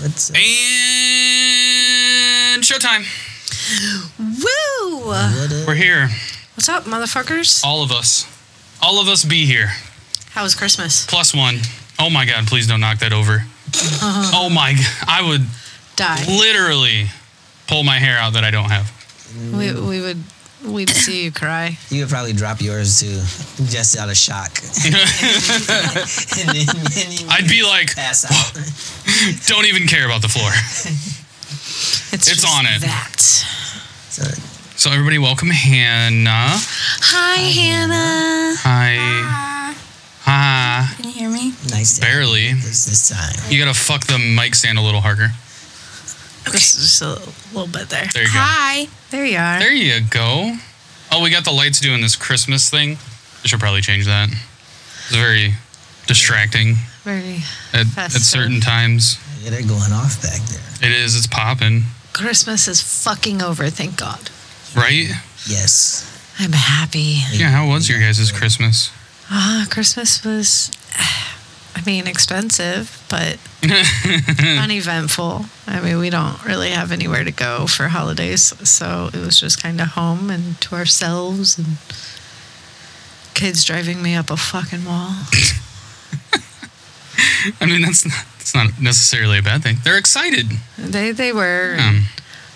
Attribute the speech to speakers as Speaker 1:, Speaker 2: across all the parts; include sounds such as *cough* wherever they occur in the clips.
Speaker 1: Let's uh, see.
Speaker 2: And showtime.
Speaker 3: Woo!
Speaker 1: What is-
Speaker 2: We're here.
Speaker 3: What's up, motherfuckers?
Speaker 2: All of us. All of us be here.
Speaker 3: How was Christmas?
Speaker 2: Plus one. Oh my God, please don't knock that over. oh my, g- I would
Speaker 3: Die.
Speaker 2: literally pull my hair out that I don't have.
Speaker 3: We, we would we'd see you cry.
Speaker 1: You would probably drop yours too, just out of
Speaker 2: *laughs*
Speaker 1: shock. *laughs* and then, and then
Speaker 2: I'd be like,
Speaker 1: pass out. *laughs*
Speaker 2: don't even care about the floor.
Speaker 3: It's,
Speaker 2: It's
Speaker 3: just
Speaker 2: on it.
Speaker 3: That.
Speaker 1: So,
Speaker 2: So, everybody, welcome Hannah.
Speaker 3: Hi, Hannah.
Speaker 2: Hi. Hi.
Speaker 4: Can you hear me?
Speaker 1: nice to have
Speaker 2: Barely.
Speaker 1: this this time.
Speaker 2: You gotta fuck the mic stand a little harder.
Speaker 3: Just, just a little bit there.
Speaker 2: There you go.
Speaker 4: Hi.
Speaker 3: There you are.
Speaker 2: There you go. Oh, we got the lights doing this Christmas thing. I should probably change that. It's very distracting
Speaker 3: Very
Speaker 2: at, at
Speaker 3: Festive.
Speaker 2: certain times.
Speaker 1: Yeah, they're going off back there.
Speaker 2: It is. It's popping,
Speaker 3: Christmas is fucking over. Thank God.
Speaker 2: right?
Speaker 1: Yes.
Speaker 3: I'm happy.
Speaker 2: Yeah. How was your guys' Christmas?
Speaker 3: Ah, Christmas was. *sighs* I mean, expensive, but
Speaker 2: *laughs*
Speaker 3: uneventful. I mean, we don't really have anywhere to go for holidays, so it was just kind of home and to ourselves and kids driving me up a fucking wall.
Speaker 2: I mean, that's not, that's not necessarily a bad thing. They're excited.
Speaker 3: They they were.
Speaker 2: Um,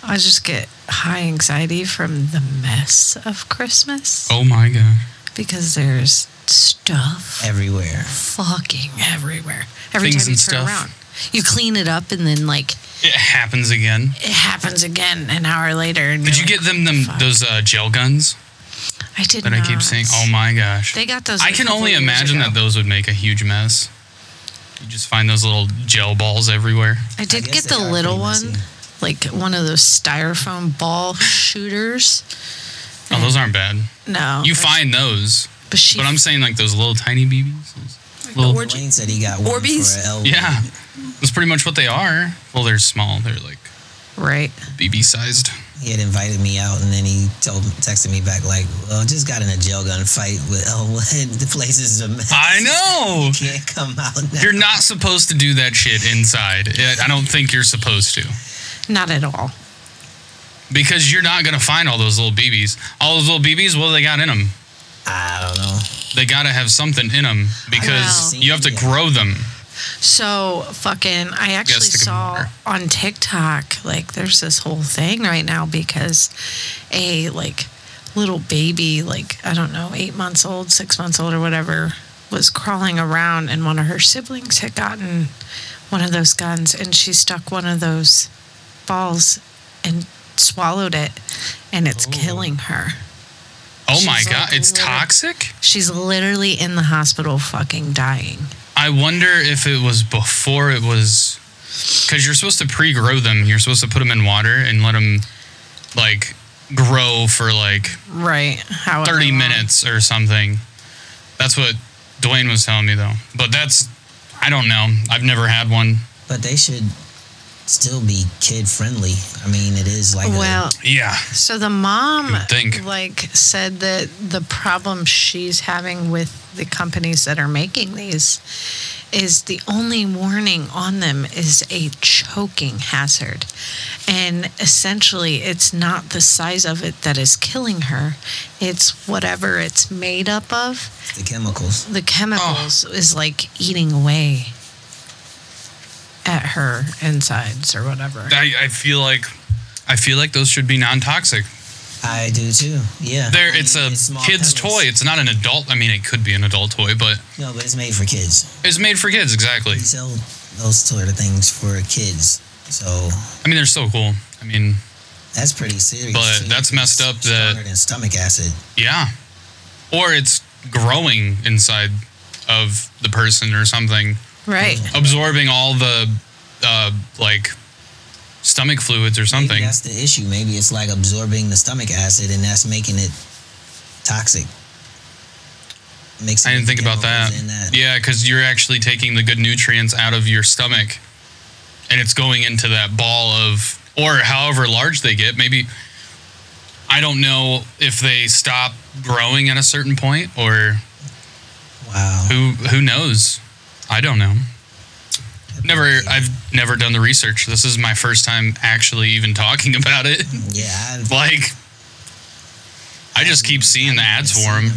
Speaker 3: I just get high anxiety from the mess of Christmas
Speaker 2: oh my god.
Speaker 3: because there's stuff
Speaker 1: Everywhere.
Speaker 3: fucking everywhere. Every
Speaker 2: Things
Speaker 3: time you turn
Speaker 2: and stuff.
Speaker 3: around, you clean it up and then like
Speaker 2: It happens again.
Speaker 3: it happens again an hour later. And
Speaker 2: Did
Speaker 3: you're
Speaker 2: you
Speaker 3: like,
Speaker 2: get them them
Speaker 3: fuck.
Speaker 2: those uh, gel guns
Speaker 3: I did
Speaker 2: that I keep
Speaker 3: not.
Speaker 2: seeing? Oh my gosh.
Speaker 3: They got those.
Speaker 2: I
Speaker 3: a
Speaker 2: can
Speaker 3: couple
Speaker 2: only
Speaker 3: years
Speaker 2: imagine
Speaker 3: ago.
Speaker 2: that those would make a huge mess. You just find those little gel balls everywhere.
Speaker 3: I did
Speaker 1: guess
Speaker 3: get
Speaker 1: they
Speaker 3: the
Speaker 1: are
Speaker 3: little one,
Speaker 1: pretty messy.
Speaker 3: like one of those styrofoam
Speaker 2: *gasps*
Speaker 3: ball shooters.
Speaker 2: Oh, those aren't bad.
Speaker 3: No,
Speaker 2: You
Speaker 3: that's-
Speaker 2: find those,
Speaker 3: but she,
Speaker 2: but I'm saying like those little tiny BBs. those Little,
Speaker 4: Orgy-
Speaker 1: Wayne said he got one
Speaker 4: Orbeez?
Speaker 1: for an L.
Speaker 2: yeah, that's pretty much what they are. Well, they're small. They're like
Speaker 3: right.
Speaker 2: BB sized.
Speaker 1: He had invited me out, and then he told, texted me back like, "Well, just got in a jail gun fight with Elwood. *laughs* The place is a mess.
Speaker 2: I know.
Speaker 1: *laughs* Can't come out now.
Speaker 2: Ah. You're not supposed to do that shit inside. I- I don't think you're supposed to
Speaker 3: Not at all.
Speaker 2: because you're not gonna find all those little BBs. All those little BBs. Well, they got in them.
Speaker 1: I don't know.
Speaker 2: They gotta have something in them because
Speaker 3: Wow.
Speaker 2: you have to
Speaker 1: Yeah.
Speaker 2: grow them.
Speaker 3: So fucking. I actually
Speaker 2: stick 'em in
Speaker 3: saw
Speaker 2: water.
Speaker 3: on TikTok like there's this whole thing right now because a like little baby, like I don't know, eight months old, six months old, or whatever, was crawling around, and one of her siblings had gotten one of those guns, and she stuck one of those balls and swallowed it, and it's killing her.
Speaker 2: Oh my
Speaker 3: She's
Speaker 2: god,
Speaker 3: like
Speaker 2: it's
Speaker 3: little-
Speaker 2: toxic.
Speaker 3: She's literally in the hospital, fucking dying.
Speaker 2: I wonder if it was before it was because you're supposed to pre-grow them. You're supposed to put them in water and let them like grow for like
Speaker 3: Right? How
Speaker 2: 30 minutes or something. That's what Dwayne was telling me though. But that's I don't know. I've never had one.
Speaker 1: But they should still be kid friendly. I mean, it is like
Speaker 3: Well,
Speaker 2: Yeah.
Speaker 3: So the mom
Speaker 2: would think.
Speaker 3: like said that the problem she's having with the companies that are making these is the only warning on them is a choking hazard. And essentially it's not the size of it that is killing her. It's whatever it's made up of.
Speaker 1: a, the chemicals.
Speaker 3: The chemicals is like eating away at her insides or whatever.
Speaker 2: I, I feel like I feel like those should be non-toxic.
Speaker 1: I do too. Yeah. I
Speaker 2: There
Speaker 1: mean,
Speaker 2: it's a
Speaker 1: small
Speaker 2: kid's
Speaker 1: pebbles.
Speaker 2: toy. It's not an adult. I mean it could be an adult toy, but
Speaker 1: No, but it's made for kids.
Speaker 2: it's made for kids exactly.
Speaker 1: We sell those sort of things for kids. So
Speaker 2: I mean they're so cool. I mean,
Speaker 1: that's pretty serious.
Speaker 2: But
Speaker 1: too.
Speaker 2: that's messed up
Speaker 1: It's
Speaker 2: that-
Speaker 1: stronger than stomach acid.
Speaker 2: Yeah. Or it's growing inside of the person or something,
Speaker 3: Right.
Speaker 2: absorbing all the uh, like stomach fluids or
Speaker 1: Maybe
Speaker 2: something.
Speaker 1: that's the issue. Maybe it's like absorbing the stomach acid, and that's making it toxic. Makes.
Speaker 2: I
Speaker 1: it
Speaker 2: didn't think about that.
Speaker 1: chemicals in that.
Speaker 2: Yeah, because you're actually taking the good nutrients out of your stomach and it's going into that ball of, or however large they get. Maybe, I don't know if they stop growing at a certain point or
Speaker 1: Wow.
Speaker 2: who who knows. I don't know.
Speaker 1: That
Speaker 2: never I've never done the research. This is my first time actually even talking *laughs* about it.
Speaker 1: *laughs* Yeah, I've,
Speaker 2: like I just keep seeing the ads for him.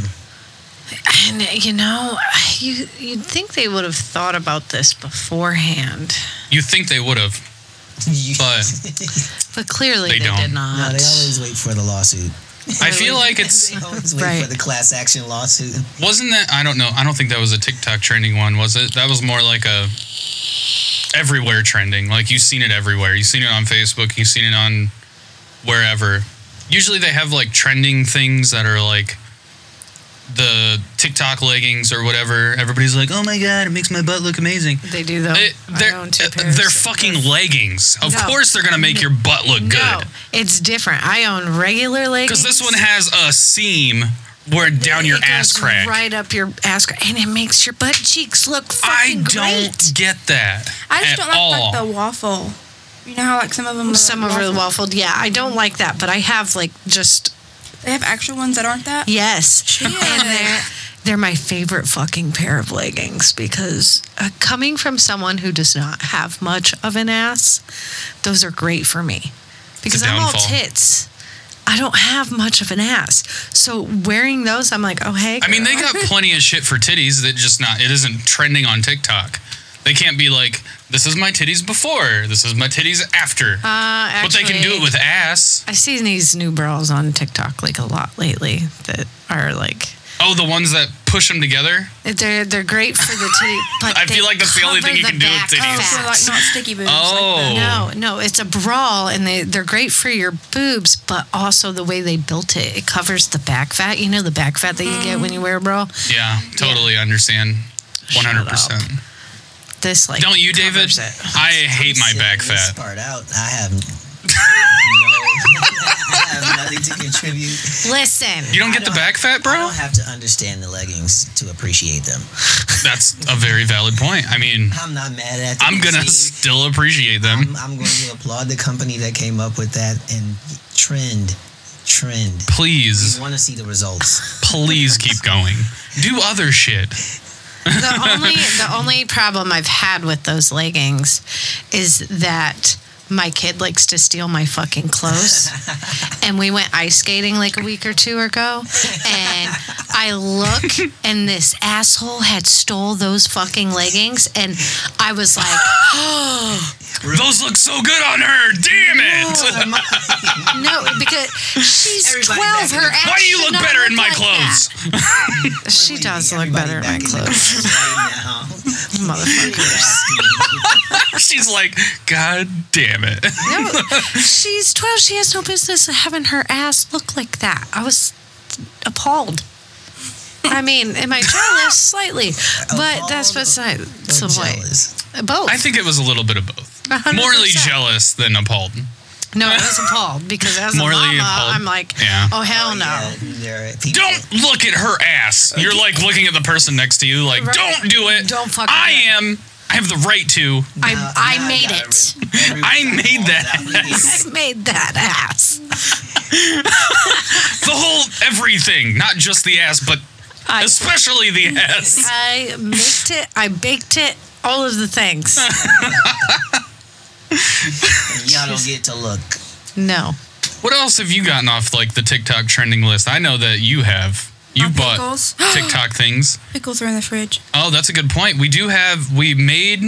Speaker 3: And you know, you you'd think they would have thought about this beforehand,
Speaker 2: You think they would have, *laughs* but
Speaker 3: but clearly
Speaker 2: They
Speaker 3: they,
Speaker 2: don't.
Speaker 3: did not.
Speaker 1: *laughs* no, they always wait for the lawsuit.
Speaker 2: I feel like it's
Speaker 1: They always wait
Speaker 3: Right.
Speaker 1: for the class action lawsuit.
Speaker 2: wasn't that I don't know. I don't think that was a TikTok trending one, was it? That was more like a everywhere trending. Like you've seen it everywhere. You've seen it on Facebook, you've seen it on wherever. Usually they have like trending things that are like the TikTok leggings or whatever. Everybody's like, "Oh my god, it makes my butt look amazing."
Speaker 3: they do though.
Speaker 2: It- they're,
Speaker 3: My own two
Speaker 2: uh,
Speaker 3: pairs.
Speaker 2: they're fucking leggings. Of
Speaker 3: No.
Speaker 2: course, they're gonna make your butt look
Speaker 3: No,
Speaker 2: good.
Speaker 3: it's different. I own regular
Speaker 2: Because
Speaker 3: leggings
Speaker 2: this one has a seam where down your
Speaker 3: It
Speaker 2: ass
Speaker 3: goes
Speaker 2: crack.
Speaker 3: right up your ass crack, and it makes your butt cheeks look
Speaker 2: I
Speaker 3: fucking
Speaker 2: don't
Speaker 3: great.
Speaker 2: get that
Speaker 4: I just
Speaker 2: at
Speaker 4: don't like,
Speaker 2: all.
Speaker 4: like the waffle. You know how like some of them are
Speaker 3: Some of her waffled, yeah, I don't like that, but I have like just
Speaker 4: They have actual ones that aren't that.
Speaker 3: yes,
Speaker 4: Yeah.
Speaker 3: and they're they're my favorite fucking pair of leggings because uh, coming from someone who does not have much of an ass, those are great for me because I'm all
Speaker 2: downfall.
Speaker 3: tits. I don't have much of an ass, so wearing those, I'm like, oh hey.
Speaker 2: I mean, they
Speaker 3: girl.
Speaker 2: got plenty of shit for titties that just not. It isn't trending on TikTok. They can't be like, "This is my titties before. This is my titties after."
Speaker 3: *laughs* Uh,
Speaker 2: but they can do
Speaker 3: actually-
Speaker 2: it with ass.
Speaker 3: I've seen these new bras on TikTok like a lot lately that are like
Speaker 2: Oh, the ones that push them together.
Speaker 3: they're they're great for the titty. But
Speaker 2: *laughs* I feel
Speaker 3: they
Speaker 2: like that's the only
Speaker 3: cover
Speaker 2: thing you
Speaker 3: the
Speaker 2: can do with
Speaker 3: back
Speaker 2: titties.
Speaker 4: Oh, so
Speaker 3: fat.
Speaker 4: like not sticky boobs.
Speaker 2: Oh.
Speaker 4: Like the,
Speaker 3: No, no, it's a bra, and they they're great for your boobs, but also the way they built it, it covers the back fat. You know the back fat that you get when you wear a bra.
Speaker 2: Yeah, totally understand. One
Speaker 3: Shut up.
Speaker 2: hundred percent.
Speaker 3: This like
Speaker 2: Don't you, David?
Speaker 3: covers it.
Speaker 2: I hate my
Speaker 1: Sitting
Speaker 2: back
Speaker 1: this *laughs*
Speaker 2: fat.
Speaker 1: part out. I have. no- I have nothing to contribute.
Speaker 3: Listen,
Speaker 2: You don't get the back fat,
Speaker 1: I
Speaker 2: bro?
Speaker 1: don't have to understand the leggings to appreciate them.
Speaker 2: That's a very valid point. I mean,
Speaker 1: I'm not mad at. The
Speaker 2: I'm gonna
Speaker 1: team.
Speaker 2: still appreciate
Speaker 1: I'm,
Speaker 2: them.
Speaker 1: I'm going to applaud the company that came up with that and trend, trend.
Speaker 2: Please,
Speaker 1: We want to see the results.
Speaker 2: please keep going. Do other shit. *laughs*
Speaker 3: the only the only problem I've had with those leggings is that my kid likes to steal my
Speaker 2: *laughs*
Speaker 3: fucking clothes. and we went ice skating like a week or two ago and I look and this asshole had stole those fucking leggings and I was like,
Speaker 2: Those look so good on her. Damn it!
Speaker 3: "No, because she's
Speaker 1: Everybody
Speaker 3: 12
Speaker 1: back in
Speaker 3: her
Speaker 1: the-
Speaker 2: *laughs*
Speaker 3: ass
Speaker 2: Why do you
Speaker 3: should
Speaker 2: look
Speaker 3: not
Speaker 2: better in my
Speaker 3: like that."
Speaker 2: clothes? *laughs*
Speaker 3: She does look better in my clothes, *laughs*
Speaker 1: clothes. *laughs*
Speaker 3: motherfucker.
Speaker 2: She's like, God damn it. *laughs*
Speaker 3: No, she's 12. She has no business having her ass look like that. I was appalled. I mean, am I
Speaker 1: *laughs*
Speaker 3: jealous? Slightly. But that's
Speaker 1: Appalled
Speaker 3: beside the point.
Speaker 1: jealous.
Speaker 3: Both.
Speaker 2: I think it was a little bit of both.
Speaker 3: A hundred
Speaker 2: Morally
Speaker 3: percent.
Speaker 2: jealous than appalled.
Speaker 3: no,
Speaker 2: *laughs*
Speaker 3: I was appalled because as
Speaker 2: Morally
Speaker 3: a mama,
Speaker 2: appalled.
Speaker 3: I'm like,
Speaker 2: Yeah.
Speaker 3: oh, hell
Speaker 1: Oh,
Speaker 3: no.
Speaker 1: yeah, there are people-
Speaker 2: Don't look at her ass. You're like looking at the person next to you, like,
Speaker 3: Right.
Speaker 2: don't do it.
Speaker 3: Don't fucking
Speaker 2: I
Speaker 3: do it."
Speaker 2: am. I have the right to.
Speaker 3: I,
Speaker 1: Now-
Speaker 3: I
Speaker 1: now
Speaker 3: made
Speaker 1: gotta
Speaker 3: it.
Speaker 1: rip everyone's eyeballs out.
Speaker 2: *laughs* I made that.
Speaker 3: *laughs* I made that ass.
Speaker 2: The whole everything, not just the ass, but
Speaker 3: I,
Speaker 2: especially the
Speaker 3: *laughs*
Speaker 2: ass.
Speaker 3: I mixed it. I baked it. All of the things.
Speaker 1: Y'all don't get to look.
Speaker 3: No.
Speaker 2: What else have you gotten off like the TikTok trending list? I know that you have. You
Speaker 4: My
Speaker 2: bought
Speaker 4: pickles. *gasps*
Speaker 2: *gasps* TikTok things.
Speaker 4: Pickles are in the fridge.
Speaker 2: Oh, that's a good point. We do have. We made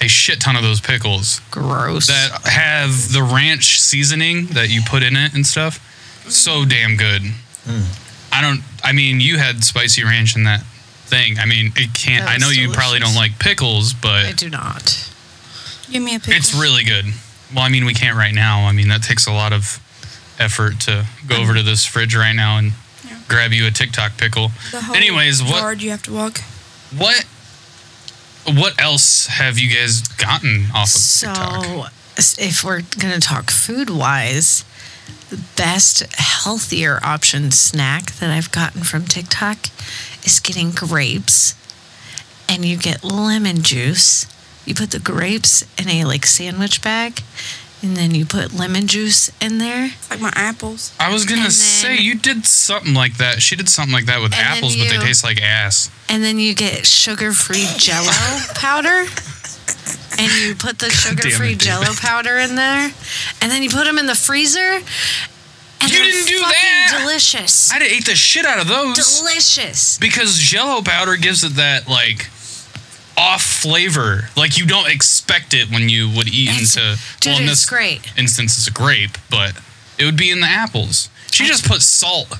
Speaker 2: a shit ton of those pickles
Speaker 3: Gross.
Speaker 2: that have the ranch seasoning that you put in it and stuff. So damn good.
Speaker 3: Hmm.
Speaker 2: I don't. I mean, you had spicy ranch in that thing. I mean, it can't.
Speaker 3: That
Speaker 2: I know
Speaker 3: was
Speaker 2: you probably
Speaker 3: delicious.
Speaker 2: don't like pickles,
Speaker 3: I
Speaker 2: but
Speaker 3: do not.
Speaker 4: Give me a pickle.
Speaker 2: it's really good. Well, I mean, we can't right now. I mean, that takes a lot of effort to go over to this fridge right now and
Speaker 4: Yeah.
Speaker 2: grab you a TikTok pickle.
Speaker 4: The whole
Speaker 2: Anyways, what
Speaker 4: yard you have to walk.
Speaker 2: What what else have you guys gotten off of TikTok?
Speaker 3: So, s- if we're going to talk food wise, the best healthier option snack that I've gotten from TikTok is getting grapes and you get lemon juice. You put the grapes in a like sandwich bag and then you put lemon juice in there.
Speaker 4: It's like my apples.
Speaker 2: I was gonna
Speaker 3: and then-
Speaker 2: say you did something like that. She did something like that with
Speaker 3: And then
Speaker 2: apples, but they
Speaker 3: you-
Speaker 2: taste like ass.
Speaker 3: And then you get sugar free jello powder. and you
Speaker 2: *laughs*
Speaker 3: put the sugar free
Speaker 2: dude.
Speaker 3: jello powder in there and then you put them in the freezer and
Speaker 2: You
Speaker 3: they're
Speaker 2: didn't do
Speaker 3: fucking
Speaker 2: that!
Speaker 3: delicious.
Speaker 2: I'd have ate the shit out of those
Speaker 3: delicious.
Speaker 2: because Jello powder gives it that like off flavor. Like you don't expect it when you would eat
Speaker 3: It's-
Speaker 2: into.
Speaker 3: dude,
Speaker 2: in
Speaker 3: it's
Speaker 2: this
Speaker 3: great.
Speaker 2: instance, it's a grape, but it would be in the apples. She just put salt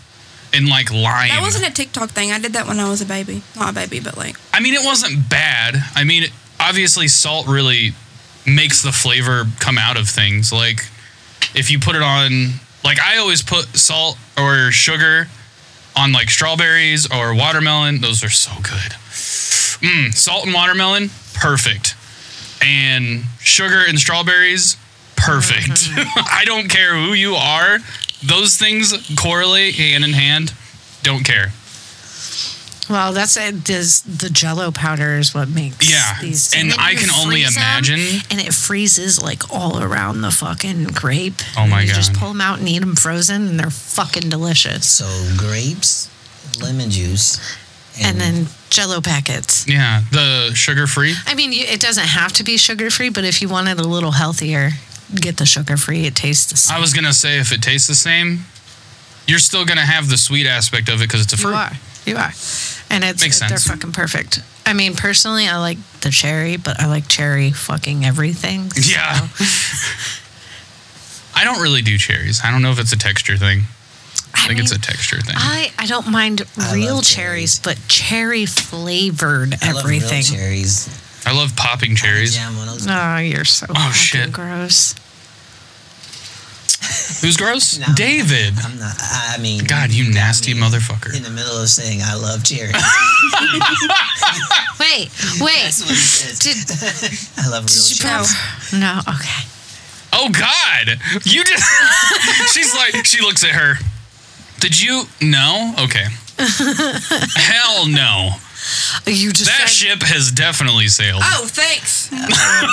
Speaker 2: and like lime.
Speaker 4: That wasn't a TikTok thing. I did that when I was a baby. Not a baby, but like
Speaker 2: I mean, it wasn't bad. I mean, obviously, salt really makes the flavor come out of things. Like, if you put it on, like, I always put salt or sugar on, like, strawberries or watermelon. Those are so good. Mm, salt and watermelon, perfect. And sugar and strawberries, perfect.
Speaker 3: Mm-hmm.
Speaker 2: *laughs* I don't care who you are, those things correlate hand in hand. Don't care.
Speaker 3: Well, that's it. Does the Jello powder is what makes
Speaker 2: Yeah,
Speaker 3: these,
Speaker 2: and
Speaker 3: then
Speaker 2: I
Speaker 3: you
Speaker 2: can only
Speaker 3: freeze 'em,
Speaker 2: imagine-
Speaker 3: And it freezes like all around the fucking grape.
Speaker 2: Oh
Speaker 3: And
Speaker 2: my
Speaker 3: you Just
Speaker 2: God.
Speaker 3: pull them out and eat them frozen, and they're fucking delicious.
Speaker 1: So grapes, lemon juice,
Speaker 2: Mm.
Speaker 3: And then Jello packets.
Speaker 2: Yeah, the sugar free.
Speaker 3: I mean, you, it doesn't have to be sugar free, but if you want it a little healthier, get the sugar free. It tastes the same.
Speaker 2: I was gonna say if it tastes the same, you're still gonna have the sweet aspect of it because it's a
Speaker 3: You
Speaker 2: fruit.
Speaker 3: are. You are. And it's
Speaker 2: Makes
Speaker 3: they're
Speaker 2: sense.
Speaker 3: fucking perfect. I mean, personally, I like the cherry, but I like cherry fucking everything. so-
Speaker 2: *laughs* *laughs* Yeah. *laughs* I don't really do cherries. I don't know if it's a texture thing. I, think it's a
Speaker 3: mean,
Speaker 2: texture thing.
Speaker 3: I, I don't mind
Speaker 1: I
Speaker 3: real
Speaker 1: love
Speaker 3: cherries, but cherry flavored
Speaker 1: I love real
Speaker 3: everything.
Speaker 1: cherries.
Speaker 2: I love popping cherries.
Speaker 1: Jam on those.
Speaker 3: Oh, you're so fucking
Speaker 2: shit.
Speaker 3: gross.
Speaker 2: Who's gross?
Speaker 1: No.
Speaker 2: David.
Speaker 1: I'm not. I I mean,
Speaker 2: God, you nasty
Speaker 1: I mean,
Speaker 2: motherfucker.
Speaker 1: In the middle of saying I love cherries,
Speaker 3: Wait,
Speaker 1: *laughs*
Speaker 3: wait.
Speaker 1: that's what he says.
Speaker 3: Did,
Speaker 1: *laughs* I love real
Speaker 4: you
Speaker 1: cherries.
Speaker 4: put-
Speaker 3: no, no, okay.
Speaker 2: *laughs* Oh God, you just. *laughs* She's like, she looks at her. Did you? No. Okay. Hell no.
Speaker 3: You just
Speaker 2: That
Speaker 3: said,
Speaker 2: ship has definitely sailed.
Speaker 4: Oh, thanks.
Speaker 3: *laughs*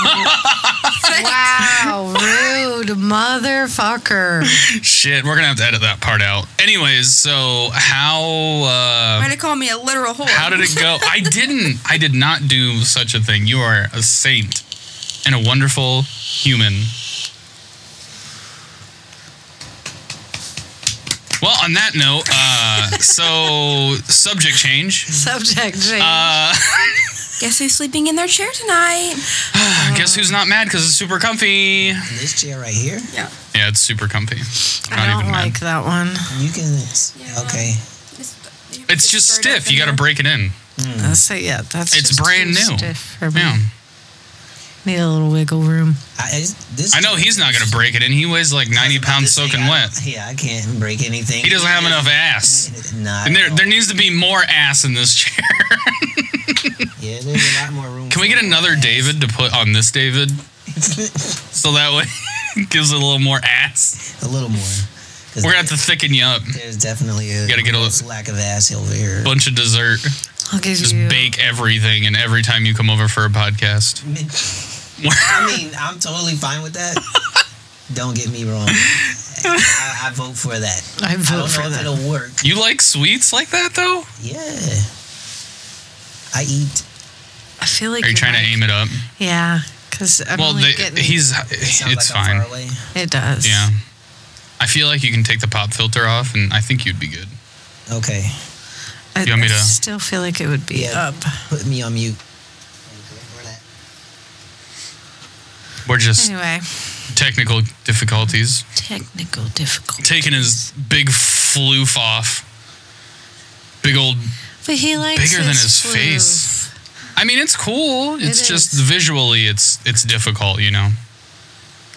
Speaker 3: wow, rude
Speaker 2: *laughs*
Speaker 3: motherfucker.
Speaker 2: Shit, we're gonna have to edit that part out. Anyways, so how uh,
Speaker 4: Why they call me a literal whore?
Speaker 2: how did it go? I didn't. I did not do such a thing. You are a saint and a wonderful human. Well, on that note, uh, so subject change.
Speaker 3: Subject change.
Speaker 2: Uh,
Speaker 4: Guess who's sleeping in their chair tonight?
Speaker 2: Guess who's not mad because it's super comfy.
Speaker 1: This chair right here,
Speaker 4: Yeah,
Speaker 2: Yeah, it's super comfy. I'm
Speaker 3: I don't like
Speaker 2: mad.
Speaker 3: that one.
Speaker 2: Hmm.
Speaker 1: you can.
Speaker 4: Yeah.
Speaker 1: Okay,
Speaker 4: it's, you
Speaker 2: It's
Speaker 4: put
Speaker 2: just
Speaker 4: straight up
Speaker 2: stiff.
Speaker 4: in
Speaker 2: You got to
Speaker 4: there.
Speaker 2: break it in.
Speaker 3: I say, yeah, that's
Speaker 2: It's
Speaker 3: just
Speaker 2: brand
Speaker 3: too
Speaker 2: new.
Speaker 3: stiff for me.
Speaker 2: Yeah.
Speaker 3: Need a little wiggle room.
Speaker 1: I, I- this.
Speaker 2: I know he's not gonna break it in. He weighs like 90 pounds
Speaker 1: This thing,
Speaker 2: soaking
Speaker 1: I-
Speaker 2: wet.
Speaker 1: Yeah, I can't break anything.
Speaker 2: He doesn't have enough ass.
Speaker 1: Nah,
Speaker 2: And
Speaker 1: I
Speaker 2: there,
Speaker 1: don't.
Speaker 2: there needs to be more ass in this chair. *laughs*
Speaker 1: yeah, there's a lot more room.
Speaker 2: Can we
Speaker 1: for
Speaker 2: get
Speaker 1: more
Speaker 2: another
Speaker 1: ass.
Speaker 2: David to put on this David? So that way *laughs* it gives it a little more ass.
Speaker 1: *laughs* a little more. 'Cause
Speaker 2: We're gonna have to thicken you up.
Speaker 1: There's definitely a,
Speaker 2: Gotta get a little-
Speaker 1: gross lack of ass over here.
Speaker 2: Bunch of dessert.
Speaker 3: I'll give
Speaker 2: Just
Speaker 3: you
Speaker 2: bake everything and every time you come over for a podcast. *laughs*
Speaker 1: I mean, I'm totally fine with
Speaker 3: *laughs*
Speaker 1: that. Don't get me wrong. I, I vote for that.
Speaker 3: I
Speaker 1: I
Speaker 3: vote
Speaker 1: don't
Speaker 3: for
Speaker 1: know if
Speaker 3: that.
Speaker 1: it'll work.
Speaker 2: You like sweets like that though?
Speaker 1: Yeah. I eat.
Speaker 3: I feel like
Speaker 2: Are you trying to aim it up?
Speaker 3: Yeah, because I'm
Speaker 2: Well,
Speaker 3: only
Speaker 2: they,
Speaker 3: getting.
Speaker 2: he's
Speaker 1: It sounds
Speaker 2: it's
Speaker 1: like I'm
Speaker 2: fine.
Speaker 1: far away.
Speaker 3: It does.
Speaker 2: Yeah. I feel like you can take the pop filter off and I think you'd be good.
Speaker 1: Okay.
Speaker 3: I,
Speaker 2: You want me to-
Speaker 3: I still feel like it would be
Speaker 1: Yeah.
Speaker 3: up.
Speaker 1: Put me on mute.
Speaker 2: We're just
Speaker 3: Anyway,
Speaker 2: technical difficulties.
Speaker 3: technical difficulty.
Speaker 2: Taking his big floof off. Big old.
Speaker 3: but he likes
Speaker 2: bigger than his
Speaker 3: floof.
Speaker 2: face. I mean, it's cool. It's
Speaker 3: It
Speaker 2: just
Speaker 3: is.
Speaker 2: visually, it's it's difficult, you know.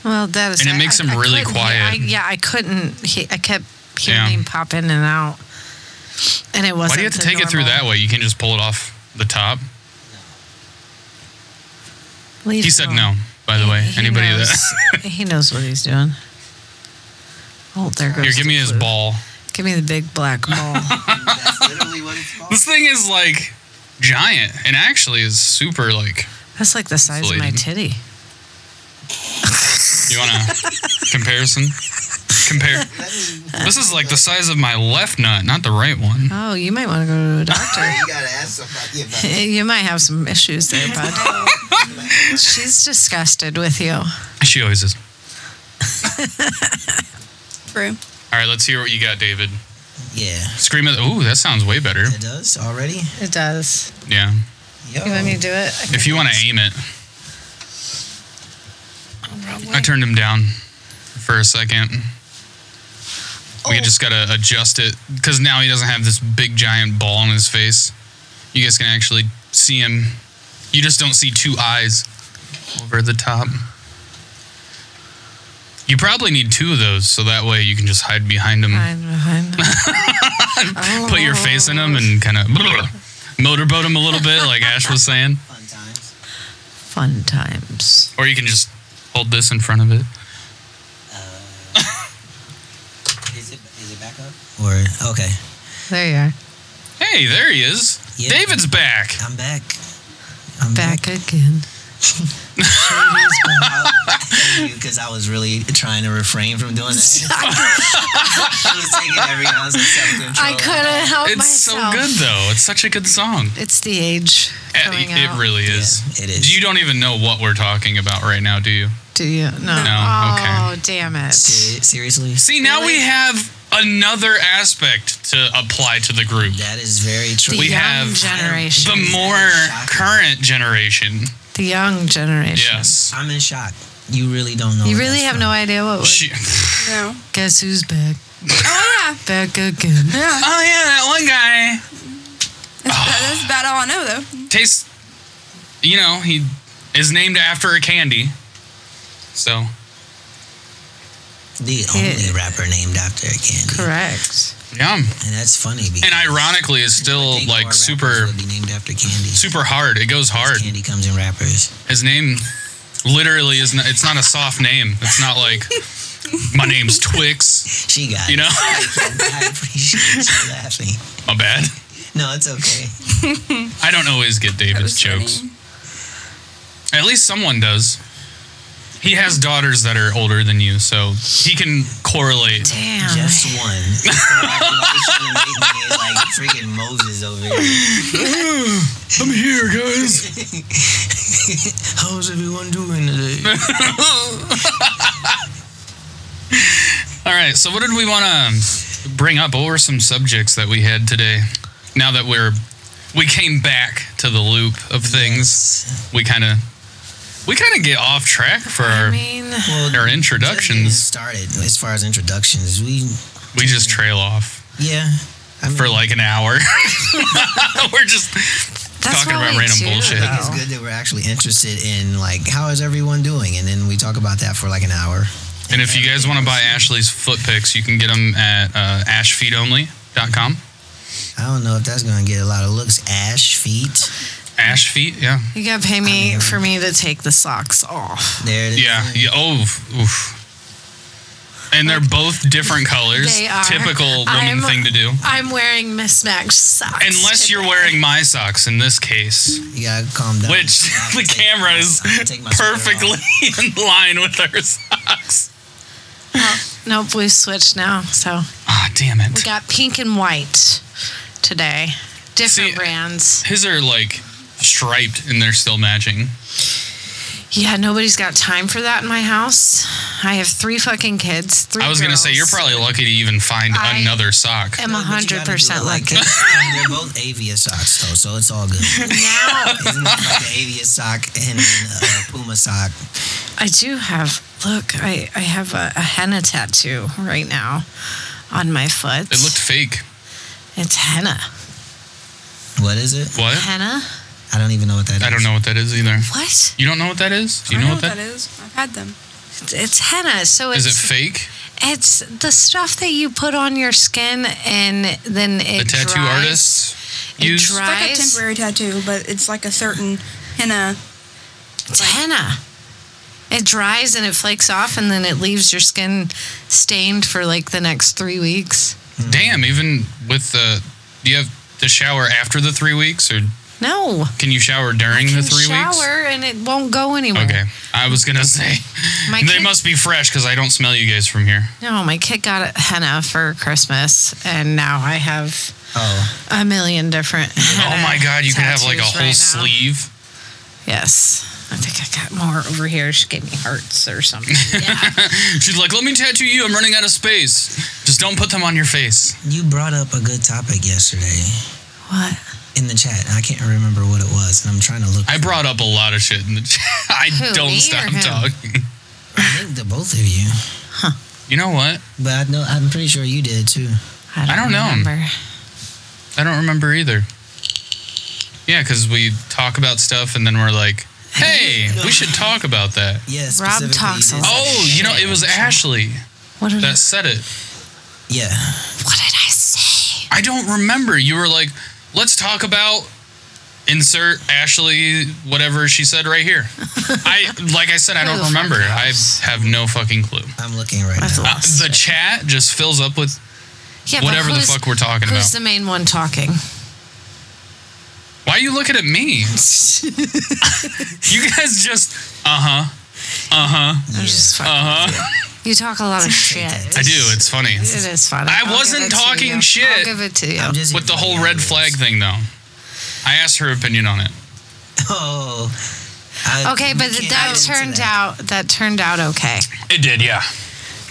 Speaker 3: Well, that is.
Speaker 2: And it makes him really
Speaker 3: couldn't-
Speaker 2: quiet.
Speaker 3: I, yeah, I couldn't. He, I kept
Speaker 2: Yeah.
Speaker 3: hearing him pop in and out, and it wasn't.
Speaker 2: Why do you have to
Speaker 3: the
Speaker 2: take it through that
Speaker 3: normal-
Speaker 2: way? You can just pull it off the top.
Speaker 3: Leave
Speaker 2: He
Speaker 3: him
Speaker 2: said
Speaker 3: alone.
Speaker 2: no. By the way,
Speaker 3: He
Speaker 2: anybody
Speaker 3: knows,
Speaker 2: that *laughs*
Speaker 3: he knows what he's doing. Oh, there goes.
Speaker 2: here, give
Speaker 3: the
Speaker 2: me his
Speaker 3: floof.
Speaker 2: ball.
Speaker 3: Give me the big
Speaker 2: *laughs*
Speaker 3: black ball.
Speaker 1: That's literally what it's called.
Speaker 2: This thing is like giant, and actually is super like.
Speaker 3: That's like the size of my
Speaker 2: Inflated.
Speaker 3: titty.
Speaker 2: You want *laughs* a comparison? Compare. This is like the size of my left nut, not the right one.
Speaker 3: Oh, you might want to go to a doctor. *laughs*
Speaker 1: You gotta ask somebody about
Speaker 2: *laughs*
Speaker 3: you might have some issues there, bud. She's disgusted with you.
Speaker 2: She always is.
Speaker 4: True.
Speaker 2: All right, let's hear what you got, David.
Speaker 1: *laughs* Yeah.
Speaker 2: Scream at. Ooh, that sounds way better.
Speaker 1: It does already.
Speaker 3: It does.
Speaker 2: Yeah.
Speaker 1: Yo.
Speaker 3: You let me do it?
Speaker 2: If you want to aim it, I turned him down for a second. We
Speaker 3: Oh.
Speaker 2: just gotta adjust it because now he doesn't have this big giant ball in his face. You guys can actually see him. You just don't see two eyes over the top. You probably need two of those so that way you can just hide behind them,
Speaker 3: Hide behind
Speaker 2: *laughs*
Speaker 3: them.
Speaker 2: put your face in them, and kind of *laughs* motorboat them a little bit, like Ash was saying.
Speaker 1: Fun times.
Speaker 3: Oh, Fun times.
Speaker 2: Or you can just hold this in front of it.
Speaker 1: Is it is it back up? Or okay,
Speaker 3: There you are.
Speaker 2: Hey, there he is.
Speaker 1: Yeah.
Speaker 2: David's back.
Speaker 1: I'm back. I'm
Speaker 2: *laughs*
Speaker 3: Back again.
Speaker 1: because I was really trying to refrain from doing that. *laughs* I was taking every ounce of self control.
Speaker 3: I couldn't help
Speaker 2: It's
Speaker 3: myself.
Speaker 2: so good though. It's such a good song.
Speaker 3: It's the age coming
Speaker 2: It, it
Speaker 3: out.
Speaker 2: really is.
Speaker 1: it is.
Speaker 2: You don't even know what we're talking about right now, do you?
Speaker 3: Do you? No.
Speaker 2: No,
Speaker 3: Oh, damn it.
Speaker 1: Se- Seriously,
Speaker 2: See, now we
Speaker 3: Really?
Speaker 2: have another aspect to apply to the group.
Speaker 1: that is very
Speaker 3: The
Speaker 1: true.
Speaker 2: We
Speaker 3: young
Speaker 2: have
Speaker 3: generation.
Speaker 2: The more current generation.
Speaker 3: the young generation.
Speaker 2: Yes.
Speaker 1: I'm in shock. You really don't know.
Speaker 3: You
Speaker 1: where
Speaker 3: really
Speaker 1: that's
Speaker 3: have
Speaker 1: from.
Speaker 3: no idea what was.
Speaker 2: She,
Speaker 4: No.
Speaker 3: Guess who's back?
Speaker 4: Oh
Speaker 3: Back again.
Speaker 2: *laughs*
Speaker 4: yeah. Yeah.
Speaker 2: *laughs* oh yeah, that one guy
Speaker 4: That- That's about all I know though.
Speaker 2: tastes. You know, he is named after a candy. So
Speaker 1: The only
Speaker 3: Yeah.
Speaker 1: rapper named after a candy,
Speaker 3: Correct.
Speaker 2: yum.
Speaker 1: and that's funny. Because
Speaker 2: And ironically, it's still
Speaker 1: think more
Speaker 2: like
Speaker 1: rappers
Speaker 2: super,
Speaker 1: would be named after candy.
Speaker 2: super hard. It goes hard.
Speaker 1: Candy comes in rappers.
Speaker 2: His name literally is not, it's not a soft name. It's not like my name's Twix,
Speaker 1: She got
Speaker 2: you know?
Speaker 1: it. *laughs* I appreciate you laughing.
Speaker 2: My bad.
Speaker 1: No, it's okay.
Speaker 2: I don't always get David's jokes.
Speaker 4: funny.
Speaker 2: At least someone does. He has daughters that are older than you, so he can correlate.
Speaker 3: Damn.
Speaker 1: Just one. It's gonna act like it's gonna make me like freaking Moses over here.
Speaker 2: I'm here, guys.
Speaker 1: How's everyone doing today?
Speaker 2: All right, so what did we want to bring up? What were some subjects that we had today? Now that we're we came back to the loop of things, we kind of we kind of get off track for
Speaker 3: I
Speaker 2: our
Speaker 3: mean,
Speaker 1: Well,
Speaker 2: our
Speaker 1: just getting
Speaker 2: introductions.
Speaker 1: started as far as introductions. We
Speaker 2: We just trail off
Speaker 1: yeah. I mean,
Speaker 2: for like an hour. *laughs* we're just
Speaker 3: that's
Speaker 2: Talking
Speaker 3: what
Speaker 2: about
Speaker 3: we
Speaker 2: random
Speaker 3: do,
Speaker 2: bullshit.
Speaker 3: though.
Speaker 1: it's good that we're actually interested in like how is everyone doing, and then we talk about that for like an hour.
Speaker 2: And if you guys want to buy Ashley's foot picks, you can get them at uh, ashfeetonly.com.
Speaker 1: I don't know if that's gonna get a lot of looks. Ash feet.
Speaker 2: Ash feet, yeah.
Speaker 3: You gotta pay me
Speaker 1: I mean-
Speaker 3: for me to take the socks off.
Speaker 1: There it is.
Speaker 2: Yeah. yeah. Oh, oof. And they're both different colors.
Speaker 3: They are. *laughs*
Speaker 2: Typical woman
Speaker 3: I'm-
Speaker 2: thing to do.
Speaker 3: I'm wearing mismatched socks.
Speaker 2: Unless you're
Speaker 3: today.
Speaker 2: wearing my socks in this case,
Speaker 1: You gotta calm down.
Speaker 2: which
Speaker 1: I'm
Speaker 2: *laughs* the
Speaker 1: gonna take
Speaker 2: camera
Speaker 1: my-
Speaker 2: is
Speaker 1: I'm gonna take my sweater off.
Speaker 2: perfectly *laughs* in line with our socks.
Speaker 3: No, nope, we switched now. So
Speaker 2: Ah, damn it.
Speaker 3: we got pink and white today. Different
Speaker 2: See-
Speaker 3: brands.
Speaker 2: His are like striped and they're still matching.
Speaker 3: Yeah, nobody's got time for that in my house. I have three fucking kids. Three.
Speaker 2: I was going to say,
Speaker 3: girls.
Speaker 2: you're probably lucky to even find
Speaker 3: I-
Speaker 2: another sock.
Speaker 3: I'm
Speaker 1: But you
Speaker 3: hundred
Speaker 1: gotta do
Speaker 3: percent
Speaker 1: it
Speaker 3: like
Speaker 1: that. *laughs* They're both avia socks though, so it's all good. Isn't
Speaker 3: *laughs* now.
Speaker 1: it like an avia sock and a uh, puma sock?
Speaker 3: I do have. Look, I I have a, a henna tattoo right now on my foot.
Speaker 2: It looked fake.
Speaker 3: It's henna.
Speaker 1: What is it?
Speaker 2: What?
Speaker 3: Henna.
Speaker 1: I don't even know what that is.
Speaker 2: I don't know what that is either.
Speaker 3: What?
Speaker 2: You don't know what that is? Do you
Speaker 4: I
Speaker 2: know, what that is?
Speaker 4: is. I've had them.
Speaker 3: It's henna. So it's
Speaker 2: Is it fake?
Speaker 3: It's the stuff that you put on your skin and then it
Speaker 2: The tattoo
Speaker 3: dries.
Speaker 2: artists
Speaker 3: It
Speaker 2: use.
Speaker 3: dries.
Speaker 4: It's like a
Speaker 3: Eyes?
Speaker 4: temporary tattoo, but it's like a certain *laughs* henna.
Speaker 3: It's henna. It dries and it flakes off and then it leaves your skin stained for like the next three weeks.
Speaker 2: Damn, even with the. Do you have to shower after the three weeks or
Speaker 3: No.
Speaker 2: can you shower during
Speaker 3: You
Speaker 2: the three
Speaker 3: shower
Speaker 2: weeks?
Speaker 3: and it won't go anywhere.
Speaker 2: Okay. I was going to say.
Speaker 3: *laughs* My
Speaker 2: they
Speaker 3: kid-
Speaker 2: must be fresh because I don't smell you guys from here.
Speaker 3: No, my kid got henna for Christmas and now I have
Speaker 1: Oh,
Speaker 3: a million different.
Speaker 2: Oh my God, you could have like a whole
Speaker 3: tattoos right now.
Speaker 2: sleeve.
Speaker 3: Yes. I think I got more over here. She gave me hearts or
Speaker 2: *laughs* *laughs*
Speaker 3: something.
Speaker 2: She's like, let me tattoo you. I'm running out of space. Just don't put them on your face.
Speaker 1: You brought up a good topic yesterday
Speaker 3: what?
Speaker 1: in the chat. I can't remember what it was, and I'm trying to look.
Speaker 2: I brought up a lot of shit in the chat. *laughs* I
Speaker 3: Who,
Speaker 2: don't
Speaker 3: me or
Speaker 2: stop
Speaker 3: him?
Speaker 2: talking.
Speaker 1: I think the both of you,
Speaker 2: You know what?
Speaker 1: but I know I'm pretty sure you did too.
Speaker 2: I don't know.
Speaker 3: Remember.
Speaker 2: I don't remember either. Yeah, because we talk about stuff and then we're like, hey, we should talk about that.
Speaker 1: Yes,
Speaker 3: Rob talks a lot.
Speaker 2: Oh, you know, it was Ashley
Speaker 3: What did,
Speaker 2: that said it.
Speaker 1: Yeah,
Speaker 3: what did I say?
Speaker 2: I don't remember. You were like, let's talk about insert Ashley, whatever she said right
Speaker 3: *laughs*
Speaker 2: here. I, like I said, I
Speaker 3: Who the
Speaker 2: don't
Speaker 3: fuck
Speaker 2: remember. I
Speaker 3: knows?
Speaker 2: have no fucking clue.
Speaker 1: I'm looking right
Speaker 3: That's
Speaker 1: now.
Speaker 3: a lot.
Speaker 2: Uh, the chat just fills up with
Speaker 3: Yeah, but
Speaker 2: whatever the
Speaker 3: who's-
Speaker 2: fuck we're talking
Speaker 3: Who's
Speaker 2: about.
Speaker 3: the main one talking?
Speaker 2: Why are you looking at me?
Speaker 3: *laughs*
Speaker 2: you guys just, uh-huh, uh huh.
Speaker 3: I'm just fucking with
Speaker 2: uh-huh.
Speaker 3: you. You talk a lot of
Speaker 2: *laughs*
Speaker 3: shit.
Speaker 2: I do. It's funny.
Speaker 3: It is funny.
Speaker 2: I
Speaker 3: I'll give
Speaker 2: wasn't
Speaker 3: it to
Speaker 2: talking
Speaker 3: you.
Speaker 2: shit.
Speaker 3: I'll give it to you.
Speaker 1: I'm just
Speaker 2: With the
Speaker 1: here for
Speaker 2: whole
Speaker 1: you.
Speaker 2: red flag thing, though. I asked her opinion on it.
Speaker 1: *laughs* Oh. I-
Speaker 3: okay,
Speaker 1: we
Speaker 3: but
Speaker 1: can't get
Speaker 3: that
Speaker 1: into
Speaker 3: turned out that turned out okay.
Speaker 2: It did, yeah.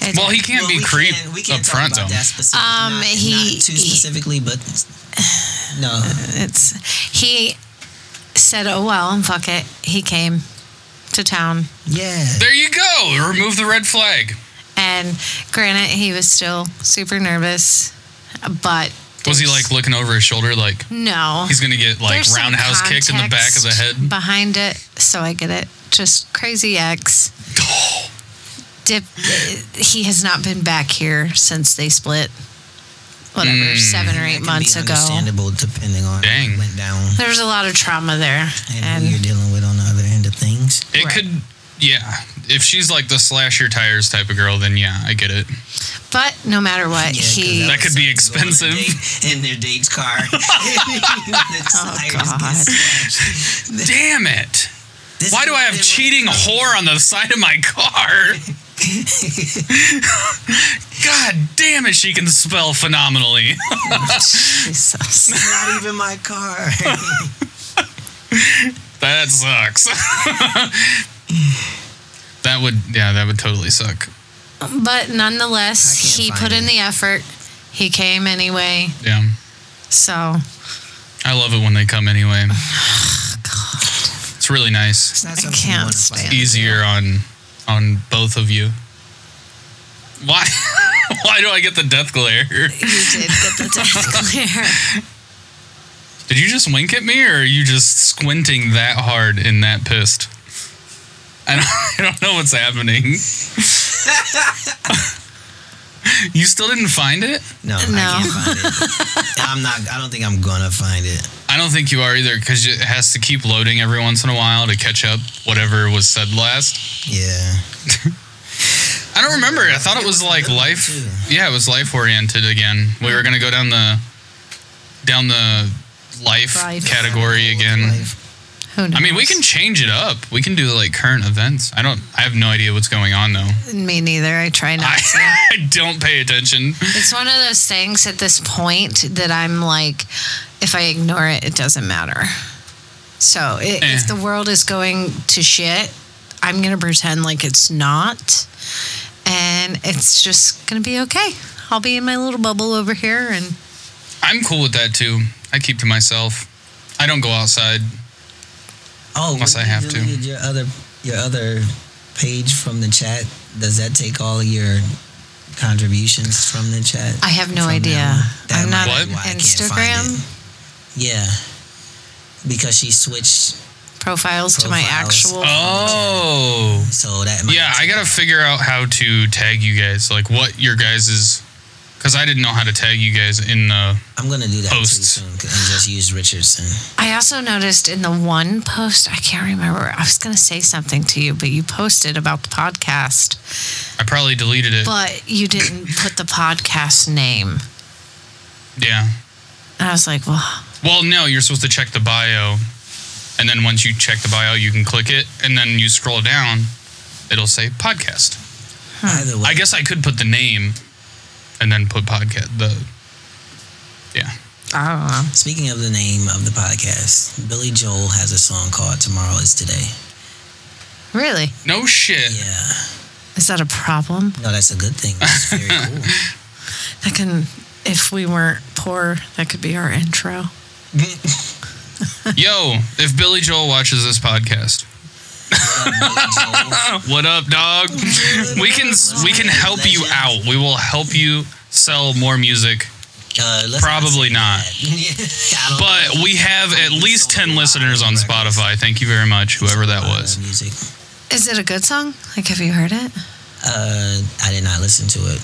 Speaker 3: It
Speaker 2: Well, he
Speaker 3: did.
Speaker 2: can't
Speaker 1: Well,
Speaker 2: be
Speaker 1: we
Speaker 2: creep
Speaker 1: can't- we
Speaker 2: up
Speaker 1: can't talk
Speaker 2: front,
Speaker 1: about
Speaker 2: though.
Speaker 1: That specific,
Speaker 3: Um,
Speaker 1: not,
Speaker 3: he-
Speaker 1: not too
Speaker 3: he-
Speaker 1: specifically, but *sighs* no,
Speaker 3: it's he said, "Oh well, and fuck it." He came to town,
Speaker 1: yeah,
Speaker 2: There you go. Remove the red flag.
Speaker 3: and granted, he was still super nervous, but
Speaker 2: Was he like looking over his shoulder, like
Speaker 3: no,
Speaker 2: he's gonna get like
Speaker 3: There's some
Speaker 2: roundhouse kicked in the back of the
Speaker 3: context
Speaker 2: head?
Speaker 3: behind it, so I get it. Just crazy
Speaker 2: *sighs*
Speaker 3: ex. Dip, he has not been back here since they split. Whatever,
Speaker 2: Hmm.
Speaker 3: seven or
Speaker 1: That
Speaker 3: eight
Speaker 1: can
Speaker 3: months
Speaker 1: be
Speaker 3: ago.
Speaker 1: Understandable, depending on
Speaker 2: Dang.
Speaker 1: what went down
Speaker 3: There's a lot of trauma there,
Speaker 1: and, who you're
Speaker 3: and
Speaker 1: dealing with on the other end of things.
Speaker 2: It
Speaker 3: Right.
Speaker 2: could, yeah. If she's like the slash your tires type of girl, then yeah, I get it.
Speaker 3: but no matter what,
Speaker 1: Yeah, 'cause
Speaker 3: he
Speaker 2: That could be
Speaker 1: was something to go on a
Speaker 2: expensive.
Speaker 1: date in their date's
Speaker 2: *laughs*
Speaker 1: car. oh
Speaker 3: God.
Speaker 2: Damn it! *laughs* Why do I have cheating whore on the side of my car? *laughs* God damn it! She can spell phenomenally. *laughs*
Speaker 3: *laughs* Jesus.
Speaker 1: It's not even my
Speaker 2: *laughs*
Speaker 1: car.
Speaker 2: That sucks. *laughs* that would yeah, that would totally suck.
Speaker 3: But
Speaker 1: I can't
Speaker 3: nonetheless, he
Speaker 1: find
Speaker 3: put in
Speaker 1: it.
Speaker 3: the effort. He came anyway.
Speaker 2: Yeah.
Speaker 3: So
Speaker 2: I love it when they come anyway. It's really nice.
Speaker 1: It's not
Speaker 3: I
Speaker 1: something you
Speaker 3: can't
Speaker 1: wanna fight
Speaker 3: stand
Speaker 1: about.
Speaker 2: Easier on on both of you. Why *laughs* why do I get the death glare?
Speaker 3: you did get *laughs* the
Speaker 1: *laughs*
Speaker 3: death clear.
Speaker 2: Did you just wink at me or are you just squinting that hard in that pissed? I don't, *laughs* I don't know what's happening. you still didn't find it?
Speaker 1: No, I
Speaker 3: No.
Speaker 1: can't find it. I'm not. I don't think I'm gonna find it.
Speaker 2: I don't think you are either because it has to keep loading every once in a while to catch up whatever was said last.
Speaker 1: Yeah.
Speaker 2: I don't remember. I thought it was like life. Yeah, it was life oriented again. We were gonna go down the down the life,
Speaker 3: Life.
Speaker 2: category again.
Speaker 1: Life.
Speaker 3: Who knows?
Speaker 2: I mean, we can change it up. We can do like current events. I don't. I have no idea what's going on though.
Speaker 3: Me neither. I try not
Speaker 2: *laughs* I,
Speaker 3: to.
Speaker 2: I don't pay attention.
Speaker 3: It's one of those things at this point that I'm like, if I ignore it, it doesn't matter. So i
Speaker 2: Eh.
Speaker 3: if the world is going to shit, I'm going to pretend like it's not. And it's just going to be okay. I'll be in my little bubble over here. And
Speaker 2: I'm cool with that too. I keep to myself. I don't go outside.
Speaker 1: Oh,
Speaker 2: Unless
Speaker 1: when
Speaker 2: I
Speaker 1: you
Speaker 2: have to.
Speaker 1: deleted Your other your other page from the chat. Does that take all of your contributions from the chat?
Speaker 3: I have no
Speaker 1: From
Speaker 3: idea.
Speaker 1: now? That
Speaker 3: I'm not
Speaker 1: might
Speaker 2: What?
Speaker 1: be
Speaker 3: on
Speaker 1: why I can't find
Speaker 3: Instagram
Speaker 1: it. Yeah. Because she switched,
Speaker 3: profiles to my
Speaker 1: Profiles.
Speaker 3: actual.
Speaker 2: Oh.
Speaker 1: so that might
Speaker 2: Yeah, I gotta figure out how to tag you guys, like what your guys is, because I didn't know how to tag you guys in the.
Speaker 1: I'm gonna do that too
Speaker 2: Posts.
Speaker 1: soon and just use Richardson.
Speaker 3: I also noticed in the one post, I can't remember. I was going to say something to you, but you posted about the podcast.
Speaker 2: I probably deleted it.
Speaker 3: but you didn't put the podcast name.
Speaker 2: yeah.
Speaker 3: And I was like, well,
Speaker 2: Well, no, you're supposed to check the bio, and then once you check the bio, you can click it, and then you scroll down, it'll say podcast.
Speaker 1: Either way,
Speaker 2: I guess I could put the name, and then put podcast. The. Yeah.
Speaker 3: I don't know.
Speaker 1: Speaking of the name of the podcast, Billy Joel has a song called Tomorrow is Today.
Speaker 3: Really?
Speaker 2: No shit.
Speaker 1: Yeah.
Speaker 3: Is that a problem?
Speaker 1: No, that's a good thing. It's
Speaker 2: *laughs*
Speaker 1: very cool.
Speaker 3: That can, if we weren't poor, that could be our intro.
Speaker 2: Yo, if Billy Joel watches this podcast, what up, dog? *laughs* We can we can help you out. We will help you sell more music.
Speaker 1: Uh, let's
Speaker 2: Probably
Speaker 1: say
Speaker 2: not.
Speaker 1: that. I don't
Speaker 2: But we have at least 10 listeners on Spotify. Thank you very much, whoever that
Speaker 1: know, uh,
Speaker 2: was.
Speaker 1: music.
Speaker 3: Is it a good song? Like, have you heard it?
Speaker 1: Uh, I did not listen to it.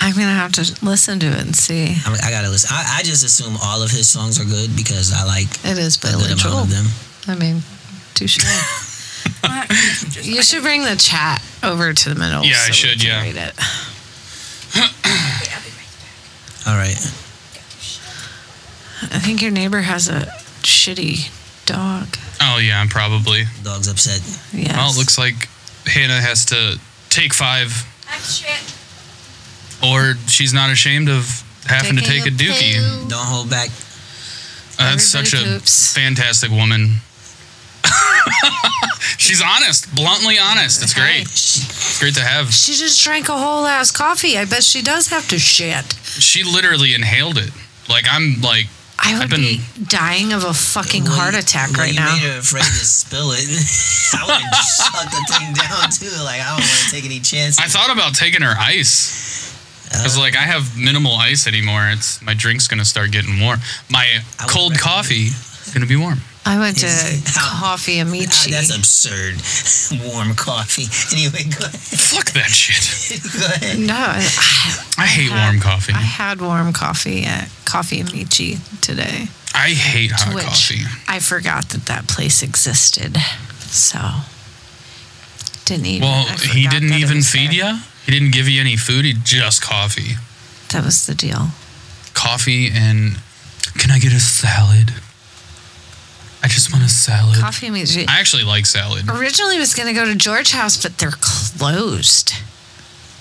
Speaker 3: I'm gonna have to listen to it and see.
Speaker 1: I, mean, I gotta listen. I, I just assume all of his songs are good because I like
Speaker 3: It is
Speaker 1: a good
Speaker 3: Billy
Speaker 1: amount
Speaker 3: Joel.
Speaker 1: of them.
Speaker 3: I mean, touche. you should bring the chat over to the middle.
Speaker 2: Yeah, I
Speaker 3: we
Speaker 2: should,
Speaker 3: can
Speaker 2: yeah.
Speaker 3: Read it.
Speaker 1: All right.
Speaker 3: I think your neighbor has a shitty dog.
Speaker 2: Oh yeah, probably.
Speaker 1: Dog's upset.
Speaker 3: Yes.
Speaker 2: Well, Oh, it looks like Hannah has to take 5
Speaker 4: Shit.
Speaker 2: or she's not ashamed of having to take a dookie.
Speaker 3: poo.
Speaker 1: Don't hold back.
Speaker 2: Uh, That's
Speaker 3: Everybody
Speaker 2: such a
Speaker 3: poops.
Speaker 2: fantastic woman. *laughs* She's honest, bluntly honest. It's great. It's great to have.
Speaker 3: She just drank a whole ass coffee. I bet she does have to shit.
Speaker 2: She literally inhaled it. Like I'm like
Speaker 3: I
Speaker 2: I've
Speaker 3: would
Speaker 2: been-
Speaker 3: be dying of a fucking
Speaker 1: Well,
Speaker 3: heart
Speaker 1: you-
Speaker 3: attack
Speaker 1: well,
Speaker 3: right
Speaker 1: you
Speaker 3: now.
Speaker 1: made her afraid to spill it. *laughs* I would have shut the thing down too. Like I don't want to take any chances.
Speaker 2: I thought about taking her ice. Cause
Speaker 1: Uh,
Speaker 2: like I have minimal ice anymore. It's my drink's gonna start getting warm. My
Speaker 1: I would
Speaker 2: cold
Speaker 1: recommend-
Speaker 2: coffee is gonna be warm.
Speaker 3: I went to
Speaker 1: Is- how-
Speaker 3: *laughs*
Speaker 2: *laughs*
Speaker 3: Coffee
Speaker 1: ah,
Speaker 3: Amici.
Speaker 1: that's absurd. *laughs* Warm coffee. Anyway, go ahead.
Speaker 2: Fuck that shit.
Speaker 1: Go ahead.
Speaker 3: *laughs* no, I,
Speaker 2: I hate
Speaker 3: had-
Speaker 2: warm coffee.
Speaker 3: I had warm coffee at Coffee Amici today.
Speaker 2: I hate hot
Speaker 3: which
Speaker 2: coffee.
Speaker 3: I forgot that that place existed. So didn't even.
Speaker 2: Well,
Speaker 3: I
Speaker 2: he
Speaker 3: forgot
Speaker 2: didn't
Speaker 3: that it
Speaker 2: even
Speaker 3: was
Speaker 2: feed
Speaker 3: there.
Speaker 2: ya. He didn't give you any food. He just coffee,
Speaker 3: That was the deal.
Speaker 2: coffee, and can I get a salad? I just want a salad.
Speaker 3: Coffee Amici.
Speaker 2: I actually like salad.
Speaker 3: Originally was going to go to George House, but they're closed.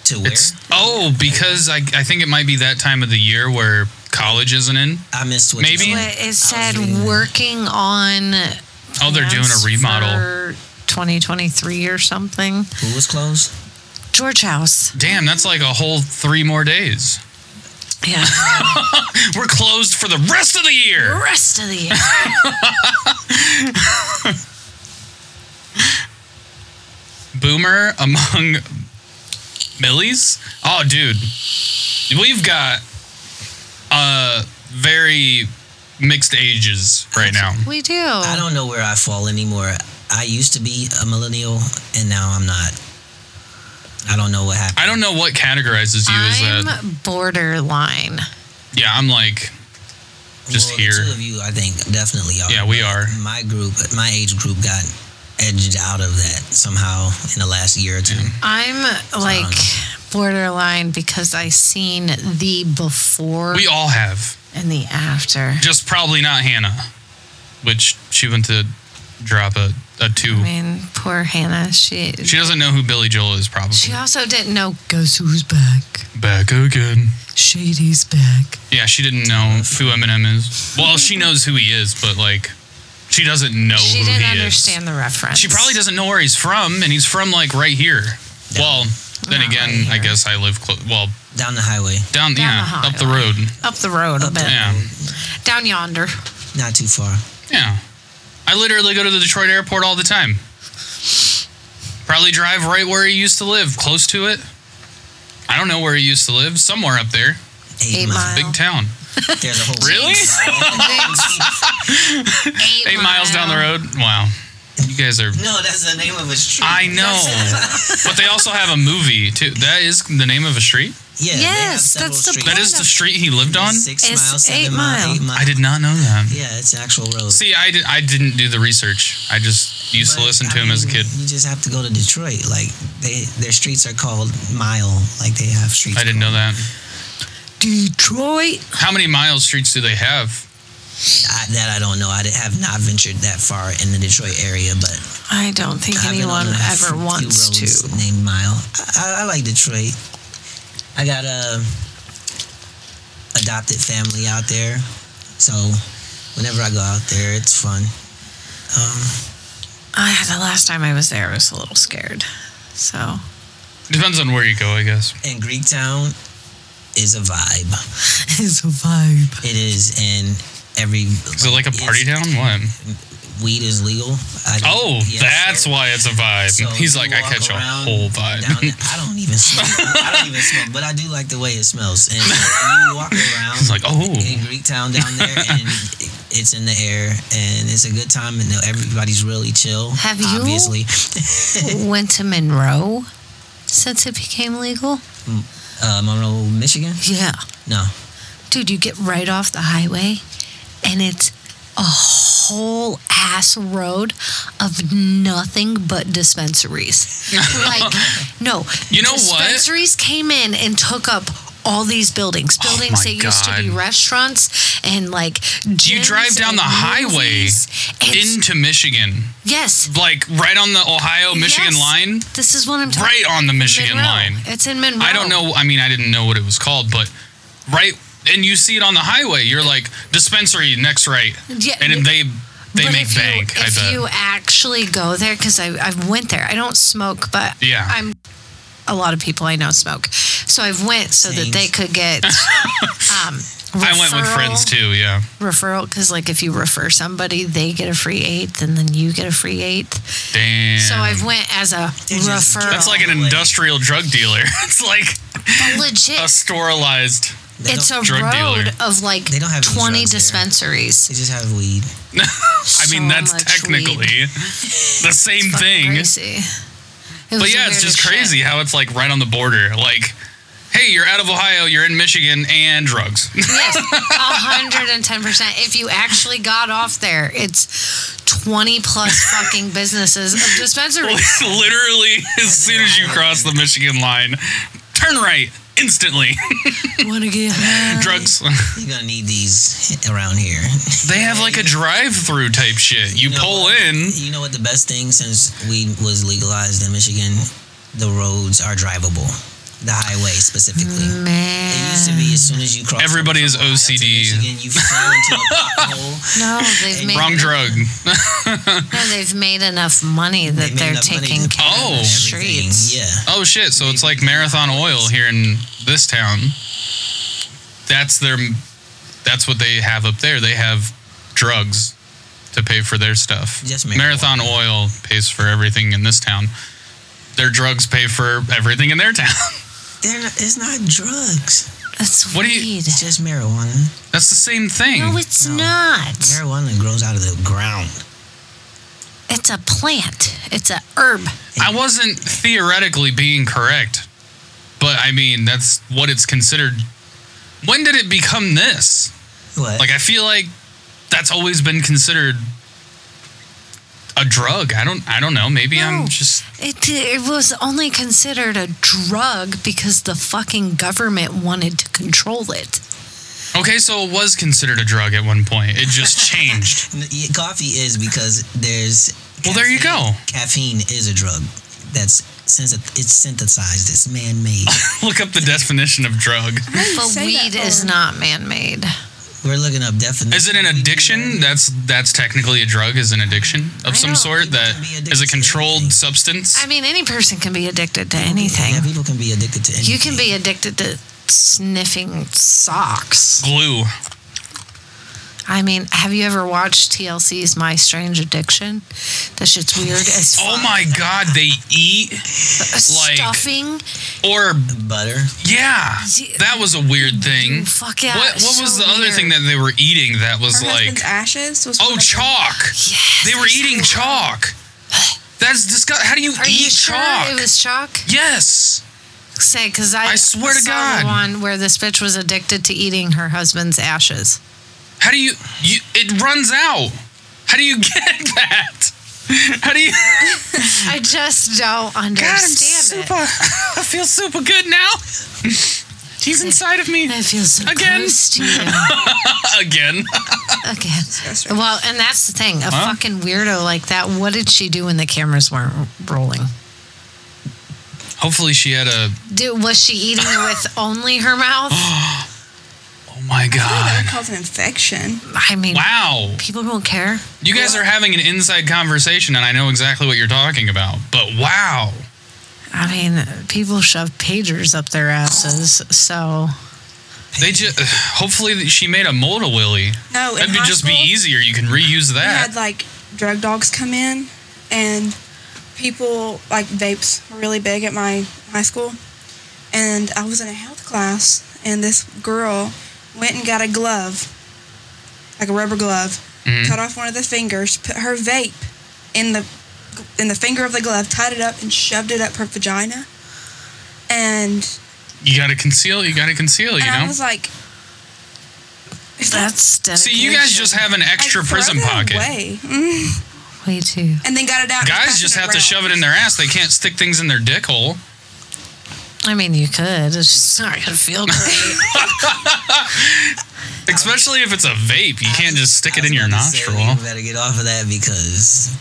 Speaker 1: To where?
Speaker 2: It's oh because I I think it might be that time of the year where college isn't in.
Speaker 1: I missed what you
Speaker 2: Maybe.
Speaker 1: said.
Speaker 3: But it said
Speaker 1: reading that.
Speaker 3: working on.
Speaker 2: Oh, they're doing
Speaker 3: plans
Speaker 2: a remodel.
Speaker 3: for 2023 or something.
Speaker 1: Who was closed?
Speaker 3: George House.
Speaker 2: Damn, that's like a whole three more days. *laughs*
Speaker 3: Yeah.
Speaker 2: We're closed for the rest of the year.
Speaker 3: rest of the year.
Speaker 2: Boomer among Millies? Oh, dude. We've got uh very mixed ages right now.
Speaker 3: We do.
Speaker 1: I don't know where I fall anymore. I used to be a millennial, and now I'm not. I don't know what happened.
Speaker 2: I don't know what categorizes you as that.
Speaker 3: I'm borderline.
Speaker 2: Yeah, I'm like just
Speaker 1: well,
Speaker 2: here.
Speaker 1: The two of you, I think, definitely are.
Speaker 2: Yeah, we are.
Speaker 1: My group, my age group, got edged out of that somehow in the last year or two.
Speaker 3: I'm like borderline because I seen the before
Speaker 2: We all have.
Speaker 3: and the after.
Speaker 2: Just probably not Hannah, which she went to drop a, a two.
Speaker 3: I mean, poor Hannah. She
Speaker 2: She doesn't know who Billy Joel is, probably.
Speaker 3: she also didn't know. Guess who's back?
Speaker 2: Back again.
Speaker 3: Shady's back.
Speaker 2: Yeah, she didn't know who Eminem is. Well,
Speaker 3: *laughs*
Speaker 2: she knows who he is, but like, she doesn't know
Speaker 3: she
Speaker 2: who
Speaker 3: didn't
Speaker 2: he
Speaker 3: understand the reference.
Speaker 2: is. She probably doesn't know where he's from, and he's from like right here. Well, then
Speaker 3: Not
Speaker 2: again,
Speaker 3: right here.
Speaker 2: I guess I live close. Well,
Speaker 1: Down the highway,
Speaker 2: down,
Speaker 3: Down
Speaker 2: yeah,
Speaker 3: the
Speaker 2: up the
Speaker 3: highway.
Speaker 2: road.
Speaker 3: up the road a bit.
Speaker 2: Yeah,
Speaker 3: *laughs* Down yonder.
Speaker 1: not too far.
Speaker 2: yeah. I literally go to the Detroit airport all the time. Probably drive right where he used to live, close to it. I don't know where he used to live, somewhere up there,
Speaker 1: Eight,
Speaker 3: Eight
Speaker 1: miles.
Speaker 2: big town.
Speaker 1: There's a whole
Speaker 2: Really?
Speaker 3: *laughs* Eight,
Speaker 2: *laughs* Eight miles down the road. Wow, you guys are
Speaker 1: no, that's the name of a street.
Speaker 2: I
Speaker 1: *laughs*
Speaker 2: know. but they also have a movie too. That is the name of a street.
Speaker 1: Yeah. they have
Speaker 3: Yes,
Speaker 1: several
Speaker 3: that's the
Speaker 1: streets.
Speaker 2: That is the street he lived on.
Speaker 1: Six
Speaker 3: It's
Speaker 1: miles, seven
Speaker 3: eight
Speaker 1: mile,
Speaker 3: mile.
Speaker 1: eight mile.
Speaker 2: I did not know that.
Speaker 1: Yeah, it's an actual road.
Speaker 2: See, I, did, I didn't do the research. I just used to
Speaker 1: But,
Speaker 2: listen
Speaker 1: I
Speaker 2: to him as a
Speaker 1: mean,
Speaker 2: kid.
Speaker 1: You just have to go to Detroit. Like they, their streets are called mile. Like they have streets.
Speaker 2: I didn't know that.
Speaker 3: Detroit.
Speaker 2: How many miles streets do they have?
Speaker 1: I, that I don't know. I did- have not ventured that far in the Detroit area, but
Speaker 3: I don't think
Speaker 1: I've been on
Speaker 3: anyone
Speaker 1: a
Speaker 3: ever
Speaker 1: few
Speaker 3: wants
Speaker 1: roads
Speaker 3: to.
Speaker 1: Named Mile. I, I, I like Detroit. I got a adopted family out there, so whenever I go out there, it's fun. Um,
Speaker 5: I, the last time I was there, I was a little scared. So
Speaker 2: Depends on where you go, I guess.
Speaker 1: And Greek Town is a vibe.
Speaker 5: *laughs* it's a vibe.
Speaker 1: It is, and every
Speaker 2: Is it like a party town? What?
Speaker 1: Weed is legal. I don't-
Speaker 2: Oh,
Speaker 1: yes,
Speaker 2: that's
Speaker 1: sir.
Speaker 2: why it's a vibe.
Speaker 1: So
Speaker 2: He's
Speaker 1: you
Speaker 2: like, I
Speaker 1: walk
Speaker 2: catch a
Speaker 1: around
Speaker 2: whole vibe. *laughs*
Speaker 1: down there- I don't even smell. I don't even smell, but I do like the way it smells. And you walk around.
Speaker 2: He's like, oh,
Speaker 1: in Greek Town down there, and it's in the air, and it's a good time, and everybody's really chill.
Speaker 3: Have you-
Speaker 1: Obviously,
Speaker 3: Went to Monroe since it became legal.
Speaker 1: uh, Monroe, Michigan.
Speaker 3: Yeah.
Speaker 1: No,
Speaker 3: Dude, you get right off the highway and it's a whole ass road of nothing
Speaker 2: *laughs*
Speaker 3: but dispensaries. like, no.
Speaker 2: You know what?
Speaker 3: Dispensaries came in and took up all these buildings, buildings
Speaker 2: Oh my
Speaker 3: that used to be
Speaker 2: God.
Speaker 3: restaurants and like.
Speaker 2: You
Speaker 3: gyms
Speaker 2: drive down
Speaker 3: and
Speaker 2: the highway
Speaker 3: movies. It's-
Speaker 2: into Michigan,
Speaker 3: yes,
Speaker 2: like right on the Ohio Michigan
Speaker 3: Yes.
Speaker 2: line,
Speaker 3: This is what I'm talking.
Speaker 2: right on the Michigan
Speaker 3: Monroe.
Speaker 2: line.
Speaker 3: It's in Monroe.
Speaker 2: I don't know. I mean, I didn't know what it was called, but right, and you see it on the highway. You're like dispensary next right,
Speaker 3: Yeah,
Speaker 2: and they they
Speaker 3: But
Speaker 2: make
Speaker 3: if
Speaker 2: bank.
Speaker 3: You,
Speaker 2: I
Speaker 3: if
Speaker 2: bet.
Speaker 3: you actually go there, because I I went there. I don't smoke, but
Speaker 2: Yeah.
Speaker 3: I'm. A lot of people I know smoke, so I've went so
Speaker 1: Same.
Speaker 3: that they
Speaker 2: *laughs*
Speaker 3: could get. Um,
Speaker 2: I went with
Speaker 3: referral-
Speaker 2: friends too. Yeah,
Speaker 3: Referral, because like if you refer somebody, they get a free eighth, and then you get a free eighth.
Speaker 2: damn.
Speaker 3: So I've went as a
Speaker 1: They just-
Speaker 3: referral.
Speaker 2: That's like an
Speaker 1: Like-
Speaker 2: industrial drug dealer. *laughs* it's like
Speaker 3: But legit.
Speaker 2: a storealized.
Speaker 1: they
Speaker 3: It's
Speaker 1: don't-
Speaker 3: a
Speaker 2: drug
Speaker 3: road
Speaker 2: dealer.
Speaker 3: of like
Speaker 1: They don't have any
Speaker 3: twenty
Speaker 1: drugs there.
Speaker 3: dispensaries.
Speaker 1: They just have weed.
Speaker 2: I mean,
Speaker 3: So
Speaker 2: that's
Speaker 3: much
Speaker 2: technically *laughs*
Speaker 3: weed.
Speaker 2: the same
Speaker 3: Fucking
Speaker 2: thing.
Speaker 3: Crazy. It
Speaker 2: But
Speaker 3: was the
Speaker 2: yeah, it's just
Speaker 3: weirdest shit.
Speaker 2: crazy how it's like right on the border. Like, hey, you're out of Ohio, you're in Michigan, and drugs. *laughs*
Speaker 3: Yes, hundred and ten percent. If you actually got off there, it's twenty plus fucking businesses of dispensaries. *laughs*
Speaker 2: Literally, as soon as you cross the Michigan line, turn right instantly. *laughs*
Speaker 3: Want to get
Speaker 2: drugs.
Speaker 1: You're gonna need these around here.
Speaker 2: *laughs* They have like a drive-through type shit. You
Speaker 1: know
Speaker 2: pull
Speaker 1: what?
Speaker 2: in.
Speaker 1: You know what? The best thing since weed was legalized in Michigan, the roads are drivable. The highway specifically. It used to
Speaker 3: man?
Speaker 1: be as soon as you cross.
Speaker 2: Everybody is
Speaker 1: Ohio to
Speaker 2: OCD.
Speaker 1: Michigan, you fell into a
Speaker 2: *laughs*
Speaker 1: pothole.
Speaker 3: No, they've made
Speaker 2: Wrong drug.
Speaker 3: No, they've made enough money that
Speaker 1: They made
Speaker 3: they are
Speaker 1: enough money
Speaker 3: taking
Speaker 1: to
Speaker 3: care
Speaker 2: Oh.
Speaker 3: of the
Speaker 1: Everything,
Speaker 3: streets.
Speaker 1: Yeah.
Speaker 2: Oh shit! So it's like Marathon Oil here in this town. That's their. That's what they have up there. They have drugs to pay for their stuff.
Speaker 1: Just marijuana.
Speaker 2: Marathon Oil pays for everything in this town. Their drugs pay for everything in their town. *laughs*
Speaker 1: They're not, it's not drugs.
Speaker 3: That's
Speaker 2: What do you-
Speaker 3: weed.
Speaker 1: It's just marijuana.
Speaker 2: That's the same thing.
Speaker 3: No, it's
Speaker 1: No.
Speaker 3: not.
Speaker 1: Marijuana grows out of the ground.
Speaker 3: It's a plant. It's a herb.
Speaker 2: I wasn't theoretically being correct, but I mean that's what it's considered. When did it become this?
Speaker 1: What?
Speaker 2: *laughs* Like I feel like that's always been considered a drug. I don't I don't know. Maybe I'm
Speaker 3: No.
Speaker 2: just
Speaker 3: It, it was only considered a drug because the fucking government wanted to control it.
Speaker 2: Okay, so it was considered a drug at one point. It just changed.
Speaker 1: N- yeah, coffee is because there's.
Speaker 2: Well, there you
Speaker 1: caffeine-
Speaker 2: go.
Speaker 1: Caffeine is a drug. That's since it- it's synthesized. It's
Speaker 2: *laughs*
Speaker 1: man-made.
Speaker 2: Look up the definition of drug.
Speaker 3: But
Speaker 4: say that
Speaker 3: weed is
Speaker 4: for-
Speaker 3: not man-made.
Speaker 1: We're looking up definitions.
Speaker 2: Is it an addiction? That's that's technically a drug is an addiction
Speaker 3: I
Speaker 2: of some
Speaker 3: don't
Speaker 2: sort
Speaker 1: think
Speaker 2: that
Speaker 1: you can be
Speaker 2: is a
Speaker 1: addicted to
Speaker 2: controlled
Speaker 1: anything.
Speaker 2: substance.
Speaker 3: I mean, any person can be addicted to
Speaker 1: Yeah,
Speaker 3: anything.
Speaker 1: people can be addicted to anything.
Speaker 3: You can be addicted to sniffing socks.
Speaker 2: Glue.
Speaker 3: I mean, have you ever watched TLC's My Strange Addiction? That
Speaker 2: *laughs*
Speaker 3: shit's weird as fuck. *laughs*
Speaker 2: Oh my god, they eat like-
Speaker 3: Stuffing.
Speaker 2: or
Speaker 1: butter.
Speaker 2: yeah. That was a weird thing.
Speaker 3: Fuck yeah.
Speaker 2: What
Speaker 3: it's
Speaker 2: what was
Speaker 3: so
Speaker 2: the other
Speaker 3: weird.
Speaker 2: thing that they were eating that was
Speaker 4: Her
Speaker 2: like
Speaker 4: husband's ashes was.
Speaker 2: Oh,
Speaker 4: like-
Speaker 2: chalk.
Speaker 3: Yes,
Speaker 2: They were
Speaker 3: it's
Speaker 2: eating
Speaker 3: so-
Speaker 2: chalk. That's disgusting. How do you
Speaker 3: Are
Speaker 2: eat
Speaker 3: you sure
Speaker 2: chalk?
Speaker 3: it was chalk?
Speaker 2: yes.
Speaker 3: Say, because I,
Speaker 2: I swear to
Speaker 3: saw
Speaker 2: God.
Speaker 3: the one where this bitch was addicted to eating her husband's ashes.
Speaker 2: How do you, you? It runs out. How do you *laughs* get that? How do you? *laughs*
Speaker 3: I just don't understand it.
Speaker 2: I feel super good now. *laughs* He's inside of me
Speaker 3: I feel so
Speaker 2: Again.
Speaker 3: close to you.
Speaker 2: *laughs* again.
Speaker 3: Again.
Speaker 4: Disgusting.
Speaker 3: Well, and that's the thing. A
Speaker 2: Huh?
Speaker 3: fucking weirdo like that. What did she do when the cameras weren't rolling?
Speaker 2: Hopefully, she had a.
Speaker 1: *laughs*
Speaker 2: *gasps*
Speaker 3: Did, was she eating it with only her mouth?
Speaker 2: Oh my
Speaker 4: that would
Speaker 2: god!
Speaker 4: cause an infection.
Speaker 3: I mean,
Speaker 2: Wow,
Speaker 3: people don't care.
Speaker 2: you guys are having an inside conversation, and I know exactly what you're talking about. But wow,
Speaker 5: I mean, people shove pagers up their asses. So
Speaker 2: they just *sighs* hopefully that she made a mold a willy.
Speaker 4: No, in
Speaker 2: That'd be,
Speaker 4: high
Speaker 2: just be
Speaker 4: school,
Speaker 2: easier. You can reuse
Speaker 4: We
Speaker 2: that.
Speaker 4: had like drug dogs come in, and people like vapes were really big at my high school, and I was in a health class, and this girl went and got a glove, like a rubber glove,
Speaker 2: Mhm.
Speaker 4: cut off one of the fingers, put her vape in the in the finger of the glove, tied it up, and shoved it up her vagina, and,
Speaker 2: You gotta conceal. You gotta conceal. You
Speaker 4: and I
Speaker 2: know.
Speaker 4: was like. if
Speaker 5: that's dedication.
Speaker 2: See, you guys just have an
Speaker 4: I'd
Speaker 2: extra
Speaker 4: throw
Speaker 2: prison
Speaker 4: that
Speaker 2: pocket.
Speaker 4: away. *laughs* Mm.
Speaker 3: Way too.
Speaker 4: And then got it out. and
Speaker 2: Guys
Speaker 4: passing
Speaker 2: just have to
Speaker 4: around.
Speaker 2: shove it in their ass. They can't stick things in their dick hole.
Speaker 5: I mean, you could. It's just not gonna
Speaker 2: *laughs*
Speaker 5: feel great.
Speaker 2: Especially if it's a vape. You can't just stick it in your nostril.
Speaker 1: You better get off of that because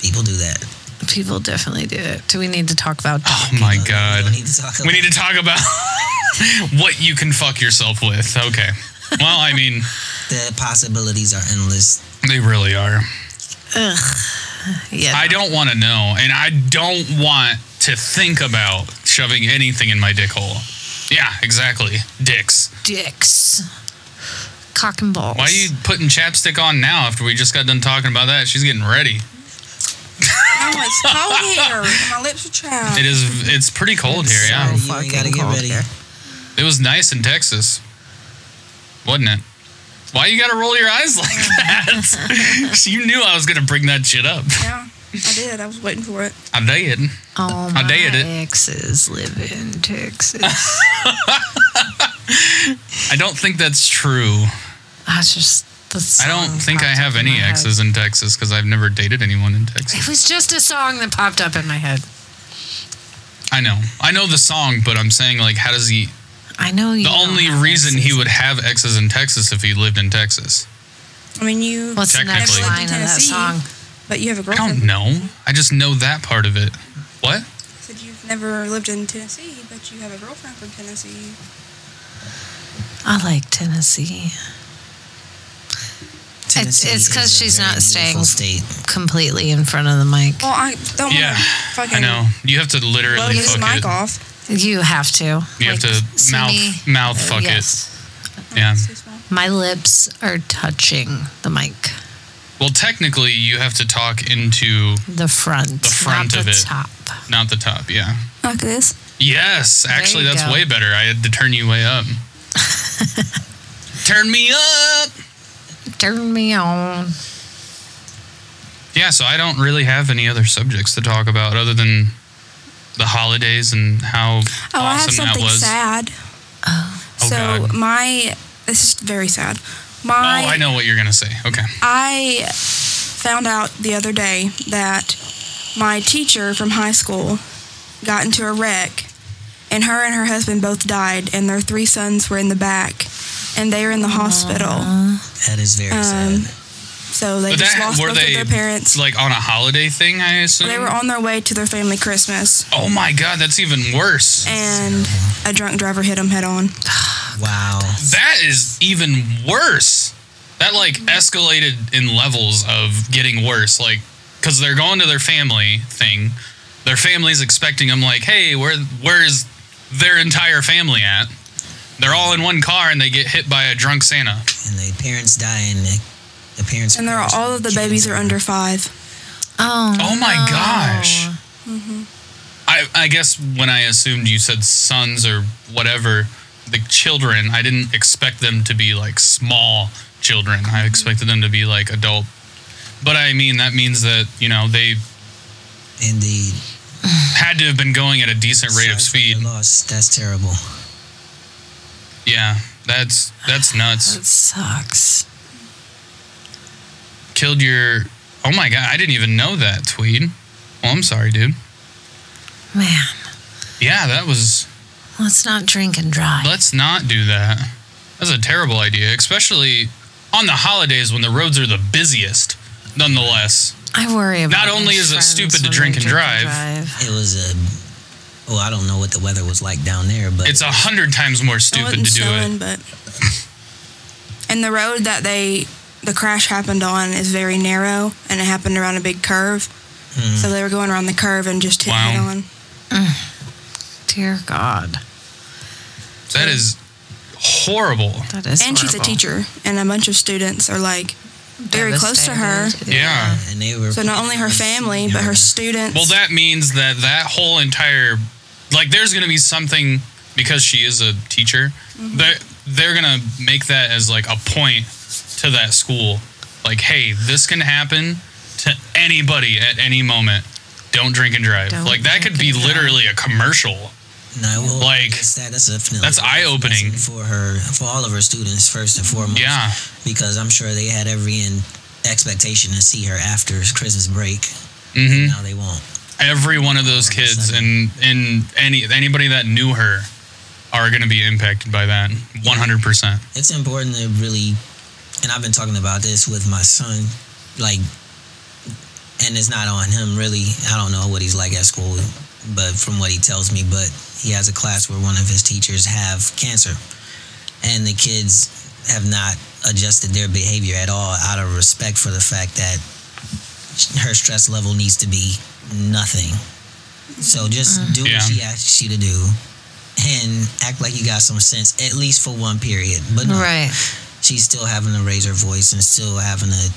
Speaker 1: people do that.
Speaker 5: people definitely do it. Do we need to talk about?
Speaker 2: Oh my
Speaker 1: We
Speaker 2: god.
Speaker 1: don't need to talk about
Speaker 2: We need to talk about *laughs* what you can fuck yourself with. Okay. Well, I mean,
Speaker 1: The possibilities are endless.
Speaker 2: they really are.
Speaker 5: Yeah,
Speaker 2: I don't want to know, and I don't want to think about shoving anything in my dick hole. Yeah, exactly. Dicks.
Speaker 5: dicks, cock and balls.
Speaker 2: Why are you putting chapstick on now after we just got done talking about that? She's getting ready.
Speaker 4: I want cold
Speaker 2: *laughs*
Speaker 4: hair. and My lips are chapped.
Speaker 2: It is. It's pretty cold here. Yeah.
Speaker 1: You ain't gotta get ready.
Speaker 2: It was nice in Texas, wasn't it? Why you gotta roll your eyes *laughs* like that? *laughs* you knew I was gonna bring that shit up.
Speaker 4: Yeah, I did. I was waiting for it.
Speaker 2: I did.
Speaker 5: All
Speaker 2: I
Speaker 5: my
Speaker 2: dated it.
Speaker 5: exes live in Texas.
Speaker 2: *laughs* I don't think that's true.
Speaker 5: I just. The
Speaker 2: I don't
Speaker 5: song
Speaker 2: think I
Speaker 5: popped
Speaker 2: have
Speaker 5: up in
Speaker 2: any
Speaker 5: my head.
Speaker 2: exes in Texas because I've never dated anyone in Texas.
Speaker 5: It was just a song that popped up in my head.
Speaker 2: I know. I know the song, but I'm saying like, how does he?
Speaker 5: I know you.
Speaker 2: The
Speaker 5: don't
Speaker 2: only
Speaker 5: have
Speaker 2: reason
Speaker 5: exes.
Speaker 2: he would have exes in Texas if he lived in Texas.
Speaker 4: I mean, you,
Speaker 5: What's the next
Speaker 2: Technically.
Speaker 5: line of that
Speaker 4: Tennessee.
Speaker 5: song?
Speaker 4: but you have a
Speaker 2: I
Speaker 4: girlfriend.
Speaker 2: don't know. I just know that part of it. What?
Speaker 4: Said you've never lived in Tennessee, but you have a girlfriend from Tennessee.
Speaker 5: I like Tennessee. It's-
Speaker 1: Tennessee
Speaker 5: it's 'cause
Speaker 1: is a
Speaker 5: she's
Speaker 1: very
Speaker 5: not staying-
Speaker 1: beautiful State.
Speaker 5: Completely in front of the mic.
Speaker 4: Well, I don't
Speaker 2: Yeah,
Speaker 4: want to fucking
Speaker 2: I know. You have to
Speaker 4: blow
Speaker 2: literally
Speaker 4: this
Speaker 2: fuck
Speaker 4: mic
Speaker 2: it.
Speaker 4: off.
Speaker 5: You have to.
Speaker 2: You have
Speaker 5: Like,
Speaker 2: to
Speaker 5: see me?
Speaker 2: mouth mouth fuck it.
Speaker 5: yes.
Speaker 2: Yeah.
Speaker 4: It's too small.
Speaker 5: My lips are touching the mic,
Speaker 2: Well, technically, you have to talk into
Speaker 5: the front,
Speaker 2: The front
Speaker 5: not
Speaker 2: of
Speaker 5: the
Speaker 2: it.
Speaker 5: top.
Speaker 2: not the top. Yeah.
Speaker 4: Like this.
Speaker 2: Yes, actually,
Speaker 5: you
Speaker 2: that's
Speaker 5: go.
Speaker 2: way better. I had to turn you way up. turn me up.
Speaker 5: Turn me on.
Speaker 2: Yeah. So I don't really have any other subjects to talk about other than the holidays and how
Speaker 4: Oh, I have
Speaker 2: awesome that
Speaker 4: something
Speaker 2: was.
Speaker 4: sad.
Speaker 2: Oh,
Speaker 4: so
Speaker 2: God.
Speaker 4: my, this is very sad.
Speaker 2: Oh,
Speaker 4: My,
Speaker 2: I know what you're gonna say. Okay.
Speaker 4: I found out the other day that my teacher from high school got into a wreck, and her and her husband both died, and their three sons were in the back, and they are in the hospital.
Speaker 1: That is very
Speaker 4: Um,
Speaker 1: sad.
Speaker 4: So they
Speaker 2: But
Speaker 4: just
Speaker 2: that-
Speaker 4: lost
Speaker 2: were
Speaker 4: both
Speaker 2: they-
Speaker 4: of their parents.
Speaker 2: It's like on a holiday thing, I assume.
Speaker 4: they were on their way to their family Christmas,
Speaker 2: oh my god, that's even worse.
Speaker 4: and a drunk driver hit them head on.
Speaker 1: Wow.
Speaker 2: That is even worse. That like
Speaker 4: Mm-hmm.
Speaker 2: escalated in levels of getting worse. Like, because they're going to their family thing. Their family's expecting them. Like, hey, where where is their entire family at? They're all in one car and they get hit by a drunk Santa.
Speaker 1: And the parents die, and the, the parents.
Speaker 4: And they're
Speaker 1: crash
Speaker 4: all of the babies are under five.
Speaker 5: Oh,
Speaker 2: Oh my
Speaker 5: no.
Speaker 2: gosh. I, I guess when I assumed you said sons or whatever, the children, I didn't expect them to be like small children. I expected them to be like adult. But I mean, that means that, you know, they
Speaker 1: Indeed.
Speaker 2: had to have been going at a decent rate of
Speaker 1: Sorry
Speaker 2: speed.
Speaker 1: for your loss. That's terrible.
Speaker 2: Yeah, that's that's nuts. *sighs*
Speaker 5: That sucks.
Speaker 2: Killed your. Oh my God, I didn't even know that, Tweed. Well, I'm sorry, dude.
Speaker 5: Man,
Speaker 2: Yeah, that was.
Speaker 5: let's not drink and drive.
Speaker 2: Let's not do that. That's a terrible idea, especially on the holidays when the roads are the busiest. Nonetheless,
Speaker 5: I worry about.
Speaker 2: Not
Speaker 5: my
Speaker 2: only is it
Speaker 5: friends
Speaker 2: stupid to
Speaker 5: when they
Speaker 2: drink and
Speaker 5: drive.
Speaker 1: It was a. oh, Well, I don't know what the weather was like down there, but
Speaker 2: it's a hundred times more
Speaker 4: I
Speaker 2: stupid to
Speaker 4: wasn't
Speaker 2: do
Speaker 4: snowing,
Speaker 2: it.
Speaker 4: but And the road that they the crash happened on is very narrow, and it happened around a big curve. So they were going around the curve and just hit
Speaker 2: Mm-hmm. Wow.
Speaker 4: head on.
Speaker 5: Dear God.
Speaker 2: That is horrible.
Speaker 5: That is
Speaker 4: And she's a
Speaker 5: horrible.
Speaker 4: teacher, and a bunch of students are like very close to her.
Speaker 3: Devastated.
Speaker 2: Yeah.
Speaker 1: And they were
Speaker 4: So not only her family, but her students.
Speaker 2: Well, that means that that whole entire, like, there's going to be something because she is a teacher.
Speaker 5: Mm-hmm.
Speaker 2: That they're going to make that as like a point to that school. Like, hey, this can happen to anybody at any moment. Don't drink and drive.
Speaker 5: Don't
Speaker 2: like that
Speaker 5: drink
Speaker 2: could be
Speaker 5: and drive.
Speaker 2: literally a commercial.
Speaker 1: No, well,
Speaker 2: Like,
Speaker 1: that's, that, that's definitely
Speaker 2: that's eye-opening.
Speaker 1: for her, for all of her students first and foremost.
Speaker 2: Yeah.
Speaker 1: because I'm sure they had every in expectation to see her after Christmas break.
Speaker 2: hmm
Speaker 1: Now they won't.
Speaker 2: Every one of those kids and and any anybody that knew her are going to be impacted by that 100%.
Speaker 1: It's important to really, and I've been talking about this with my son, like, and it's not on him really. I don't know what he's like at school, but from what he tells me, but he has a class where one of his teachers have cancer, and the kids have not adjusted their behavior at all out of respect for the fact that her stress level needs to be nothing. So just do
Speaker 2: Yeah.
Speaker 1: what she asks you to do and act like you got some sense, at least for one period. But no,
Speaker 3: Right.
Speaker 1: she's still having to raise her voice and still having to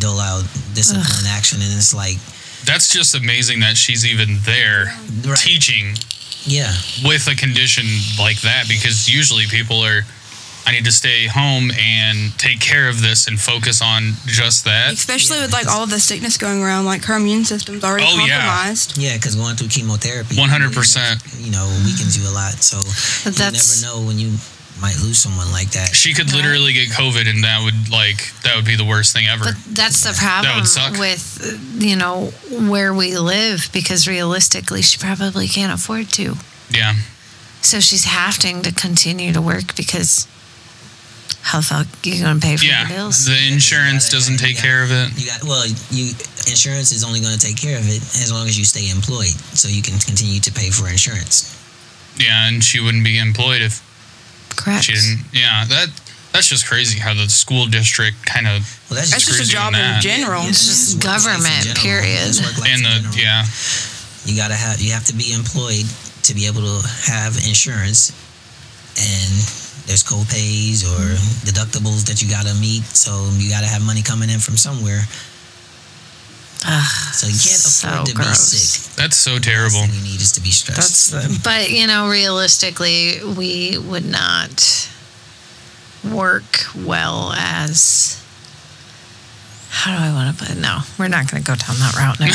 Speaker 1: dole out discipline action. And it's like,
Speaker 2: That's just amazing that she's even there
Speaker 1: right.
Speaker 2: teaching
Speaker 1: Yeah.
Speaker 2: with a condition like that because usually people are I need to stay home and take care of this and focus on just that.
Speaker 4: especially with like all of the sickness going around, like her immune system's already
Speaker 2: Oh, yeah.
Speaker 4: compromised.
Speaker 1: Yeah. Because going through chemotherapy,
Speaker 2: 100%.
Speaker 1: you know, weakens you a lot. So
Speaker 3: But that's-
Speaker 1: you never know when you might lose someone like that.
Speaker 2: She could literally get COVID and that would like that would be the worst thing ever.
Speaker 3: But that's the problem
Speaker 2: suck.
Speaker 3: with you know where we live because realistically she probably can't afford to.
Speaker 2: yeah.
Speaker 3: So she's having to continue to work because how the fuck you gonna pay for
Speaker 2: Yeah.
Speaker 3: the bills?
Speaker 2: The insurance doesn't take care of it.
Speaker 1: You got well. You insurance is only going to take care of it as long as you stay employed, so you can continue to pay for insurance.
Speaker 2: Yeah, and she wouldn't be employed if
Speaker 3: Correct.
Speaker 2: she didn't. Yeah, that that's just crazy how the school district kind of
Speaker 1: Well, that's,
Speaker 4: That's
Speaker 1: just
Speaker 2: Screws
Speaker 4: just a
Speaker 2: you
Speaker 4: job
Speaker 2: in that.
Speaker 4: in general.
Speaker 1: It's
Speaker 3: just
Speaker 1: work life in
Speaker 3: government,
Speaker 1: general.
Speaker 3: period.
Speaker 1: It's work life in
Speaker 2: and the
Speaker 1: general.
Speaker 2: yeah
Speaker 1: you gotta have you have to be employed to be able to have insurance, and there's co-pays or deductibles that you gotta meet. So you gotta have money coming in from somewhere. so you can't afford
Speaker 3: so
Speaker 1: to
Speaker 3: gross.
Speaker 1: be sick.
Speaker 2: that's so terrible.
Speaker 1: All you need is to be stressed.
Speaker 5: That's the
Speaker 3: But you know, realistically, we would not work well as. How do I want to put? it? No, we're not going to go down that route. Never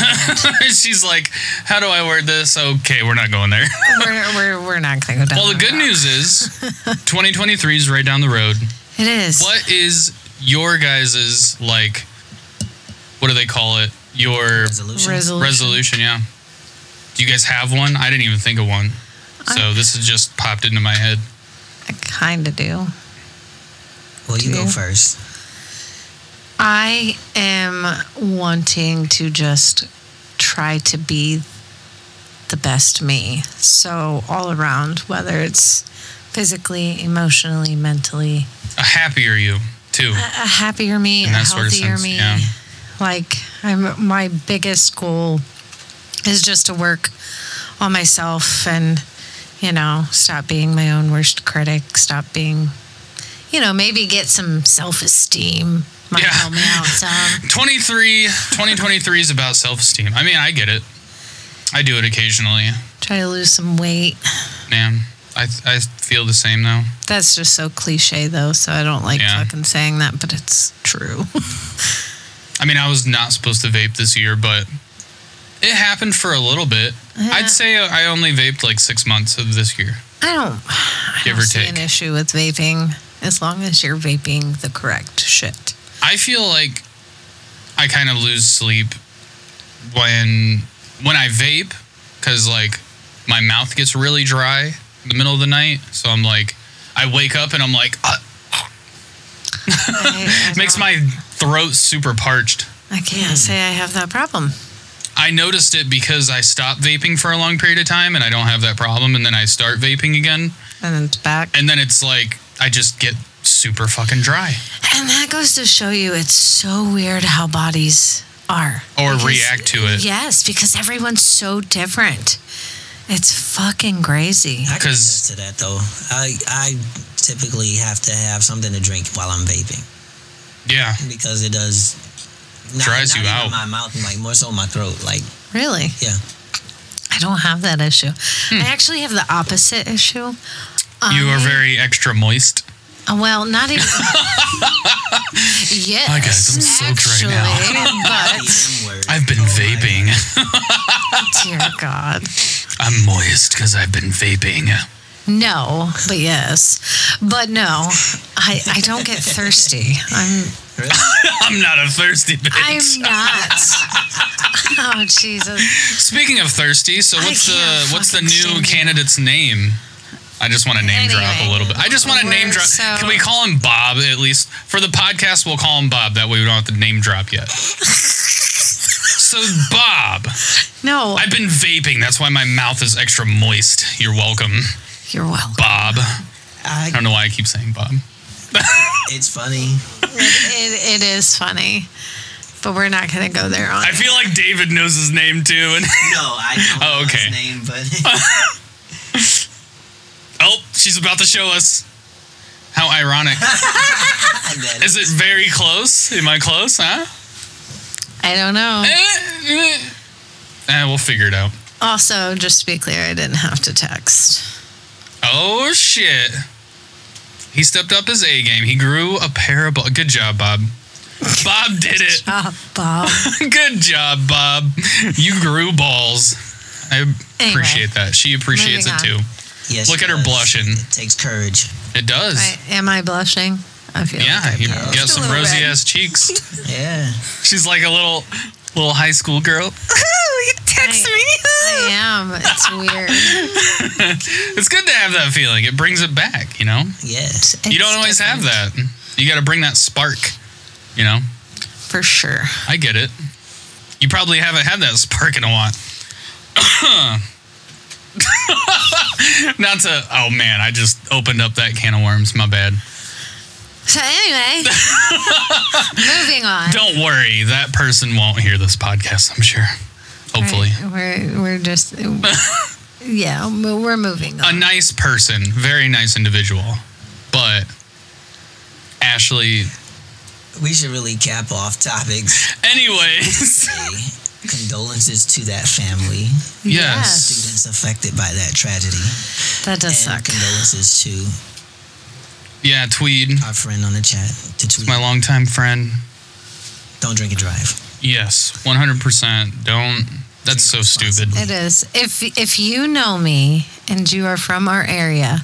Speaker 2: *laughs*
Speaker 3: mind.
Speaker 2: She's like, "How do I word this?" Okay, we're not going there. *laughs*
Speaker 3: we're, we're, we're not going to go down.
Speaker 2: Well, the
Speaker 3: that
Speaker 2: good
Speaker 3: route.
Speaker 2: news is 2023 is right down the road.
Speaker 3: It is.
Speaker 2: What is your guys's like what do they call it? Your
Speaker 1: resolution.
Speaker 3: Resolution.
Speaker 2: resolution, yeah. Do you guys have one? I didn't even think of one. So this has just popped into my head.
Speaker 3: I kind of do.
Speaker 1: well, you go
Speaker 3: Yeah.
Speaker 1: first.
Speaker 3: I am wanting to just try to be the best me. So, all around, whether it's physically, emotionally, mentally,
Speaker 2: A happier you, too.
Speaker 3: a happier me, a
Speaker 2: In that sort of
Speaker 3: healthier
Speaker 2: sense,
Speaker 3: me.
Speaker 2: yeah.
Speaker 3: Like I'm my biggest goal is just to work on myself and you know, stop being my own worst critic, stop being you know, maybe get some self-esteem. Might
Speaker 2: Yeah.
Speaker 3: help me
Speaker 2: *laughs*
Speaker 3: out some.
Speaker 2: 23 2023 is about self-esteem. I mean, I get it. I do it occasionally.
Speaker 3: Try to lose some weight.
Speaker 2: Man, I I feel the same though.
Speaker 3: That's just so cliche though, so I don't like
Speaker 2: Yeah.
Speaker 3: fucking saying that, but it's true. *laughs*
Speaker 2: I mean, I was not supposed to vape this year, but it happened for a little bit. I'd say I only vaped like six months of this year.
Speaker 3: I don't, I
Speaker 2: Give
Speaker 3: don't
Speaker 2: or
Speaker 3: see
Speaker 2: take.
Speaker 3: an issue with vaping as long as you're vaping the correct shit.
Speaker 2: I feel like I kind of lose sleep when when I vape because like my mouth gets really dry in the middle of the night. So I'm like, I wake up and I'm like, "Ah,"
Speaker 3: I-
Speaker 2: *laughs*
Speaker 3: I
Speaker 2: makes
Speaker 3: don't-
Speaker 2: my throat super parched.
Speaker 3: I can't say I have that problem.
Speaker 2: I noticed it because I stopped vaping for a long period of time and I don't have that problem. And then I start vaping again.
Speaker 3: And it's back.
Speaker 2: and then it's like I just get super fucking dry
Speaker 3: And that goes to show you it's so weird how bodies are.
Speaker 2: Or react to it.
Speaker 3: Yes, because everyone's so different. It's fucking crazy.
Speaker 1: I can
Speaker 2: 'Cause-
Speaker 1: attest to that though. I I typically have to have something to drink while I'm vaping
Speaker 2: yeah
Speaker 1: because it does not,
Speaker 2: Dries
Speaker 1: not
Speaker 2: you
Speaker 1: even
Speaker 2: out.
Speaker 1: My mouth, like more so my throat. Like
Speaker 3: Really?
Speaker 1: yeah,
Speaker 3: I don't have that issue. I actually have the opposite issue.
Speaker 2: Hmm. you
Speaker 3: Um,
Speaker 2: are very extra moist
Speaker 3: Uh, Well,
Speaker 2: *laughs*
Speaker 3: not even. yes.
Speaker 2: Hi, guys, I'm soaked right now.
Speaker 3: Actually,
Speaker 1: the M word.
Speaker 2: i've been
Speaker 1: Oh my
Speaker 2: vaping
Speaker 3: but dear God.
Speaker 2: *laughs* i'm moist because i've been vaping *laughs*
Speaker 3: No, but yes. But no, I, I don't get thirsty. I'm
Speaker 1: God.
Speaker 2: i'm not a thirsty
Speaker 3: I'm
Speaker 2: bitch
Speaker 3: not. *laughs* oh Jesus!
Speaker 2: speaking of thirsty so
Speaker 3: I
Speaker 2: what's the
Speaker 3: can't
Speaker 2: what's the
Speaker 3: fucking
Speaker 2: new
Speaker 3: stand you.
Speaker 2: candidate's name I just want to name drop a
Speaker 3: Anyway,
Speaker 2: little bit. I just want to name
Speaker 3: we're
Speaker 2: drop.
Speaker 3: so-
Speaker 2: Can we call him Bob at least for the podcast? We'll call him Bob. That way we don't have to name drop
Speaker 3: *laughs*
Speaker 2: yet. so Bob,
Speaker 3: No,
Speaker 2: I've been vaping. That's why my mouth is extra moist. You're welcome,
Speaker 3: you're welcome.
Speaker 2: Bob. I
Speaker 1: I,
Speaker 2: don't know why I keep saying Bob. *laughs*
Speaker 1: it's funny.
Speaker 3: It, it is funny, but we're not going to go there on.
Speaker 2: I feel like David knows his name too. And *laughs*
Speaker 1: No, I don't
Speaker 2: Oh,
Speaker 1: know
Speaker 2: okay.
Speaker 1: his name, but *laughs*
Speaker 2: oh, she's about to show us. How ironic. *laughs*
Speaker 1: that
Speaker 2: Is it very close? Am I close? Huh?
Speaker 3: I don't know.
Speaker 2: Eh, we'll figure it out.
Speaker 3: Also, just to be clear, I didn't have to text.
Speaker 2: Oh shit. He stepped up his A game. He grew a pair of. bu- Good job, Bob. Bob did it. *laughs*
Speaker 3: Ah, Bob.
Speaker 2: Good job, Bob. You grew balls. I
Speaker 3: Anyway.
Speaker 2: appreciate that. She appreciates it
Speaker 3: Moving
Speaker 2: too.
Speaker 3: on.
Speaker 1: Yes,
Speaker 2: Look
Speaker 1: it
Speaker 2: at her
Speaker 1: does.
Speaker 2: blushing.
Speaker 1: It takes courage.
Speaker 2: It does.
Speaker 3: I, am I blushing? I feel
Speaker 2: Yeah,
Speaker 3: like I
Speaker 2: you
Speaker 3: blush.
Speaker 2: got
Speaker 4: Just a
Speaker 2: some
Speaker 4: little
Speaker 2: rosy
Speaker 4: red.
Speaker 2: ass cheeks.
Speaker 4: *laughs*
Speaker 1: Yeah.
Speaker 2: She's like a little little high school
Speaker 4: *laughs*
Speaker 2: girl.
Speaker 3: text me. I am. It's
Speaker 2: *laughs*
Speaker 3: weird.
Speaker 2: It's good to have that feeling. It brings it back, you know?
Speaker 1: Yes.
Speaker 2: you don't always have that. You got to bring that spark, you know?
Speaker 3: for sure.
Speaker 2: I get it. You probably haven't had that spark in a while. *coughs* Not to. Oh man, I just opened up that can of worms. My bad.
Speaker 3: So anyway, moving on.
Speaker 2: Don't worry, that person won't hear this podcast. I'm sure. Hopefully,
Speaker 3: we're
Speaker 2: *laughs*
Speaker 3: we're just yeah. We're we're moving
Speaker 2: a
Speaker 3: on.
Speaker 2: nice person, very nice individual, but Ashley.
Speaker 1: We should really cap off topics.
Speaker 3: *laughs*
Speaker 2: Anyways, *laughs*
Speaker 1: Hey, condolences to that family,
Speaker 2: yes.
Speaker 1: students affected by that tragedy,
Speaker 3: That does
Speaker 1: and
Speaker 3: suck.
Speaker 1: condolences to
Speaker 2: yeah, Tweed,
Speaker 1: our friend on the chat. To tweet,
Speaker 2: my longtime friend.
Speaker 1: don't drink and drive.
Speaker 2: Yes, 100. percent Don't. That's so stupid.
Speaker 3: It is. If if you know me and you are from our area,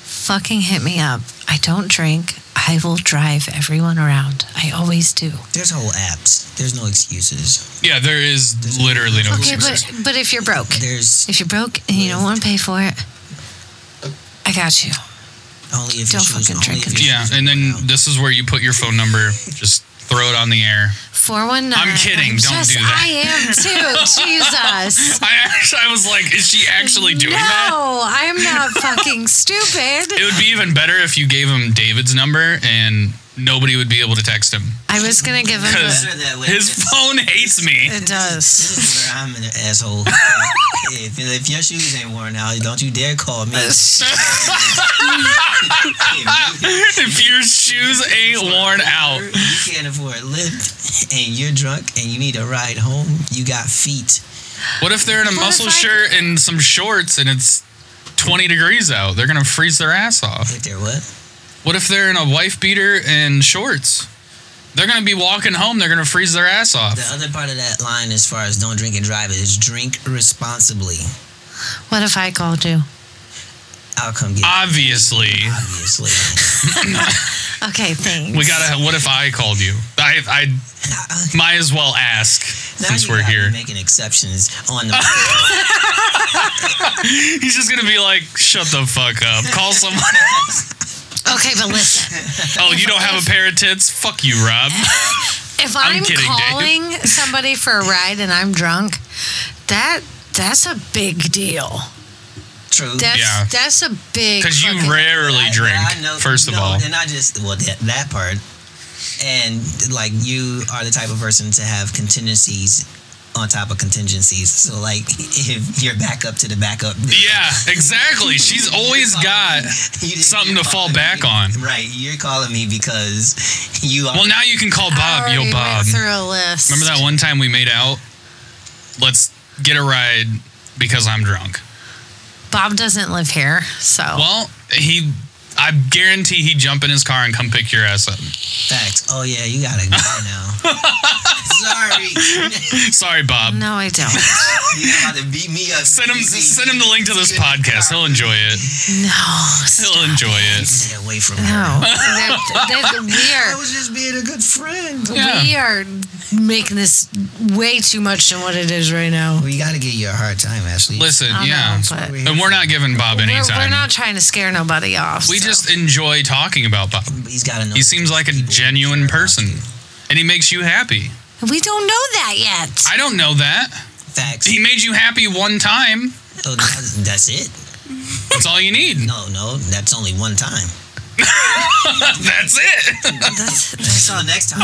Speaker 3: fucking hit me up. I don't drink. I will drive everyone around. I always do.
Speaker 1: There's whole apps. There's no excuses.
Speaker 2: Yeah, there is literally no
Speaker 3: Okay,
Speaker 2: excuses.
Speaker 3: but but if you're broke,
Speaker 1: There's
Speaker 3: if you're broke and you don't want to pay for it, I got you.
Speaker 1: only if you
Speaker 3: Don't
Speaker 1: choose.
Speaker 3: fucking
Speaker 1: only
Speaker 3: drink
Speaker 1: if
Speaker 3: and
Speaker 1: you
Speaker 2: Yeah,
Speaker 1: choose
Speaker 2: and then
Speaker 1: to go out.
Speaker 2: this is where you put your phone number. Just throw it on the air.
Speaker 3: Four one nine.
Speaker 2: I'm kidding. Don't
Speaker 3: yes,
Speaker 2: do that.
Speaker 3: I am
Speaker 2: *laughs*
Speaker 3: too. Jesus.
Speaker 2: I actually, I was like, is she actually doing
Speaker 3: no,
Speaker 2: that?
Speaker 3: I'm not fucking stupid.
Speaker 2: It would be even better if you gave him David's number and nobody would be able to text him
Speaker 3: I was gonna give him.
Speaker 2: because
Speaker 3: The,
Speaker 1: Better that way.
Speaker 2: his phone hates me.
Speaker 3: it does.
Speaker 1: This is where I'm an
Speaker 2: *laughs*
Speaker 1: asshole. if, if your shoes ain't worn out, don't you dare call me. *laughs* if you,
Speaker 2: *laughs* If your shoes ain't worn out,
Speaker 1: you can't afford a lift and you're drunk and you need a ride home, you got feet.
Speaker 2: what if they're in a
Speaker 3: What if
Speaker 2: muscle
Speaker 3: I-
Speaker 2: shirt and some shorts and it's 20 degrees out? They're gonna freeze their ass off.
Speaker 1: If they're what?
Speaker 2: What if they're in a wife beater and shorts? They're gonna be walking home. They're gonna freeze their ass off.
Speaker 1: The other part of that line, as far as don't drink and drive, is drink responsibly.
Speaker 3: What if I called you?
Speaker 1: I'll come get you,
Speaker 2: Obviously,
Speaker 1: obviously.
Speaker 3: Okay, thanks.
Speaker 2: we gotta. What if I called you? I I might as well ask
Speaker 1: uh, Now
Speaker 2: since
Speaker 1: you
Speaker 2: we're
Speaker 1: got me
Speaker 2: here.
Speaker 1: making exceptions on the.
Speaker 2: *laughs*
Speaker 1: *laughs*
Speaker 2: He's just gonna be like, "Shut the fuck up. Call someone."
Speaker 3: Okay, but listen.
Speaker 2: oh, you don't have a pair of tits? Fuck you, Rob.
Speaker 3: If I'm,
Speaker 2: kidding, Dave.
Speaker 3: calling somebody for a ride and I'm drunk, that that's a big deal.
Speaker 1: True.
Speaker 3: That's
Speaker 2: Yeah.
Speaker 3: that's a big
Speaker 2: Because you
Speaker 3: fucking-
Speaker 2: rarely
Speaker 1: I-
Speaker 2: drink,
Speaker 1: I know-
Speaker 2: first of
Speaker 1: no,
Speaker 2: all.
Speaker 1: And I just well that, that part, and like you are the type of person to have contingencies on top of contingencies. So like *laughs* if you're back up to the backup,
Speaker 2: Yeah, exactly.
Speaker 3: *laughs*
Speaker 2: She's always
Speaker 1: *laughs*
Speaker 2: got.
Speaker 1: You didn't-
Speaker 2: something
Speaker 1: you're
Speaker 2: to fall
Speaker 1: calling
Speaker 2: back
Speaker 1: me-
Speaker 2: on.
Speaker 1: Right, you're calling me because you are.
Speaker 2: Well, now you can call
Speaker 3: I
Speaker 2: Bob.
Speaker 3: already
Speaker 2: Yo,
Speaker 3: went
Speaker 2: Bob.
Speaker 3: Through a list.
Speaker 2: Remember that one time we made out? Let's get a ride because I'm drunk.
Speaker 3: Bob doesn't live here, so
Speaker 2: Well, he. I guarantee he'd jump in his car and come pick your ass up. *laughs*
Speaker 1: Facts. Oh yeah, you gotta go now. Sorry,
Speaker 2: *laughs*
Speaker 1: *laughs*
Speaker 2: Sorry, Bob.
Speaker 3: no,
Speaker 2: *laughs*
Speaker 3: I don't.
Speaker 1: you about to beat me up.
Speaker 2: Send him send him the link to this podcast. He'll enjoy it.
Speaker 3: No,
Speaker 2: He'll enjoy it.
Speaker 1: Get away from her.
Speaker 3: no. That- that- we
Speaker 1: I
Speaker 3: are
Speaker 1: was just being a good friend.
Speaker 2: Yeah.
Speaker 3: we are making this way too much than what it is right now.
Speaker 1: Well, you gotta give you a hard time, Ashley.
Speaker 2: Listen,
Speaker 3: I know,
Speaker 2: yeah.
Speaker 3: but-
Speaker 2: and we're not giving Bob any
Speaker 3: We're, we're
Speaker 2: time.
Speaker 3: not trying to scare nobody off.
Speaker 2: we
Speaker 3: so.
Speaker 2: just enjoy talking about Bob.
Speaker 1: He's gotta know.
Speaker 2: He seems like a
Speaker 1: people
Speaker 2: genuine
Speaker 1: care about
Speaker 2: person.
Speaker 1: you.
Speaker 2: And he makes you happy.
Speaker 3: we don't know that
Speaker 2: *laughs*
Speaker 3: yet.
Speaker 2: I don't know that.
Speaker 1: Facts.
Speaker 2: He made you happy one time.
Speaker 1: Oh, that- that's it.
Speaker 2: That's all you need.
Speaker 1: No, no, that's only one time.
Speaker 2: *laughs* That's it.
Speaker 3: That's, that's
Speaker 1: Until next *laughs* time,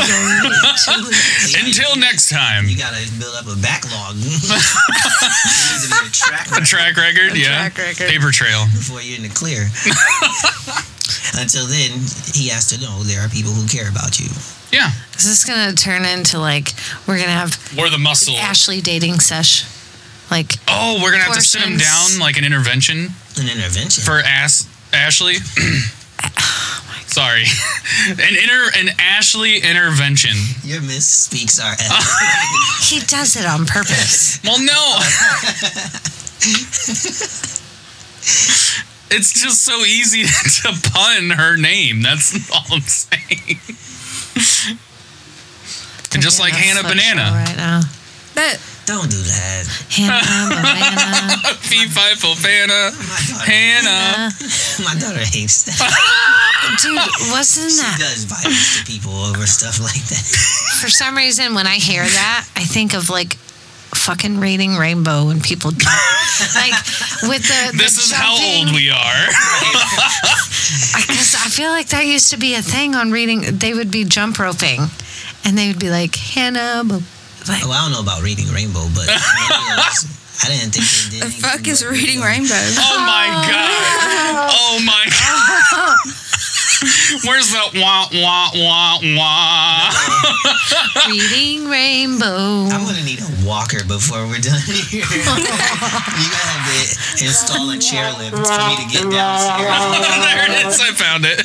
Speaker 2: Until next time.
Speaker 1: you gotta build up a backlog. *laughs* It needs to be a track record.
Speaker 2: Track record, yeah.
Speaker 3: track record.
Speaker 2: Paper trail.
Speaker 1: before you're in the clear. Until then, he has to know there are people who care about you.
Speaker 2: Yeah.
Speaker 3: is this gonna turn into like we're gonna have
Speaker 2: Or the muscle.
Speaker 3: Ashley dating sesh? Like
Speaker 2: Oh, we're gonna have to sit him
Speaker 3: Portions.
Speaker 2: down like an intervention
Speaker 1: An intervention.
Speaker 2: for ass Ashley. *clears throat* Sorry, *laughs* an inter an Ashley intervention.
Speaker 1: Your misspeaks are epic.
Speaker 3: he does it on purpose.
Speaker 2: Well, no. it's just so easy *laughs* to pun her name. That's all I'm saying. *laughs* And just like
Speaker 3: Thinking
Speaker 2: Hannah
Speaker 3: of Flip Show
Speaker 2: Banana,
Speaker 3: right now.
Speaker 4: But
Speaker 1: Don't do that.
Speaker 3: Hannah
Speaker 2: *laughs*
Speaker 3: Banana.
Speaker 2: Fee Fi Fo Fana,
Speaker 1: My
Speaker 2: *laughs*
Speaker 1: daughter,
Speaker 2: Hannah.
Speaker 1: *laughs* my daughter hates that.
Speaker 3: Dude, wasn't
Speaker 1: She
Speaker 3: that
Speaker 1: does violence to people over stuff like that.
Speaker 3: for some reason when I hear that, I think of like fucking reading Rainbow and people jump. *laughs* like with the, the
Speaker 2: This is how
Speaker 3: jumping,
Speaker 2: old we are. *laughs*
Speaker 3: Because I feel like that used to be a thing on reading. They would be jump roping, and they would be like Hannah.
Speaker 2: *laughs*
Speaker 3: bo- Like,
Speaker 1: Well, Oh, I don't know about reading Rainbow, but I didn't think they did.
Speaker 4: the
Speaker 1: anything
Speaker 4: fuck
Speaker 1: but
Speaker 4: is reading rainbow?
Speaker 2: Oh my god. Oh my *laughs* god. Where's that wah wah wah wah? *laughs*
Speaker 3: reading Rainbow.
Speaker 1: I'm gonna need a walker before we're done here. *laughs* You're gonna have to install a chairlift for me to get downstairs.
Speaker 2: there it is. I found it.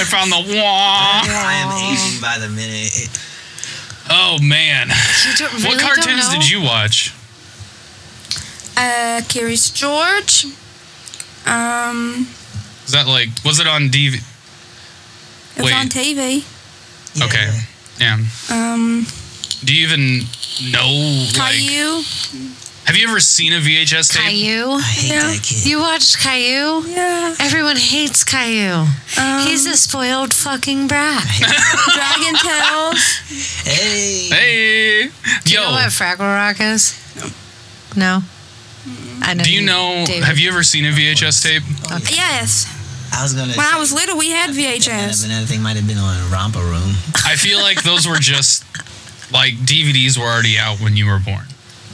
Speaker 2: I found the wah.
Speaker 1: I am aging by the minute.
Speaker 2: Oh man.
Speaker 3: You don't- really
Speaker 2: what
Speaker 3: don't
Speaker 2: cartoons
Speaker 3: know?
Speaker 2: did you watch?
Speaker 4: Uh, Curious George. Um,
Speaker 2: Is that like was it on DV?
Speaker 4: it was
Speaker 2: Wait.
Speaker 4: on TV.
Speaker 1: Yeah,
Speaker 2: Okay.
Speaker 1: yeah.
Speaker 2: Yeah.
Speaker 4: Um,
Speaker 2: Do you even know like
Speaker 4: Caillou.
Speaker 2: Have you ever seen a VHS tape?
Speaker 3: Caillou.
Speaker 1: I hate
Speaker 4: Yeah.
Speaker 1: that kid.
Speaker 3: You watched Caillou.
Speaker 4: Yeah.
Speaker 3: Everyone hates Caillou.
Speaker 4: Um,
Speaker 3: He's a spoiled fucking brat.
Speaker 4: *laughs* Dragon Tales.
Speaker 1: hey.
Speaker 2: Hey.
Speaker 3: Do you
Speaker 2: Yo.
Speaker 3: know what Fraggle Rock is? No. I know.
Speaker 2: do you know
Speaker 3: David.
Speaker 2: have you ever seen a VHS tape?
Speaker 4: Yes.
Speaker 1: I was gonna.
Speaker 4: When
Speaker 1: say
Speaker 4: I was little, we had
Speaker 1: that,
Speaker 4: VHS.
Speaker 1: but another thing might have been on Romper Room.
Speaker 2: I feel like those were just like DVDs were already out when you were
Speaker 3: *laughs*
Speaker 2: born.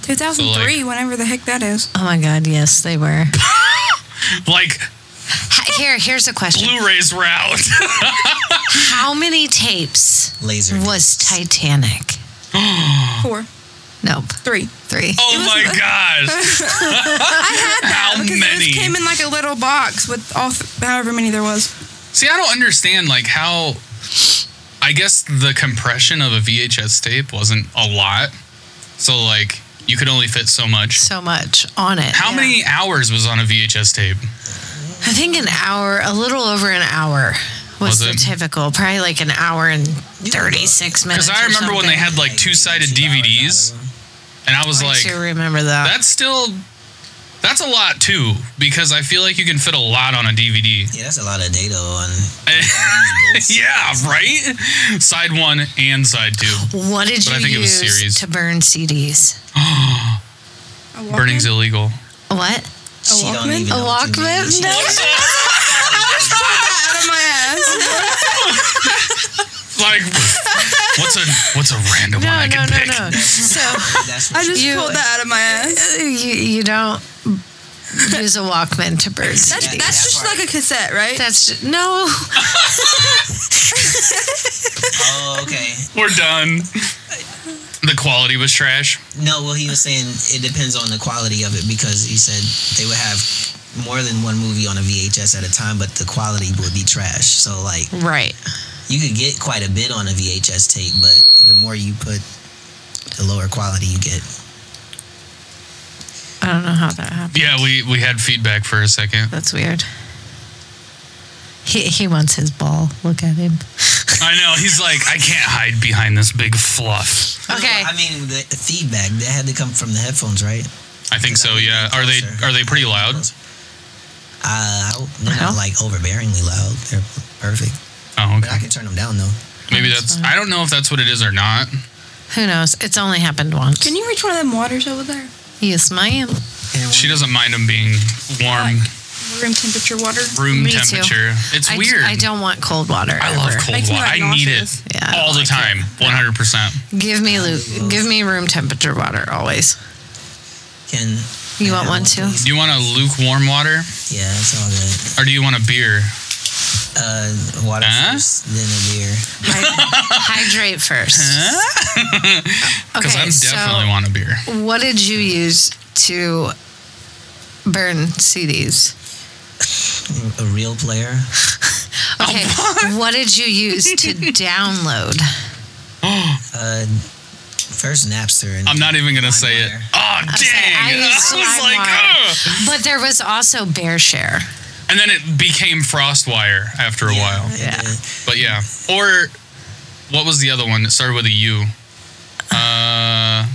Speaker 4: 2003, whenever the heck that is.
Speaker 3: Oh my God! Yes, they were.
Speaker 2: Like
Speaker 3: Ha- Here, here's a question.
Speaker 2: Blu-rays were out. *laughs*
Speaker 3: How many tapes
Speaker 1: Laser.
Speaker 3: was Titanic?
Speaker 4: Four,
Speaker 3: Nope,
Speaker 4: three.
Speaker 3: three.
Speaker 2: oh my
Speaker 3: *laughs*
Speaker 2: gosh.
Speaker 4: How because
Speaker 2: many?
Speaker 4: It came in like a little box with all, th- however many there was.
Speaker 2: See, I don't understand like how I guess the compression of a VHS tape wasn't a lot. So like you could only fit so much.
Speaker 3: So much on it.
Speaker 2: How
Speaker 3: Yeah.
Speaker 2: many hours was on a VHS tape?
Speaker 3: I think an hour, a little over an hour
Speaker 2: Was
Speaker 3: was, the
Speaker 2: it?
Speaker 3: typical. Probably like an hour and thirty-six minutes.
Speaker 2: Cuz I
Speaker 3: or
Speaker 2: remember when they
Speaker 3: something.
Speaker 2: had like two-sided DVDs and I was
Speaker 3: I
Speaker 2: like
Speaker 3: do remember that.
Speaker 2: that's still that's a lot too because I feel like you can fit a lot on a DVD.
Speaker 1: Yeah, that's a lot of data on.
Speaker 2: *laughs* yeah, right? Side 1 and side 2.
Speaker 3: what did
Speaker 2: but
Speaker 3: you
Speaker 2: I think it was
Speaker 3: use
Speaker 2: series.
Speaker 3: to burn CDs?
Speaker 4: A
Speaker 2: Burning's
Speaker 4: Walkman.
Speaker 2: illegal.
Speaker 3: What?
Speaker 1: she don't
Speaker 4: Walkman?
Speaker 1: even
Speaker 4: A
Speaker 1: know what *laughs* you mean.
Speaker 3: Walkman? No.
Speaker 4: out of my ass.
Speaker 3: *laughs*
Speaker 2: Like, what's a what's a random one
Speaker 3: No,
Speaker 2: I
Speaker 3: no,
Speaker 2: can
Speaker 3: no,
Speaker 2: pick? *laughs*
Speaker 3: no. So *laughs*
Speaker 1: That's
Speaker 4: I
Speaker 1: what
Speaker 4: just
Speaker 3: You-
Speaker 4: pulled that out of my ass.
Speaker 3: you, you don't use a Walkman to birds.
Speaker 4: That's,
Speaker 1: Yeah, that
Speaker 4: that's just
Speaker 1: part.
Speaker 4: like a cassette, right?
Speaker 3: That's ju- no.
Speaker 1: Oh, okay.
Speaker 2: We're done. The quality was trash.
Speaker 1: No, well, he was saying it depends on the quality of it because he said they would have more than one movie on a VHS at a time, but the quality would be trash. So, like,
Speaker 3: Right.
Speaker 1: you could get quite a bit on a VHS tape, but the more you put, the lower quality you get.
Speaker 3: I don't know how that happened.
Speaker 2: Yeah, we we had feedback for a second.
Speaker 3: That's weird. He he wants his ball. Look at him.
Speaker 2: I know. He's like, I can't hide behind this big fluff.
Speaker 3: Okay.
Speaker 1: I mean, the feedback that had to come from the headphones, right?
Speaker 2: I think so. Yeah. Are they are they pretty loud?
Speaker 1: Uh, I- they're
Speaker 3: Well.
Speaker 1: not like overbearingly loud. They're perfect.
Speaker 2: Oh,
Speaker 1: But I
Speaker 2: okay.
Speaker 1: can turn them down though.
Speaker 2: Maybe that's. I don't know if that's what it is or not.
Speaker 3: Who knows? It's only happened once.
Speaker 4: Can you reach one of them waters over there?
Speaker 3: Yes, ma'am.
Speaker 2: She doesn't mind them being warm,
Speaker 4: Room temperature water.
Speaker 2: room
Speaker 3: Me too.
Speaker 2: temperature. It's
Speaker 3: I,
Speaker 2: weird.
Speaker 3: I don't want cold water.
Speaker 2: I love
Speaker 3: ever.
Speaker 2: cold
Speaker 4: Makes me,
Speaker 2: water.
Speaker 4: like,
Speaker 2: I need it
Speaker 4: nauseous.
Speaker 3: Yeah, I
Speaker 2: all
Speaker 3: don't
Speaker 2: the
Speaker 3: like
Speaker 2: time, one hundred percent.
Speaker 3: Give me Lu- give me room temperature water always.
Speaker 1: Can
Speaker 3: You
Speaker 1: can I
Speaker 3: want
Speaker 1: have
Speaker 3: one too?
Speaker 1: please?
Speaker 2: Do you want a lukewarm water
Speaker 1: Yeah, it's all good.
Speaker 2: or do you want a beer?
Speaker 1: Uh, water
Speaker 2: Huh?
Speaker 1: first, then a beer.
Speaker 3: Hydrate first.
Speaker 2: *laughs* Because I definitely want a beer.
Speaker 3: so what did you use to burn CDs?
Speaker 1: A real player.
Speaker 2: Oh, *laughs*
Speaker 3: Okay, what did you use to download?
Speaker 1: Uh, first Napster. And
Speaker 2: I'm not even gonna say it.
Speaker 1: LimeWire.
Speaker 2: Oh dang! *laughs*
Speaker 3: saying, I
Speaker 2: I,
Speaker 3: used
Speaker 2: was like,
Speaker 3: LimeWire.
Speaker 2: Ugh.
Speaker 3: But there was also Bear Share.
Speaker 2: and then it became Frostwire after a while.
Speaker 1: it
Speaker 3: Yeah.
Speaker 1: did.
Speaker 2: But yeah, or what was the other one that started with a U? Uh,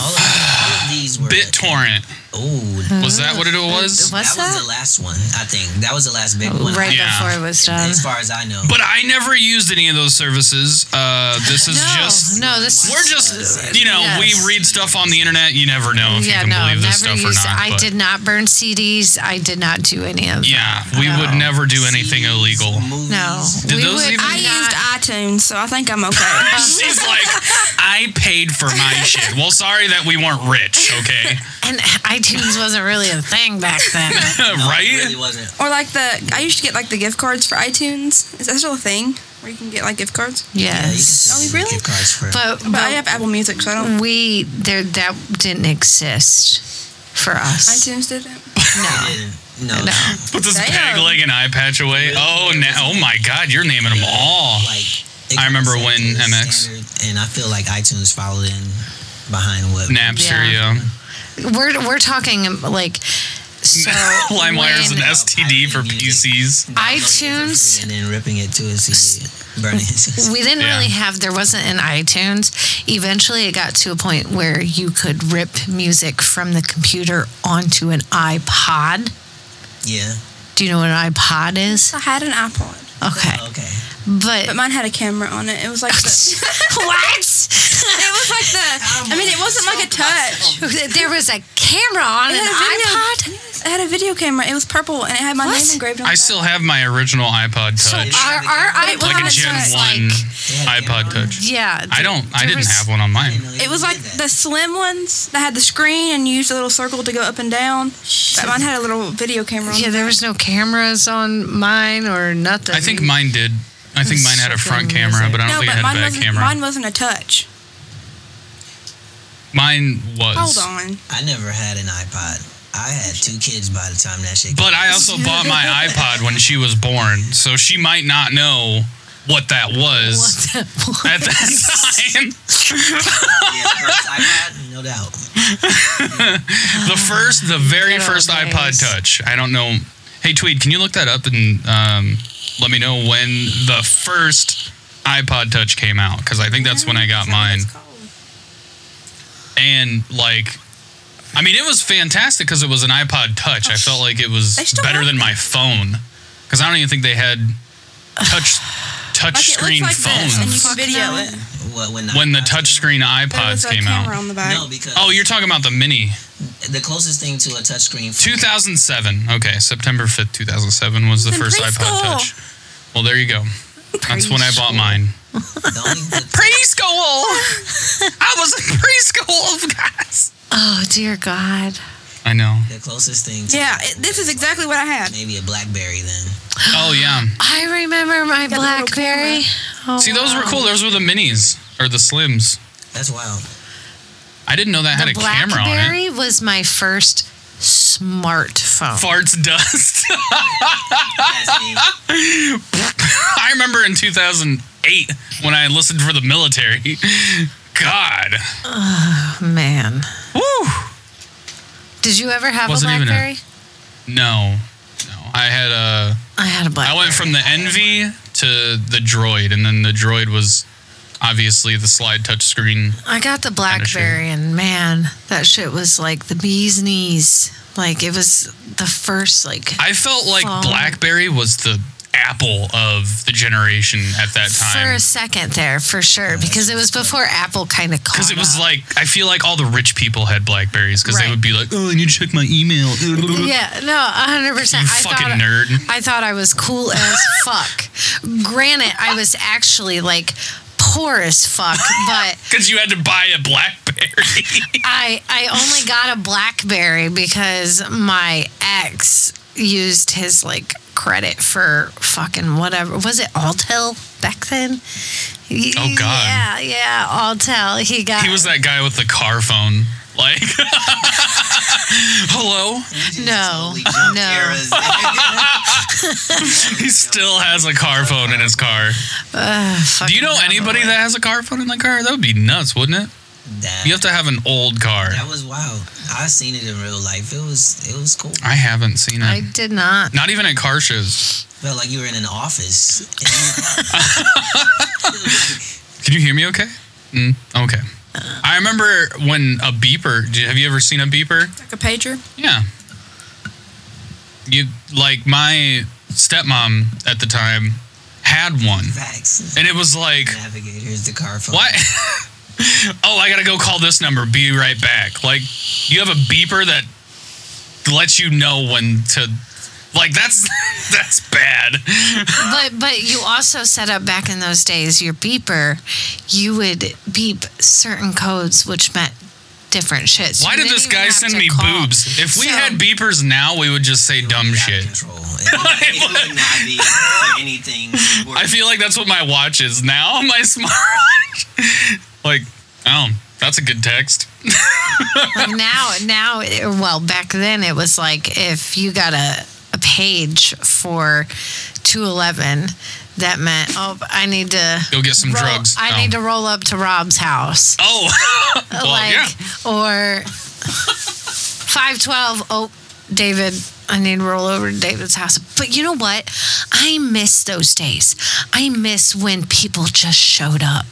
Speaker 1: All of, all of these were.
Speaker 2: BitTorrent.
Speaker 1: Oh,
Speaker 2: Was that what it was?
Speaker 3: What- Hmm. What's
Speaker 1: that was
Speaker 3: that? Oh,
Speaker 1: the last one. I think that was the last big one.
Speaker 3: Right uh,
Speaker 2: Yeah.
Speaker 3: before it was done.
Speaker 1: As far as I know.
Speaker 2: But I never used any of those services. Uh, this is
Speaker 3: No,
Speaker 2: just.
Speaker 3: no, this
Speaker 2: We're just, you know,
Speaker 3: Yes.
Speaker 2: we read stuff on the internet. You never know if
Speaker 3: yeah,
Speaker 2: you can
Speaker 3: no,
Speaker 2: believe
Speaker 3: never
Speaker 2: this stuff or
Speaker 3: used.
Speaker 2: not.
Speaker 3: I
Speaker 2: but-
Speaker 3: did not burn CDs. I did not do any of.
Speaker 2: Yeah, we would
Speaker 3: No.
Speaker 2: never do anything
Speaker 1: CDs,
Speaker 2: illegal.
Speaker 1: Movies,
Speaker 3: No,
Speaker 2: Did
Speaker 3: we
Speaker 2: those
Speaker 3: would.
Speaker 2: even-
Speaker 3: I
Speaker 4: I used iTunes, so I think I'm okay.
Speaker 2: *laughs* She's like, I paid for my shit. Well, sorry that we weren't rich, okay? *laughs*
Speaker 3: And iTunes wasn't really a thing back then.
Speaker 2: right?
Speaker 1: It really wasn't.
Speaker 4: or like the I used to get like the gift cards for iTunes. Is that still a thing where you can get like gift cards?
Speaker 1: Yeah, you can still
Speaker 3: yes,
Speaker 1: use
Speaker 4: Oh, really?
Speaker 1: Gift cards for.
Speaker 3: but,
Speaker 4: But I have
Speaker 3: but
Speaker 4: Apple Music, so I
Speaker 3: mm.
Speaker 4: don't.
Speaker 3: we there that didn't exist for us.
Speaker 4: iTunes didn't.
Speaker 1: They
Speaker 3: No,
Speaker 1: didn't. No.
Speaker 3: no.
Speaker 2: Put this
Speaker 4: Damn.
Speaker 2: peg leg and eye patch away. Oh, now, oh my God, you're naming them all.
Speaker 1: Like. it
Speaker 2: I remember
Speaker 1: goes back
Speaker 2: when
Speaker 1: to the
Speaker 2: MX
Speaker 1: standard, and I feel like iTunes followed in behind what
Speaker 2: Napster,
Speaker 3: Yeah.
Speaker 2: yeah.
Speaker 3: We're we're talking um, like
Speaker 2: *laughs*
Speaker 3: so.
Speaker 2: LimeWire's an
Speaker 3: when-
Speaker 2: STD for PCs.
Speaker 3: iTunes.
Speaker 1: and then ripping it to a CD, burning it. to a CD.
Speaker 3: *laughs* We didn't
Speaker 2: Yeah.
Speaker 3: really have there wasn't an iTunes. Eventually it got to a point where you could rip music from the computer onto an iPod.
Speaker 1: Yeah.
Speaker 3: Do you know what an iPod is?
Speaker 4: I had an iPod,
Speaker 3: Okay.
Speaker 1: Okay.
Speaker 4: but
Speaker 3: But
Speaker 4: mine had a camera on it. It was like the,
Speaker 3: *laughs* what?
Speaker 4: it was like the. I mean, it wasn't like a touch.
Speaker 3: there was a camera on
Speaker 4: It
Speaker 3: an
Speaker 4: had a
Speaker 3: iPod.
Speaker 4: video. It had a video camera. It was purple and it had my
Speaker 3: What?
Speaker 4: name engraved on
Speaker 2: I
Speaker 4: it.
Speaker 2: still have my original iPod
Speaker 3: So uh, our,
Speaker 2: Touch,
Speaker 3: our
Speaker 4: Like a
Speaker 3: iPods
Speaker 2: like a Gen
Speaker 3: was
Speaker 2: 1
Speaker 3: like
Speaker 1: had
Speaker 2: iPod
Speaker 1: camera on
Speaker 2: Touch.
Speaker 3: yeah.
Speaker 2: I don't, I
Speaker 3: there
Speaker 2: didn't
Speaker 3: was-
Speaker 2: have one on mine.
Speaker 1: No,
Speaker 4: It was
Speaker 1: did
Speaker 4: like
Speaker 1: that.
Speaker 4: the slim ones that had the screen and you used a little circle to go up and down. That mine had a little video camera. On
Speaker 3: Yeah,
Speaker 4: it.
Speaker 3: there was no cameras on mine or nothing.
Speaker 2: I think mine did. I think
Speaker 3: It's
Speaker 2: mine had a
Speaker 3: so
Speaker 2: front
Speaker 3: good
Speaker 2: camera,
Speaker 3: music.
Speaker 2: but I don't
Speaker 4: no,
Speaker 2: think it had
Speaker 4: but mine
Speaker 2: a back
Speaker 4: wasn't.
Speaker 2: camera.
Speaker 4: Mine wasn't a touch.
Speaker 2: Mine was.
Speaker 4: Hold on.
Speaker 1: I never had an iPod. I had two kids by the time that shit.
Speaker 2: But I
Speaker 4: *laughs*
Speaker 2: also bought my iPod when she was born, so she might not know what that was
Speaker 3: *laughs*
Speaker 2: at
Speaker 4: *laughs*
Speaker 2: that time.
Speaker 1: yeah, first iPod, no doubt.
Speaker 2: The first, the very
Speaker 3: Good old
Speaker 2: first
Speaker 3: days.
Speaker 2: iPod Touch. I don't know. Hey Tweed, can you look that up and um, let me know when the first iPod Touch came out? Because I think that's when I got
Speaker 4: Is that what
Speaker 2: mine.
Speaker 4: it's called?
Speaker 2: And like, I mean, it was fantastic because it was an iPod Touch. I felt like it was
Speaker 4: Oh, They still
Speaker 2: better
Speaker 4: have *sighs*
Speaker 2: than my phone because I don't even think they had touch touch screen
Speaker 4: like
Speaker 2: phones
Speaker 4: This, and you can
Speaker 5: Fuck
Speaker 4: video
Speaker 5: no.
Speaker 4: it.
Speaker 1: What, when,
Speaker 2: when the
Speaker 1: iPods
Speaker 2: touch
Speaker 1: came-
Speaker 2: screen
Speaker 4: There was
Speaker 2: iPods
Speaker 4: a
Speaker 2: came
Speaker 4: camera
Speaker 2: out.
Speaker 4: on the back.
Speaker 1: No, because
Speaker 2: Oh, you're talking about the mini.
Speaker 1: the closest thing to a touchscreen.
Speaker 2: 2007. Okay, September 5th, 2007 was the
Speaker 4: Then
Speaker 2: first
Speaker 4: preschool.
Speaker 2: iPod Touch. Well, there you go. That's when I bought mine.
Speaker 1: The
Speaker 2: *laughs*
Speaker 1: only the,
Speaker 2: Preschool. I
Speaker 4: *laughs*
Speaker 2: was in preschool, *laughs* guys.
Speaker 3: Oh dear God.
Speaker 2: I know.
Speaker 1: the closest thing to
Speaker 4: Yeah, it, this is exactly what I had.
Speaker 1: maybe a BlackBerry then.
Speaker 2: Oh yeah.
Speaker 3: I remember my
Speaker 4: the little
Speaker 3: BlackBerry. Oh,
Speaker 2: See, those were
Speaker 3: wow.
Speaker 2: cool. Those were the minis or the slims.
Speaker 1: That's
Speaker 2: *laughs*
Speaker 1: wild.
Speaker 2: I didn't know that had
Speaker 3: The
Speaker 2: a camera on it.
Speaker 3: BlackBerry was my first smartphone.
Speaker 2: Farts dust. *laughs* Oh,
Speaker 1: That's me.
Speaker 2: I remember in 2008 when I listened for the military. God.
Speaker 3: Man,
Speaker 2: Woo.
Speaker 3: did you ever have
Speaker 2: Wasn't
Speaker 3: a
Speaker 2: even a-
Speaker 3: BlackBerry?
Speaker 2: No. No. I had a.
Speaker 3: I had a
Speaker 2: I
Speaker 3: BlackBerry.
Speaker 2: went from the Envy to the Droid, and then the Droid was obviously the slide touchscreen.
Speaker 3: I got the BlackBerry, and man, that shit was like the bee's knees. Like it was the first like
Speaker 2: I felt like
Speaker 3: Phone.
Speaker 2: BlackBerry was the Apple of the generation at that
Speaker 3: for
Speaker 2: time.
Speaker 3: a second there for sure because it was before Apple kind of
Speaker 2: Because
Speaker 3: caught
Speaker 2: it was
Speaker 3: up.
Speaker 2: like I feel like all the rich people had Blackberries because they
Speaker 3: Right.
Speaker 2: would be like, "Oh, I need to check my email." You
Speaker 3: yeah, no, hundred percent. I
Speaker 2: fucking
Speaker 3: thought
Speaker 2: nerd.
Speaker 3: *laughs* I thought I was cool as fuck. Granted, I was actually like poor as fuck, but
Speaker 2: Because you had to buy a
Speaker 3: *laughs*
Speaker 2: BlackBerry.
Speaker 3: I I only got a BlackBerry because my ex used his like credit for fucking whatever. Was it Altel back then?
Speaker 2: Oh, God.
Speaker 3: Yeah, yeah, Altel. He got
Speaker 2: he was that guy with the car phone. Like, *laughs* hello.
Speaker 3: No.
Speaker 1: Totally jump
Speaker 3: No.
Speaker 1: eras. That's
Speaker 2: He still has a car phone in his car. Do you know anybody that has a car phone in the car? That would be nuts, wouldn't it?
Speaker 1: *laughs* that,
Speaker 2: You have to have an old car.
Speaker 1: that was wild. I seen it in real life. It was it was cool.
Speaker 2: I haven't seen it.
Speaker 3: I did not.
Speaker 2: Not even at car shows.
Speaker 1: Felt like you were in an office.
Speaker 2: Can you hear me okay? Mm, okay. I remember when a beeper. do you- Have you ever seen a beeper?
Speaker 4: Like a pager.
Speaker 2: Yeah. You like my stepmom at the time had one,
Speaker 1: Facts.
Speaker 2: and it was
Speaker 1: *laughs*
Speaker 2: like
Speaker 1: Navigators, the car phone.
Speaker 2: What? *laughs* oh, I gotta go call this number. Be right back. Like, you have a beeper that lets you know when to. Like, that's *laughs* that's bad.
Speaker 3: But but you also set up back in those days your beeper, you would beep certain codes which meant different shit. So
Speaker 2: Why
Speaker 3: you
Speaker 2: did
Speaker 3: didn't
Speaker 2: this
Speaker 3: even
Speaker 2: guy
Speaker 3: have
Speaker 2: send
Speaker 3: to
Speaker 2: me
Speaker 3: call.
Speaker 2: boobs? If we
Speaker 3: So-
Speaker 2: had beepers now, we would just say dumb
Speaker 1: Out of
Speaker 2: shit.
Speaker 1: Control. It, *laughs* it would not be for anything.
Speaker 2: *laughs* I feel like that's what my watch is now. *laughs* My smartwatch. like, oh, that's a good text. *laughs*
Speaker 3: Like now now well back then it was like if you got a, a page for 211 that meant oh I need to
Speaker 2: Go get some
Speaker 3: roll-
Speaker 2: drugs.
Speaker 3: I
Speaker 2: Oh.
Speaker 3: need to roll up to Rob's house.
Speaker 2: *laughs* Oh, *laughs* well,
Speaker 3: like
Speaker 2: yeah.
Speaker 3: or 512 oh david i need to roll over to david's house but you know what i miss those days i miss when people just showed up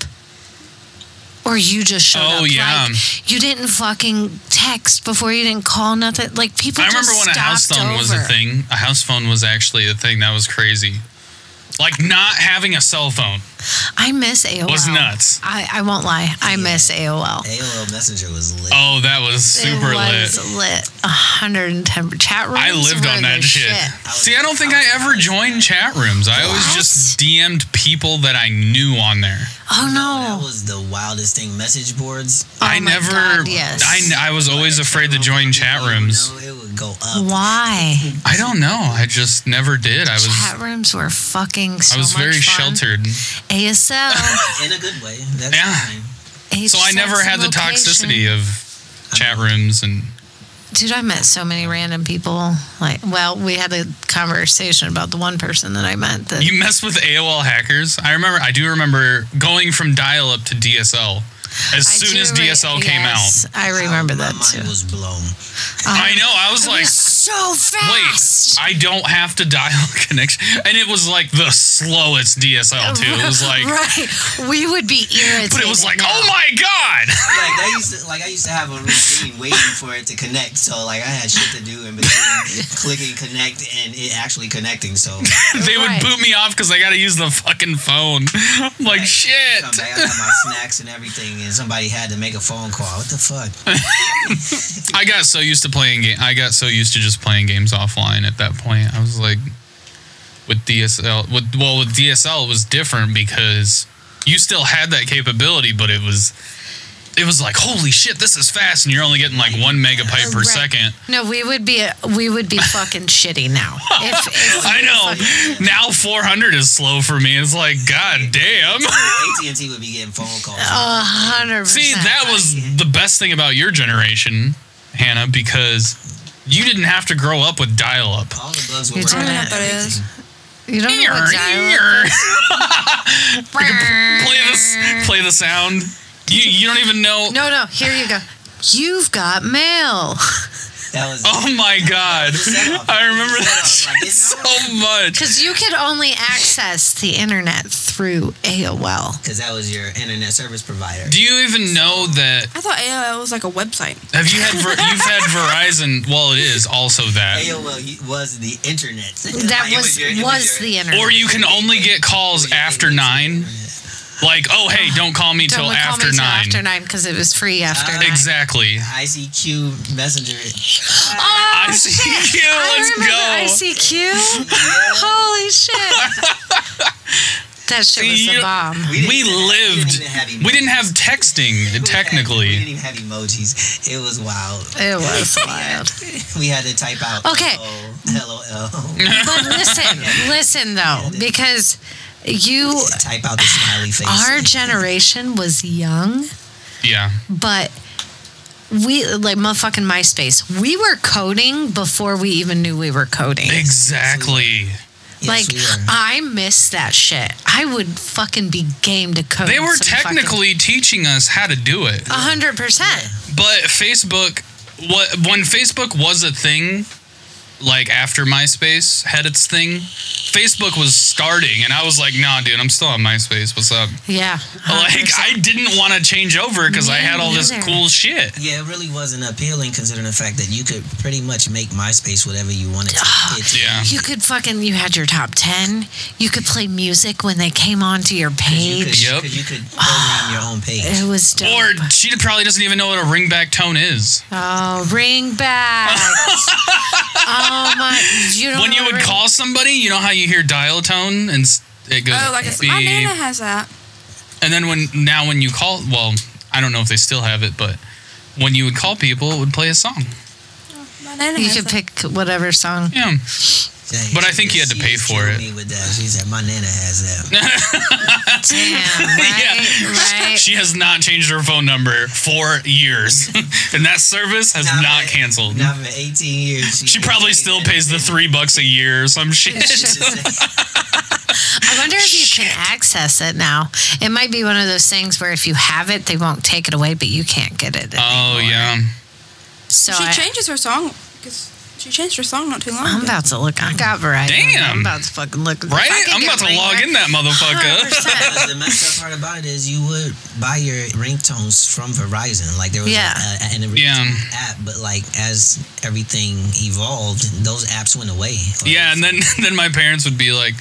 Speaker 3: or you just showed
Speaker 2: Oh,
Speaker 3: up. Like,
Speaker 2: yeah.
Speaker 3: you didn't fucking text before you didn't call nothing. Like people.
Speaker 2: I remember
Speaker 3: just
Speaker 2: when a house
Speaker 3: stopped
Speaker 2: phone was a
Speaker 3: over.
Speaker 2: thing. A house phone was actually a thing. That was crazy. Like not having a cell phone.
Speaker 3: I miss AOL.
Speaker 2: was nuts.
Speaker 3: I, I won't lie. I miss AOL.
Speaker 1: AOL Messenger was lit.
Speaker 2: Oh, that was super
Speaker 3: it was
Speaker 2: lit.
Speaker 3: lit. hundred and ten chat rooms.
Speaker 2: I lived
Speaker 3: were
Speaker 2: on
Speaker 3: the
Speaker 2: that shit. See, I don't think I ever joined chat rooms. I always
Speaker 3: What?
Speaker 2: just DM'd people that I knew on there.
Speaker 3: Oh no.
Speaker 1: That was the wildest thing. Message boards.
Speaker 2: I
Speaker 3: Oh my
Speaker 2: never.
Speaker 3: God, yes.
Speaker 2: I I was always afraid to join chat rooms.
Speaker 1: No, it would go up.
Speaker 3: Why?
Speaker 2: I don't know. I just never did. I was
Speaker 3: Chat rooms were fucking so
Speaker 2: I was
Speaker 3: much
Speaker 2: very
Speaker 3: fun.
Speaker 2: sheltered. *laughs*
Speaker 3: ASL.
Speaker 1: In a good way. That's
Speaker 2: Yeah.
Speaker 1: fine.
Speaker 2: So I never had the toxicity of chat rooms and
Speaker 3: Dude, I met so many random people. Like, well, we had a conversation about the one person that I met.
Speaker 2: *laughs*
Speaker 3: That
Speaker 2: You mess with AOL hackers. I remember. I do remember going from dial up to DSL as
Speaker 3: I
Speaker 2: soon
Speaker 3: do
Speaker 2: as
Speaker 3: re-
Speaker 2: DSL came out.
Speaker 3: yes, I remember
Speaker 1: My
Speaker 3: that
Speaker 1: mind
Speaker 3: too. Um,
Speaker 1: was blown.
Speaker 2: I know. I was like,
Speaker 3: so Uh-huh. fast.
Speaker 2: Wait, I don't have to dial *laughs* connection. And it was like the slowest DSL too. It was like,
Speaker 3: right. We would be irritated.
Speaker 2: *laughs* but it was like,
Speaker 3: now.
Speaker 2: oh my god. *laughs*
Speaker 1: Like I used to, like I used to have a routine waiting for it to connect. So like I had shit to do in
Speaker 2: *laughs*
Speaker 1: between clicking connect and it actually connecting. So
Speaker 2: they
Speaker 3: Right.
Speaker 2: would boot me off because I got to use the fucking phone. *laughs* I'm like, shit.
Speaker 1: come back, I got my snacks and everything, and somebody had to make a phone call. What the
Speaker 2: *laughs*
Speaker 1: fuck?
Speaker 2: I got so used to playing game. I got so used to just playing games offline at that point. I was like, with DSL, with well, with DSL it was different because you still had that capability, but it was, it was like, holy shit, this is fast, and you're only getting like one megabyte per
Speaker 3: Right.
Speaker 2: second.
Speaker 3: No, we would be we
Speaker 2: *laughs*
Speaker 3: would be fucking shitty now. If, if
Speaker 2: I know. Now 400 is slow for me. It's like, god damn.
Speaker 1: AT and T would be getting phone calls.
Speaker 2: Oh.
Speaker 3: a hundred percent.
Speaker 2: See, that was the best thing about your generation, Hannah, because you didn't have to grow up with dial up.
Speaker 1: All the bugs were
Speaker 3: You
Speaker 1: working
Speaker 3: don't
Speaker 1: on
Speaker 4: know what that
Speaker 1: everything.
Speaker 4: is.
Speaker 3: you don't know what dial
Speaker 2: Play this play the sound. You you don't even know
Speaker 3: No, no. Here you go. You've got *laughs* mail.
Speaker 1: That was.
Speaker 2: Oh my god. *laughs* I remember that shit so much.
Speaker 3: Because you could only access the internet through AOL.
Speaker 1: Because that was your internet service provider.
Speaker 2: Do you even know that
Speaker 4: I thought AOL was like a website.
Speaker 2: have you had Ver- you've had Verizon well it is also that.
Speaker 1: AOL was the internet.
Speaker 3: That
Speaker 1: *laughs* Like, it
Speaker 3: was
Speaker 1: your- it
Speaker 3: was
Speaker 1: your-
Speaker 3: the internet.
Speaker 2: Or you can only get calls after 9. Like, "Oh, hey, don't call me
Speaker 3: Don't
Speaker 2: till
Speaker 3: call
Speaker 2: after, Ah.
Speaker 3: me till
Speaker 2: 9.
Speaker 3: after nine because it was free after nine.
Speaker 2: Exactly.
Speaker 1: ICQ messenger.
Speaker 3: Oh,
Speaker 2: ICQ,
Speaker 3: shit. I
Speaker 2: let's go.
Speaker 3: remember
Speaker 2: *laughs*
Speaker 3: ICQ. Holy shit. That shit was
Speaker 2: You-
Speaker 3: the bomb.
Speaker 1: didn't
Speaker 2: We
Speaker 1: even have-
Speaker 2: lived.
Speaker 1: even
Speaker 2: We didn't have texting
Speaker 1: emojis. We didn't
Speaker 2: technically.
Speaker 1: even have emojis. It was wild.
Speaker 2: *laughs*
Speaker 3: It was wild.
Speaker 1: We had to type out. "Oh,
Speaker 3: Okay.
Speaker 1: LOL.
Speaker 3: *laughs*
Speaker 1: LOL.
Speaker 3: But listen, listen though, because you,
Speaker 1: type out the smiley face.
Speaker 3: our generation was young,
Speaker 2: Yeah.
Speaker 3: but we, like motherfucking MySpace, we were coding before we even knew we were coding.
Speaker 2: Exactly.
Speaker 1: Yes,
Speaker 3: Like,
Speaker 1: we were.
Speaker 3: I miss that shit. I would fucking be game to code.
Speaker 2: They were
Speaker 3: some fucking-
Speaker 2: technically teaching us how to do it.
Speaker 3: A hundred percent.
Speaker 2: But Facebook what when Facebook was a thing, like after MySpace had its thing, Facebook was starting and I was like, nah dude, I'm still on MySpace. What's up?
Speaker 3: Yeah.
Speaker 2: Like
Speaker 3: 100%.
Speaker 2: I didn't want to change over because I
Speaker 3: Me
Speaker 2: had all this
Speaker 3: neither.
Speaker 2: cool shit.
Speaker 1: Yeah, it really wasn't appealing considering the fact that you could pretty much make MySpace whatever you wanted to. It's-
Speaker 2: Yeah.
Speaker 3: You could fucking you had your top ten. You could play music when they came onto your
Speaker 1: You could,
Speaker 3: page.
Speaker 2: Yep.
Speaker 1: you could program your own page.
Speaker 3: It was dope.
Speaker 2: Or she probably doesn't even know what a ringback tone is.
Speaker 3: oh, ring
Speaker 2: *laughs*
Speaker 3: back. oh my! You don't
Speaker 2: when
Speaker 3: know
Speaker 2: you
Speaker 3: what
Speaker 2: would
Speaker 3: ring-
Speaker 2: call somebody, you know how you hear dial tone and s- it goes
Speaker 4: Oh, like a, my nana has that.
Speaker 2: And then when now when you call, well, I don't know if they still have it, but when you would call people, it would play a song.
Speaker 4: My
Speaker 2: *laughs*
Speaker 4: nana
Speaker 3: You
Speaker 4: has
Speaker 3: could
Speaker 4: that.
Speaker 3: pick whatever song.
Speaker 2: Yeah,
Speaker 1: Dang,
Speaker 2: But I
Speaker 1: she
Speaker 2: think you
Speaker 1: just-
Speaker 2: had to
Speaker 1: she
Speaker 2: pay
Speaker 1: just
Speaker 2: for
Speaker 1: killed
Speaker 2: it.
Speaker 1: Me with that. She said, my nana has
Speaker 2: *laughs*
Speaker 1: that.
Speaker 3: Damn, right, right.
Speaker 2: she has not changed her phone number for years, *laughs* and that service has
Speaker 1: Not
Speaker 2: not
Speaker 1: bad.
Speaker 2: canceled.
Speaker 1: Now for 18 years.
Speaker 2: She probably still pays the three bucks a year or some shit.
Speaker 3: *laughs* I wonder if you can access it now. It might be one of those things where if you have it, they won't take it away, but you can't get it.
Speaker 2: Oh yeah,
Speaker 3: so
Speaker 4: She
Speaker 3: I-
Speaker 4: changes her song because she changed her song not too long.
Speaker 3: I'm
Speaker 4: ago.
Speaker 3: about to look. I got Verizon.
Speaker 2: Damn.
Speaker 3: I'm about to fucking look. If I
Speaker 2: right?
Speaker 3: could
Speaker 2: I'm
Speaker 3: get
Speaker 2: about to
Speaker 3: Ring
Speaker 2: log
Speaker 3: Back- *laughs*
Speaker 2: in that motherfucker.
Speaker 3: 100%.
Speaker 1: the messed up part about it is you would buy your ringtones from Verizon. Like there was
Speaker 3: Yeah.
Speaker 1: a, a, an original
Speaker 2: Yeah.
Speaker 1: app, but like as everything evolved, those apps went away. Like,
Speaker 2: Yeah, and then then *laughs* my parents would be like,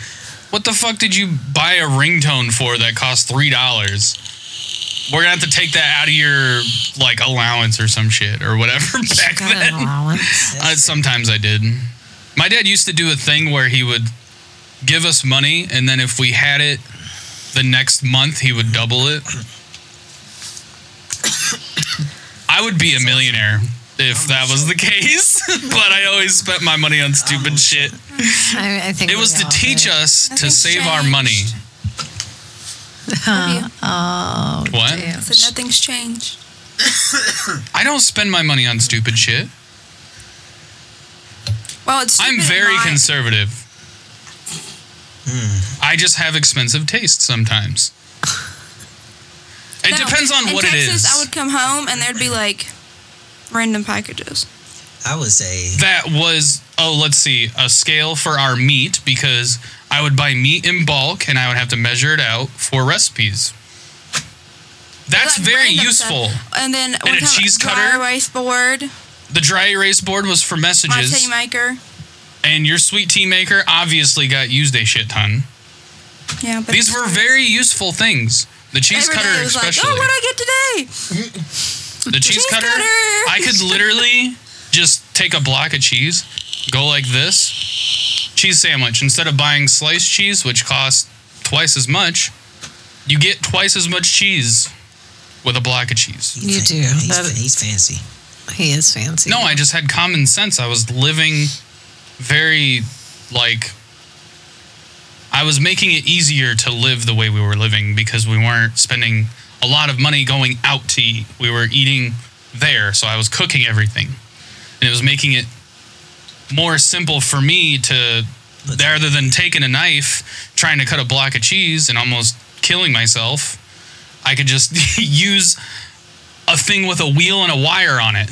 Speaker 2: "What the fuck did you buy a ringtone for that cost three dollars?" We're gonna have to take that out of your like allowance or some shit or whatever *laughs* back
Speaker 3: Got an
Speaker 2: then.
Speaker 3: allowance.
Speaker 2: Uh, sometimes I did. My dad used to do a thing where he would give us money, and then if we had it the next month, he would double it. *coughs* I would be a millionaire if that was the *laughs* case, but I always spent my money on stupid shit.
Speaker 3: I, I think
Speaker 2: It
Speaker 3: we
Speaker 2: was to
Speaker 3: all
Speaker 2: teach
Speaker 3: did.
Speaker 2: us to
Speaker 4: Nothing's
Speaker 2: save our money.
Speaker 4: changed. Olivia
Speaker 2: What?
Speaker 3: Damn.
Speaker 4: said nothing's changed.
Speaker 2: I don't spend my money on stupid shit.
Speaker 4: Well, it's
Speaker 2: I'm
Speaker 4: stupid
Speaker 2: very
Speaker 4: in my-
Speaker 2: conservative. I just have expensive taste sometimes. It
Speaker 4: No,
Speaker 2: depends on
Speaker 4: in
Speaker 2: what
Speaker 4: Texas,
Speaker 2: it is.
Speaker 4: I would come home and there'd be like random packages.
Speaker 1: I would say
Speaker 2: that was oh let's see a scale for our meat because i would buy meat in bulk and i would have to measure it out for recipes that's
Speaker 4: Like
Speaker 2: very
Speaker 4: random stuff.
Speaker 2: useful
Speaker 4: And then
Speaker 2: a cheese cutter?
Speaker 4: rice board,
Speaker 2: the dry erase board was for
Speaker 4: my
Speaker 2: messages
Speaker 4: tea maker.
Speaker 2: and your sweet tea maker obviously got used a shit ton
Speaker 4: Yeah, but
Speaker 2: these were very useful things the cheese
Speaker 4: Every
Speaker 2: cutter
Speaker 4: day it was like,
Speaker 2: especially
Speaker 4: oh, what I get today?
Speaker 2: the cheese,
Speaker 4: cheese
Speaker 2: cutter,
Speaker 4: cutter.
Speaker 2: I could literally just take a block of cheese, go like this, cheese sandwich. Instead of buying sliced cheese, which costs twice as much, you get twice as much cheese with a block of cheese.
Speaker 1: he's
Speaker 3: You
Speaker 1: fan-
Speaker 3: do.
Speaker 1: He's,
Speaker 3: That-
Speaker 1: fa- he's fancy.
Speaker 3: He is fancy.
Speaker 2: No, I just had common sense. I was living very, like, I was making it easier to live the way we were living because we weren't spending a lot of money going out to eat. We were eating there, so I was cooking everything. And it was making it more simple for me to, rather than taking a knife, trying to cut a block of cheese and almost killing myself, I could just *laughs* use a thing with a wheel and a wire on it.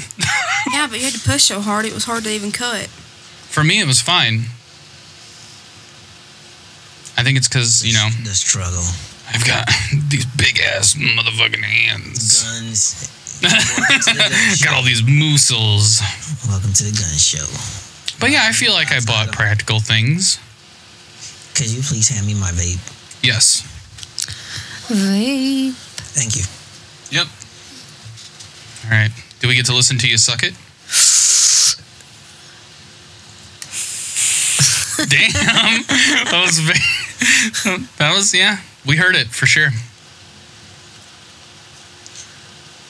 Speaker 4: Yeah, but you had to push so hard it was hard to even cut.
Speaker 2: For me, it was fine. I think it's because you know
Speaker 1: the struggle.
Speaker 2: I've got *laughs* these big ass motherfucking hands. *laughs*
Speaker 1: Guns. Welcome to the gun
Speaker 2: Got
Speaker 1: show.
Speaker 2: all these muscles.
Speaker 1: Welcome to the gun show.
Speaker 2: But yeah, I feel like I bought practical things.
Speaker 1: Could you please hand me my vape?
Speaker 2: Yes.
Speaker 3: They-
Speaker 1: Thank you.
Speaker 2: Yep. All right. Do we get to listen to you suck it? Damn. That was. ve- *laughs* that was yeah. We heard it for sure.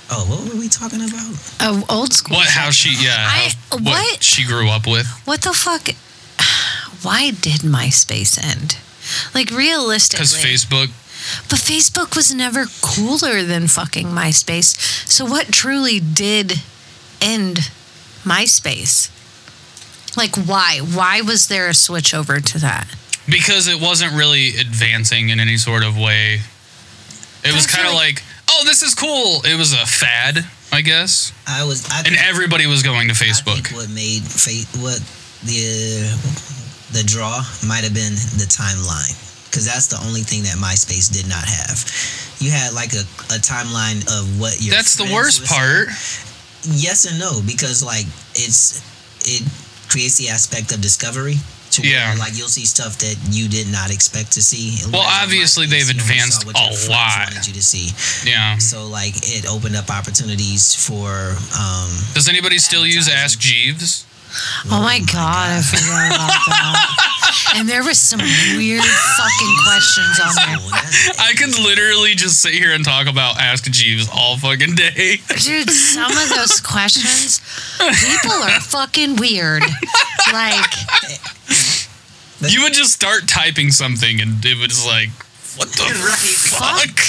Speaker 1: Oh, what were we talking about?
Speaker 3: Oh, old school.
Speaker 2: What? How she? Yeah.
Speaker 3: I-
Speaker 2: how-
Speaker 3: what?
Speaker 2: she grew up with.
Speaker 3: What the fuck? *sighs* Why did MySpace end? Like realistically,
Speaker 2: Because Facebook
Speaker 3: but Facebook was never cooler than fucking MySpace. So what truly did end MySpace? Like why? Why was there a switch over to that?
Speaker 2: because it wasn't really advancing in any sort of way. It was
Speaker 4: I feel
Speaker 2: kind of like,
Speaker 4: like-
Speaker 2: oh, this is cool. It was a fad, I guess,
Speaker 1: I was. I
Speaker 2: and everybody was going to
Speaker 1: I think
Speaker 2: Facebook.
Speaker 1: what made fa- what the the draw might have been the timeline because that's the only thing that MySpace did not have. You had like a, a timeline of what your
Speaker 2: That's the
Speaker 1: friends
Speaker 2: worst
Speaker 1: was-
Speaker 2: part.
Speaker 1: Yes and no because like it's it creates the aspect of discovery. To where,
Speaker 2: Yeah.
Speaker 1: like you'll see stuff that you did not expect to see.
Speaker 2: Well,
Speaker 1: Whereas on
Speaker 2: obviously,
Speaker 1: MySpace,
Speaker 2: they've
Speaker 1: you only saw
Speaker 2: advanced
Speaker 1: what your
Speaker 2: a
Speaker 1: friends
Speaker 2: lot.
Speaker 1: Wanted you to see,
Speaker 2: Yeah.
Speaker 1: so like it opened up opportunities for um,
Speaker 2: Does anybody still use
Speaker 1: Advertising.
Speaker 2: Ask Jeeves?
Speaker 3: Oh my god, I forgot about that. *laughs* and there was some weird fucking questions on there.
Speaker 1: Oh, that's-
Speaker 2: *laughs* I could literally just sit here and talk about Ask Jeeves all fucking day.
Speaker 3: Dude, some of those questions, people are fucking weird. Like,
Speaker 2: You would just start typing something, and it was like, what
Speaker 1: *laughs*
Speaker 2: the
Speaker 3: Fuck.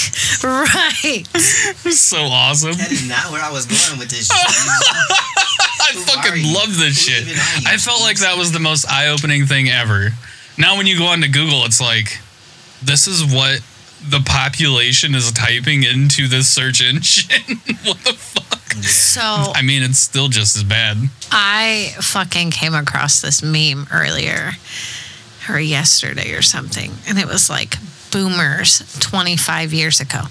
Speaker 2: fuck? *laughs*
Speaker 3: *laughs* right.
Speaker 2: so awesome.
Speaker 1: That is not where I was going with this. shit.
Speaker 2: I
Speaker 1: are
Speaker 2: fucking
Speaker 1: you?
Speaker 2: love this
Speaker 1: Who
Speaker 2: shit.
Speaker 1: even are you?
Speaker 2: I felt like that was the most eye opening thing ever. Now, when you go onto Google, it's like, this is what the population is typing into this search engine. *laughs* what the fuck?
Speaker 3: So
Speaker 2: I mean, it's still just as bad.
Speaker 3: I fucking came across this meme earlier or yesterday or something. And it was like boomers 25 years ago.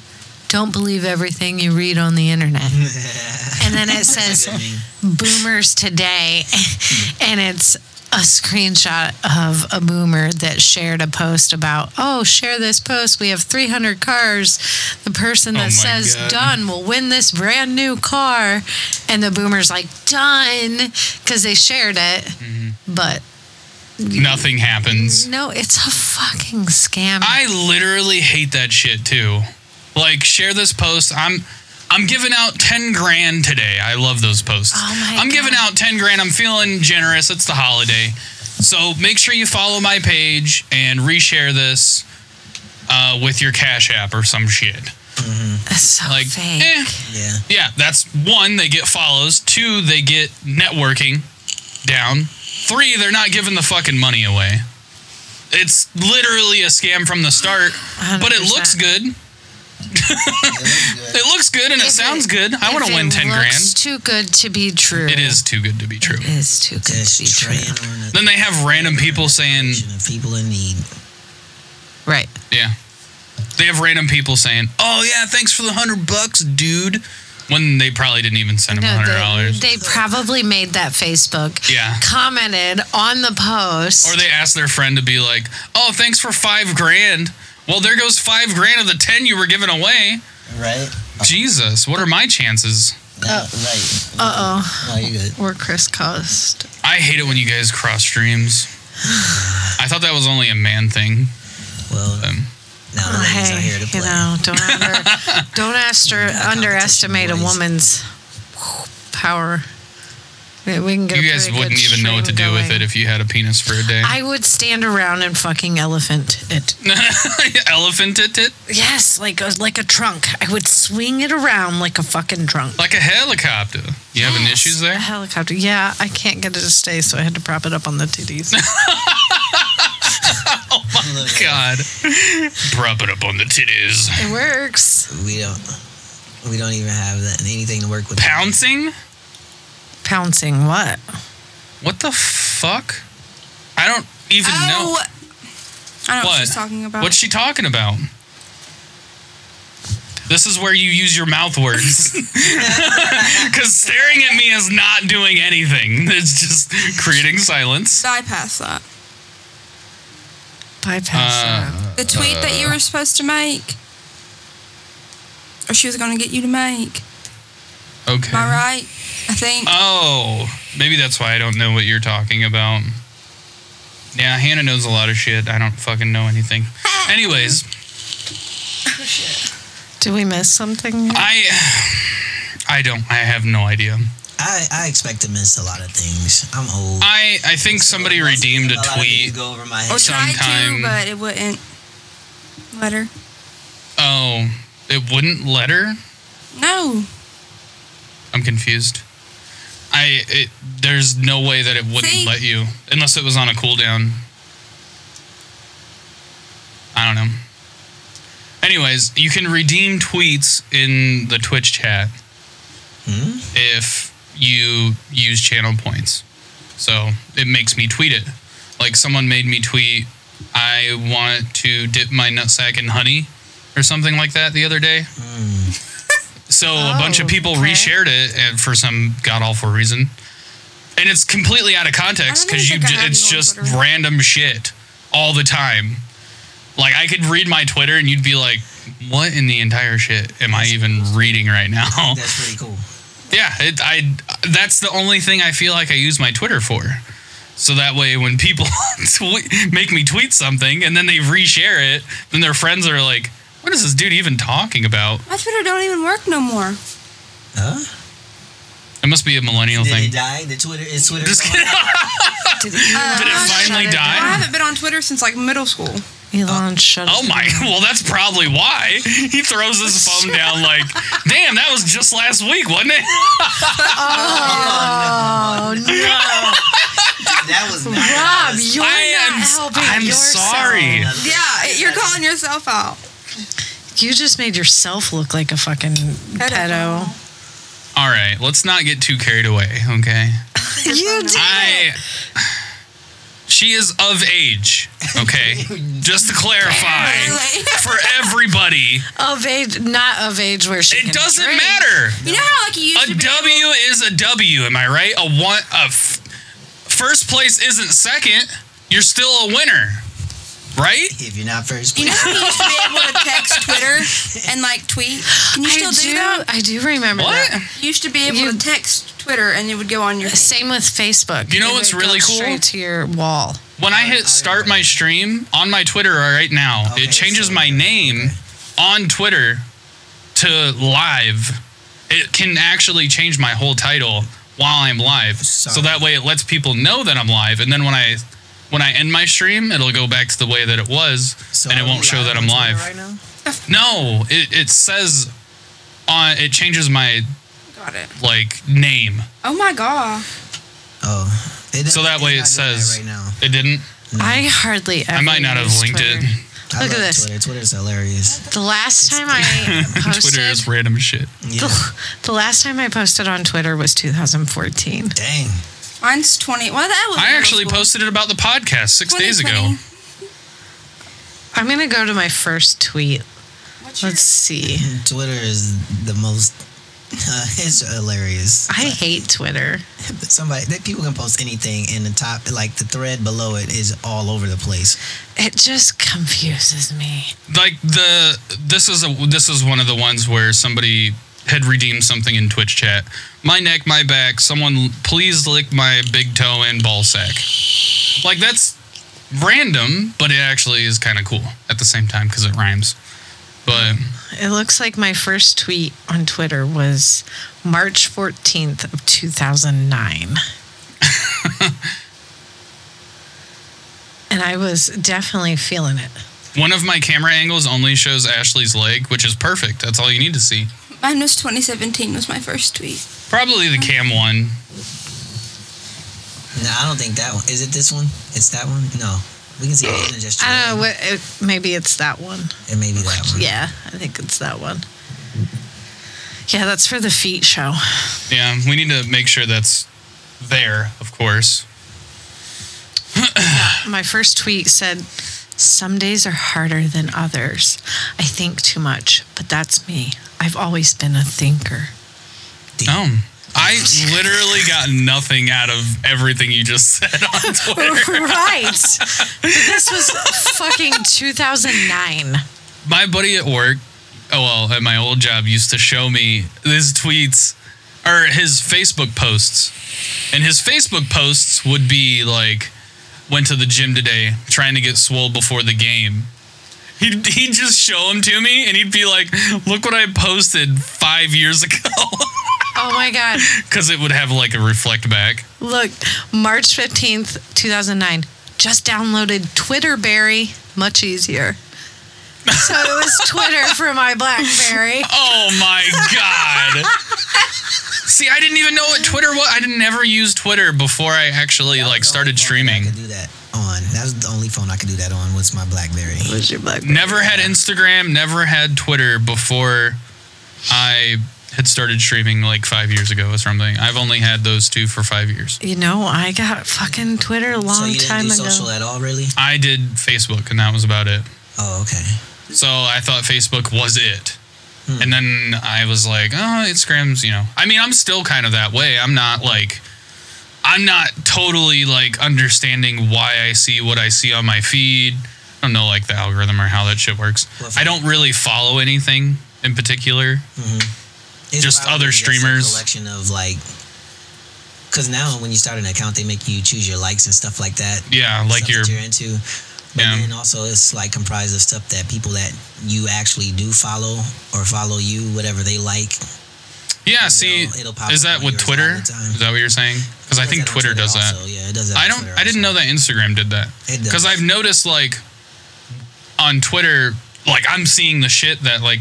Speaker 3: Don't believe everything you read on the internet. and then it says,
Speaker 1: I mean,
Speaker 3: boomers today *laughs* and it's a screenshot of a boomer that shared a post about oh share this post we have 300 cars the person
Speaker 2: Oh my
Speaker 3: that says
Speaker 2: God.
Speaker 3: done will win this brand new car and the boomer's like done because they shared it
Speaker 2: Mm-hmm.
Speaker 3: but
Speaker 2: Nothing happens.
Speaker 3: no it's a fucking scam
Speaker 2: I literally hate that shit too. Like, share this post. I'm. I'm giving out 10 grand today. I love those posts.
Speaker 3: Oh my
Speaker 2: I'm giving
Speaker 3: God.
Speaker 2: out 10 grand. I'm feeling generous. It's the holiday. So make sure you follow my page and reshare this uh, with your Cash App or some shit.
Speaker 3: it's so
Speaker 2: Like,
Speaker 3: fake
Speaker 2: eh.
Speaker 1: yeah.
Speaker 2: Yeah, that's one, they get follows. Two, they get networking down. Three, they're not giving the fucking money away. It's literally a scam from the start, but it looks
Speaker 3: 100%.
Speaker 2: good. It looks good and it
Speaker 3: If
Speaker 2: sounds good. I
Speaker 3: if
Speaker 2: want to
Speaker 3: it
Speaker 2: win ten
Speaker 3: looks
Speaker 2: grand.
Speaker 3: Too good to be true.
Speaker 2: It is too good to be true.
Speaker 3: It is too good
Speaker 1: Does she
Speaker 3: to be true.
Speaker 1: train on
Speaker 2: Then they have random people saying,
Speaker 1: the people in need?
Speaker 3: Right.
Speaker 2: yeah. They have random people saying, "Oh yeah, thanks for the hundred bucks, dude," when they probably didn't even send him
Speaker 3: No,
Speaker 2: hundred
Speaker 3: they,
Speaker 2: dollars.
Speaker 3: they probably made that Facebook.
Speaker 2: Yeah.
Speaker 3: Commented on the post.
Speaker 2: Or they ask their friend to be like, "Oh, thanks for five grand." Well, there goes five grand of the ten you were giving away.
Speaker 1: Right?
Speaker 2: Jesus, what are my chances?
Speaker 1: Uh, right.
Speaker 3: uh oh.
Speaker 1: No, you good.
Speaker 3: Or Chris Cost.
Speaker 2: I hate it when you guys cross streams. I thought that was only a man thing.
Speaker 1: Well,
Speaker 2: Um,
Speaker 1: now the
Speaker 3: Oh,
Speaker 1: ladies are here
Speaker 3: hey,
Speaker 1: to play. *laughs*
Speaker 3: you know, don't under, don't aster,
Speaker 1: competition,
Speaker 3: underestimate a
Speaker 1: boys.
Speaker 3: woman's power. We we can get a
Speaker 2: you guys
Speaker 3: pretty
Speaker 2: wouldn't
Speaker 3: good
Speaker 2: even know what to
Speaker 3: stream
Speaker 2: do with
Speaker 3: going.
Speaker 2: it if you had a penis for a day.
Speaker 3: I would stand around and fucking elephant it.
Speaker 2: *laughs* Elephant it it
Speaker 3: Yes, like a, like a trunk. I would swing it around like a fucking trunk.
Speaker 2: like a helicopter. You having
Speaker 3: Yes,
Speaker 2: issues
Speaker 3: A
Speaker 2: there?
Speaker 3: helicopter. Yeah, I can't get it to stay, so I had to prop it up on the titties.
Speaker 2: God, prop it up on the titties.
Speaker 3: it works.
Speaker 1: We don't. We don't even have that, anything to work with.
Speaker 2: Pouncing?
Speaker 3: Pouncing what?
Speaker 2: What the fuck? I don't even
Speaker 4: Oh, I
Speaker 2: What?
Speaker 4: don't know what she's talking
Speaker 2: know.
Speaker 4: about.
Speaker 2: What's she talking about? This is where you use your mouth words. *laughs* Because staring at me is not doing anything. It's just creating silence.
Speaker 4: bypass that.
Speaker 3: Bypass.
Speaker 2: Uh,
Speaker 3: that.
Speaker 4: The tweet that you were supposed to make, or she was going to get you to make.
Speaker 2: Okay.
Speaker 4: Am I right? I think.
Speaker 2: Oh, maybe that's why I don't know what you're talking about. Yeah, Hannah knows a lot of shit. I don't fucking know anything. Anyways,
Speaker 3: Did we miss something?
Speaker 2: I I don't I have no idea.
Speaker 1: I, I expect to miss a lot of things. I'm old.
Speaker 2: I I think somebody
Speaker 1: A lot of
Speaker 2: redeemed a
Speaker 1: things
Speaker 2: tweet.
Speaker 1: Go over my head.
Speaker 4: or tried
Speaker 2: sometime-
Speaker 4: to, but it wouldn't. Let her.
Speaker 2: Oh, it wouldn't let her.
Speaker 4: No.
Speaker 2: I'm confused. I it, there's no way that it wouldn't
Speaker 4: See?
Speaker 2: let you unless it was on a cooldown. I don't know. Anyways, you can redeem tweets in the Twitch chat if you use channel points. So it makes me tweet it. Like someone made me tweet, I want to dip my nutsack in honey or something like that the other day.
Speaker 4: Hmm.
Speaker 2: So a bunch of
Speaker 3: Oh,
Speaker 2: people
Speaker 3: okay.
Speaker 2: reshared it and for some god awful reason. And it's completely out of context
Speaker 4: I don't
Speaker 2: because you
Speaker 4: even think I
Speaker 2: ju-
Speaker 4: have
Speaker 2: it's
Speaker 4: you on
Speaker 2: just
Speaker 4: Twitter.
Speaker 2: random shit all the time. Like I could read my Twitter and you'd be like, "What in the entire shit am I even reading right now?"
Speaker 1: That's pretty cool.
Speaker 2: Yeah, it, I. That's the only thing I feel like I use my Twitter for. So that way, when people *laughs* tweet, make me tweet something and then they reshare it, then their friends are like, "What is this dude even talking about?"
Speaker 4: My Twitter don't even work no more.
Speaker 1: Huh?
Speaker 2: It must be a millennial
Speaker 1: Did
Speaker 2: thing.
Speaker 1: it die? The Twitter is Twitter.
Speaker 2: *laughs* Just
Speaker 1: gone?
Speaker 2: kidding. *laughs*
Speaker 3: Did Elon
Speaker 2: Did it
Speaker 3: shut
Speaker 2: finally
Speaker 3: it
Speaker 2: die?
Speaker 4: Uh, I
Speaker 3: down?
Speaker 4: haven't been on Twitter since like middle school.
Speaker 3: Elon shut.
Speaker 2: Oh
Speaker 3: it
Speaker 2: my!
Speaker 3: down.
Speaker 2: Well, that's probably why he throws his
Speaker 3: *laughs*
Speaker 2: phone down. Like, damn, that was just last week, wasn't it?
Speaker 3: Oh no,
Speaker 1: That was not.
Speaker 3: Rob,
Speaker 2: *laughs*
Speaker 3: you're
Speaker 2: I
Speaker 3: not
Speaker 2: am. s-
Speaker 3: helping
Speaker 2: I'm
Speaker 3: yourself.
Speaker 2: sorry.
Speaker 4: Yeah, it- you're calling yourself out.
Speaker 3: You just made yourself look like a fucking pedo.
Speaker 2: All right, let's not get too carried away, okay?
Speaker 3: You did.
Speaker 2: I. She is of age,
Speaker 4: *laughs*
Speaker 2: okay? Just to clarify
Speaker 4: Really?
Speaker 2: for everybody,
Speaker 3: Of age, not of age where she.
Speaker 2: it
Speaker 3: can
Speaker 2: doesn't
Speaker 3: drink.
Speaker 2: matter.
Speaker 4: *laughs* You know how like you used
Speaker 2: A
Speaker 4: to be.
Speaker 2: W is a W, am I right? A one, a f- first place isn't second. You're still a winner, right?
Speaker 1: If you're not first
Speaker 4: You
Speaker 1: place,
Speaker 4: know how you used to be able to text Twitter and like tweet. Can you still
Speaker 3: I
Speaker 4: do,
Speaker 3: do.
Speaker 4: that?
Speaker 3: I do remember
Speaker 2: What?
Speaker 3: that.
Speaker 4: You used to be able
Speaker 3: You-
Speaker 4: to text Twitter and it would go on your.
Speaker 3: Same with Facebook.
Speaker 2: You know
Speaker 3: It
Speaker 2: what's
Speaker 3: would
Speaker 2: really
Speaker 3: go
Speaker 2: cool?
Speaker 3: Straight to your wall.
Speaker 2: When I hit start my stream on my Twitter right now,
Speaker 1: Okay,
Speaker 2: it changes
Speaker 1: so-
Speaker 2: my name on Twitter to live. It can actually change my whole title while I'm live. So
Speaker 1: Sorry.
Speaker 2: that way it lets people know that I'm live and then when I when I end my stream, it'll go back to the way that it was
Speaker 1: So
Speaker 2: and it
Speaker 1: are we
Speaker 2: won't show
Speaker 1: live
Speaker 2: that
Speaker 1: on
Speaker 2: I'm
Speaker 1: Twitter
Speaker 2: live.
Speaker 1: right now?
Speaker 2: No, it, it says on it changes my
Speaker 4: Got it.
Speaker 2: like name.
Speaker 4: Oh my god.
Speaker 1: Oh, it
Speaker 2: So that
Speaker 1: it's not
Speaker 2: way it
Speaker 1: doing that
Speaker 2: says
Speaker 1: right now.
Speaker 2: It didn't.
Speaker 3: I hardly. Ever
Speaker 2: I might not have
Speaker 3: use
Speaker 2: linked
Speaker 3: Twitter.
Speaker 2: it.
Speaker 1: I
Speaker 3: Look at
Speaker 1: love
Speaker 3: this.
Speaker 1: Twitter. Twitter's
Speaker 3: *laughs*
Speaker 1: hilarious.
Speaker 3: The last time I
Speaker 2: *laughs* Twitter
Speaker 3: posted,
Speaker 2: is random shit.
Speaker 1: Yeah.
Speaker 3: the, the last time I posted on Twitter was 2014.
Speaker 1: Dang.
Speaker 4: Mine's 20. Well, that was.
Speaker 2: I
Speaker 4: middle
Speaker 2: actually
Speaker 4: school.
Speaker 2: posted it about the podcast six days ago.
Speaker 4: 2020.
Speaker 3: I'm gonna go to my first tweet.
Speaker 4: What's your-
Speaker 3: Let's see.
Speaker 1: Twitter is the most. *laughs* it's hilarious.
Speaker 3: I hate Twitter.
Speaker 1: Somebody that people can post anything, and the top, like the thread below it, is all over the place.
Speaker 3: It just confuses me.
Speaker 2: Like the this is a this is one of the ones where somebody had redeemed something in Twitch chat. My neck, my back. Someone please lick my big toe and ball sack. Like that's random, but it actually is kind of cool at the same time because it rhymes. But
Speaker 3: It looks like my first tweet on Twitter was March 14th of 2009. and I was definitely feeling it.
Speaker 2: one of my camera angles only shows Ashley's leg, which is perfect. That's all you need to see.
Speaker 4: Mine was 2017 was my first tweet.
Speaker 2: Probably the cam one.
Speaker 1: No, I don't think that one. Is it this one? It's that one? No. We can see it in just.
Speaker 3: I don't know what it, maybe it's that one.
Speaker 1: It may be that one.
Speaker 3: Yeah, I think it's that one. Yeah, that's for the feet show.
Speaker 2: Yeah, we need to make sure that's there, of course.
Speaker 3: My first tweet said, Some days are harder than others. I think too much, but that's me. I've always been a thinker. *laughs*
Speaker 2: Oh. I literally got nothing out of everything you just *laughs* said on Twitter.
Speaker 3: right. But this was fucking 2009.
Speaker 2: my buddy at work, oh well, at my old job, used to show me his tweets or his Facebook posts. And his Facebook posts would be like, went to the gym today, trying to get swole before the game. He'd, he'd just show them to me and he'd be like, look what I posted five years *laughs* ago.
Speaker 3: Oh my God.
Speaker 2: Because it would have like a reflect back.
Speaker 3: Look, March 15th, 2009. Just downloaded Twitter Berry. Much easier. So it was Twitter *laughs* for my Blackberry.
Speaker 2: Oh my god. See, I didn't even know what Twitter was. I didn't never use Twitter before I actually like started
Speaker 1: I
Speaker 2: streaming.
Speaker 1: could do that on. That was the only phone I could do that on was my BlackBerry.
Speaker 3: was your Blackberry?
Speaker 2: Never had Instagram, never had Twitter before I had started streaming like 5 years ago or something. I've only had those two for 5 years.
Speaker 3: You know, I got fucking Twitter a long
Speaker 1: so you didn't
Speaker 3: time
Speaker 1: do
Speaker 3: ago.
Speaker 1: social at all, really?
Speaker 2: I did Facebook and that was about it.
Speaker 1: Oh, okay.
Speaker 2: So I thought Facebook was it. And then I was like, oh, Instagram's, you know. I mean, I'm still kind of that way. I'm not like, I'm not totally like understanding why I see what I see on my feed. I don't know like the algorithm or how that shit works.
Speaker 1: Well,
Speaker 2: I don't really follow anything in particular.
Speaker 1: It's
Speaker 2: Just
Speaker 1: probably
Speaker 2: other
Speaker 1: a
Speaker 2: streamers.
Speaker 1: collection of like, because now when you start an account, they make you choose your likes and stuff like that.
Speaker 2: Yeah, like
Speaker 1: stuff
Speaker 2: your
Speaker 1: that you're into. But
Speaker 2: Yeah.
Speaker 1: then also it's like comprised of stuff that people that you actually do follow or follow you, whatever they like.
Speaker 2: yeah. See,
Speaker 1: it'll pop
Speaker 2: is
Speaker 1: up
Speaker 2: that
Speaker 1: on
Speaker 2: with
Speaker 1: yours
Speaker 2: Twitter?
Speaker 1: all the time.
Speaker 2: Is that what you're saying? Because I
Speaker 1: It
Speaker 2: think
Speaker 1: does that on
Speaker 2: Twitter, does that.
Speaker 1: also. Yeah, it does that.
Speaker 2: I don't. I didn't know that Instagram did that.
Speaker 1: It does.
Speaker 2: Because I've noticed like on Twitter, like I'm seeing the shit that like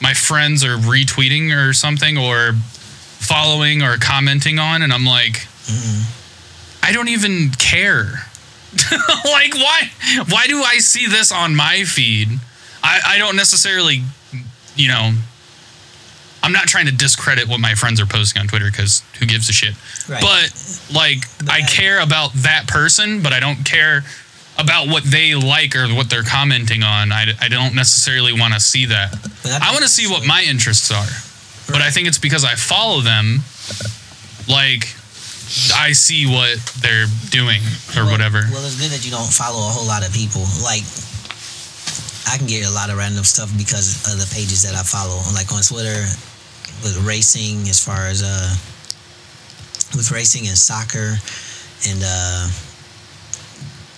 Speaker 2: my friends are retweeting or something or following or commenting on, and I'm like,
Speaker 1: Mm-hmm.
Speaker 2: I don't even care. *laughs* like why? Why do I see this on my feed? I, I don't necessarily, you know. I'm not trying to discredit what my friends are posting on Twitter because who gives a shit
Speaker 1: Right.
Speaker 2: but like I
Speaker 1: I-
Speaker 2: care about that person, but I don't care about what they like or what they're commenting on. I, I don't necessarily want to see that.
Speaker 1: But
Speaker 2: I want to see what my interests are, but I think it's because I follow them, like I see what they're doing or whatever.
Speaker 1: Well, it's good that you don't follow a whole lot of people. Like, I can get a lot of random stuff because of the pages that I follow. Like on Twitter, with racing, as far as uh, with racing and soccer, and uh,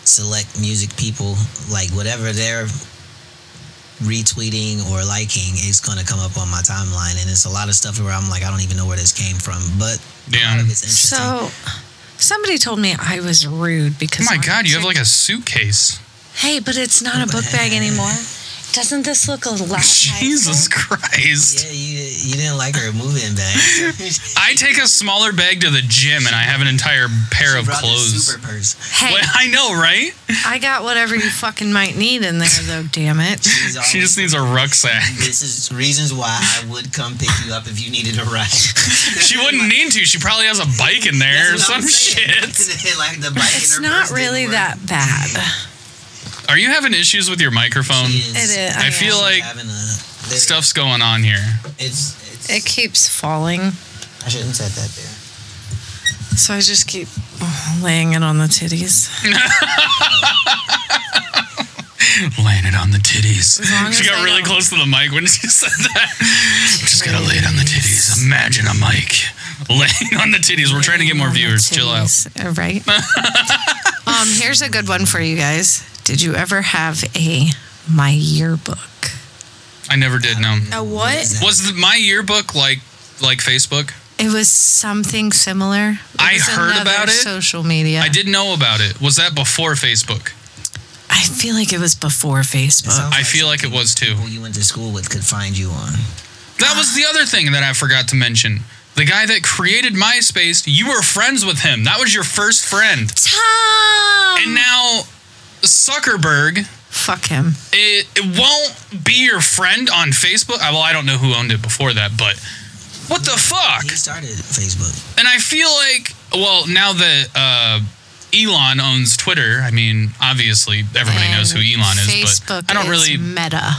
Speaker 1: select music people, like whatever they're retweeting or liking is going to come up on my timeline and it's a lot of stuff where i'm like i don't even know where this came from but
Speaker 2: Damn.
Speaker 1: it's interesting
Speaker 3: So somebody told me I was rude
Speaker 2: Oh
Speaker 3: because
Speaker 2: my
Speaker 3: my
Speaker 2: god, you have
Speaker 3: chick-
Speaker 2: like a suitcase.
Speaker 3: Hey, but it's not a book bag anymore. Doesn't this look
Speaker 2: *laughs*
Speaker 3: a lot?
Speaker 2: Jesus Christ.
Speaker 1: Oh Yeah, you, you didn't like her moving *laughs*
Speaker 2: *laughs*
Speaker 1: bag.
Speaker 2: I take a smaller bag to the gym and I have an entire pair of
Speaker 1: Brought the
Speaker 2: clothes.
Speaker 1: Super purse.
Speaker 3: Hey,
Speaker 2: Well, I know, right?
Speaker 3: I got whatever you fucking might need in there, though.
Speaker 2: *laughs*
Speaker 3: Damn it.
Speaker 1: She's
Speaker 2: She
Speaker 1: always-
Speaker 2: just needs a rucksack.
Speaker 1: This is reasons why I would come pick you up if you needed a ride.
Speaker 2: *laughs* She wouldn't need to. She probably has a bike in there or
Speaker 1: That's what I'm
Speaker 2: some
Speaker 1: saying.
Speaker 2: shit.
Speaker 1: like the bike in
Speaker 3: It's
Speaker 1: her purse
Speaker 3: not
Speaker 1: didn't
Speaker 3: really
Speaker 1: work.
Speaker 3: that bad.
Speaker 2: Are you having issues with your microphone?
Speaker 1: She is.
Speaker 3: It is.
Speaker 2: I feel
Speaker 3: am.
Speaker 2: like
Speaker 1: having a, there-
Speaker 2: Stuff's going on here.
Speaker 1: It's, it's,
Speaker 3: it keeps falling,
Speaker 1: I shouldn't have said that there.
Speaker 3: so I just keep oh, laying it on the titties.
Speaker 2: Laying it on the titties.
Speaker 3: long
Speaker 2: She
Speaker 3: as
Speaker 2: got
Speaker 3: I
Speaker 2: really
Speaker 3: don't-
Speaker 2: close to the mic when she said that. I'm just gonna lay it on the titties. Imagine a mic *laughs* laying on the titties. We're trying to get more viewers. Chill out.
Speaker 3: Titties, uh,
Speaker 2: *laughs*
Speaker 3: Right? um, here's a good one for you guys. Did you ever have a my yearbook?
Speaker 2: I never did. No.
Speaker 4: A what?
Speaker 2: Was the, my yearbook like like Facebook?
Speaker 3: It was something similar. It
Speaker 2: I
Speaker 3: was
Speaker 2: heard
Speaker 3: another
Speaker 2: about it.
Speaker 3: Social media.
Speaker 2: I didn't know about it. Was that before Facebook?
Speaker 3: I feel like it was before
Speaker 1: It
Speaker 3: Facebook.
Speaker 1: sounds
Speaker 2: I feel like it was too.
Speaker 1: people you went to school with could find you on.
Speaker 2: That was the other thing that I forgot to mention. The guy that created MySpace, you were friends with him. That was your first friend.
Speaker 3: Tom.
Speaker 2: And now Zuckerberg,
Speaker 3: Fuck him.
Speaker 2: it, it won't be your friend on Facebook. I- Well, I don't know who owned it before that, but what the fuck?
Speaker 1: He started Facebook.
Speaker 2: And I feel like, well, now that uh, Elon owns Twitter, I mean, obviously everybody knows who
Speaker 3: And
Speaker 2: Elon is,
Speaker 3: Facebook
Speaker 2: but I don't
Speaker 3: is
Speaker 2: really
Speaker 3: Meta.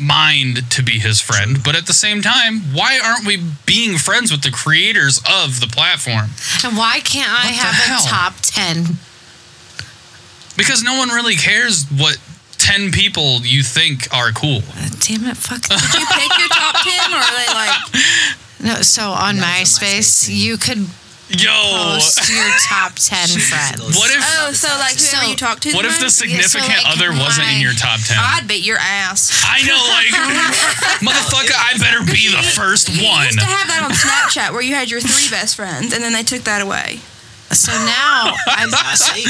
Speaker 2: mind to be his friend. But at the same time, why aren't we being friends with the creators of the platform?
Speaker 3: And why can't I
Speaker 2: What the
Speaker 3: have
Speaker 2: hell?
Speaker 3: a top ten?
Speaker 2: Because no one really cares what 10 people you think are cool.
Speaker 3: Uh, Damn it! Fuck.
Speaker 2: *laughs*
Speaker 4: Did you pick your top ten, or are they like?
Speaker 3: no. So on
Speaker 1: That was on MySpace
Speaker 3: MySpace,
Speaker 1: too.
Speaker 3: you could
Speaker 2: Yo,
Speaker 3: post your
Speaker 1: *laughs*
Speaker 3: top ten friends.
Speaker 1: goes-
Speaker 2: what if
Speaker 4: Oh, so like whoever
Speaker 3: So,
Speaker 4: you talk to.
Speaker 2: what if
Speaker 4: the
Speaker 2: the
Speaker 4: most?
Speaker 2: significant
Speaker 3: like,
Speaker 2: other wasn't in
Speaker 3: my-
Speaker 2: your top 10?
Speaker 4: I'd beat your ass.
Speaker 2: I
Speaker 3: *laughs*
Speaker 2: know, like, motherfucker, I better be the first one.
Speaker 4: used to have that on Snapchat where you had your three best friends, and then they took that away.
Speaker 1: *laughs*
Speaker 3: So now I,
Speaker 2: *laughs*
Speaker 1: I see.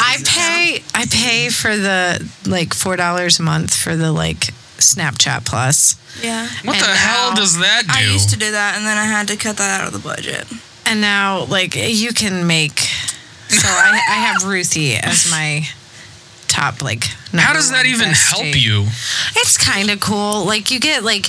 Speaker 3: I pay I pay for the like four dollars a month for the like Snapchat Plus.
Speaker 4: Yeah.
Speaker 2: What the
Speaker 3: And
Speaker 2: hell
Speaker 3: now
Speaker 2: does that
Speaker 4: I
Speaker 2: do?
Speaker 4: used to do that, and then I had to cut that out of the budget.
Speaker 3: And now, like, you can make. So I, I have Ruthie as my top, like.
Speaker 2: How
Speaker 3: number
Speaker 2: does that
Speaker 3: one
Speaker 2: even
Speaker 3: bestie.
Speaker 2: help you?
Speaker 3: It's kind of cool. Like, you get, like,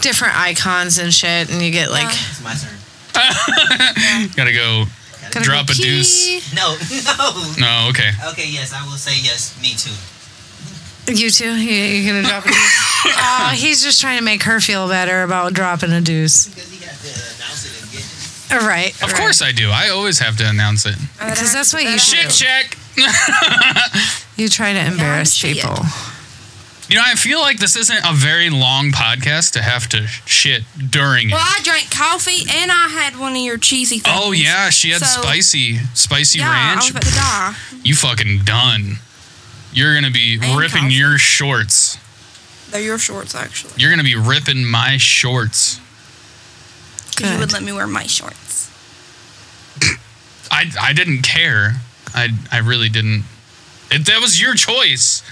Speaker 3: different icons and shit, and you get,
Speaker 4: Uh,
Speaker 3: like.
Speaker 1: It's my turn.
Speaker 2: Gotta go
Speaker 3: gotta go
Speaker 2: drop a
Speaker 3: pee.
Speaker 2: deuce.
Speaker 1: No, *laughs* no.
Speaker 2: No, okay.
Speaker 1: Okay, yes, I will say yes. Me too.
Speaker 3: You too? You, you're going to drop
Speaker 2: *laughs*
Speaker 3: a deuce? Aw, he's just trying to make her feel better about dropping a deuce.
Speaker 1: Because he got to announce it again.
Speaker 3: All right.
Speaker 2: Of course I do. I always have to announce it.
Speaker 3: Because that's what you
Speaker 2: Shit
Speaker 3: should do.
Speaker 2: check. *laughs*
Speaker 3: You try to embarrass
Speaker 4: shit.
Speaker 3: people.
Speaker 2: You know, I feel like this isn't a very long podcast to have to shit during it.
Speaker 4: Well, I drank coffee, and I had one of your cheesy things.
Speaker 2: Oh yeah, she had
Speaker 4: So-
Speaker 2: spicy, spicy
Speaker 4: Yeah, I was
Speaker 2: ranch.
Speaker 4: about to die.
Speaker 2: You fucking done. You're gonna be
Speaker 4: And
Speaker 2: ripping
Speaker 4: coffee.
Speaker 2: your shorts.
Speaker 4: They're your shorts, actually.
Speaker 2: You're gonna be ripping my shorts.
Speaker 4: 'Cause you
Speaker 3: Good.
Speaker 4: would let me wear my shorts.
Speaker 2: I I didn't care. I I really didn't. It, that was your choice.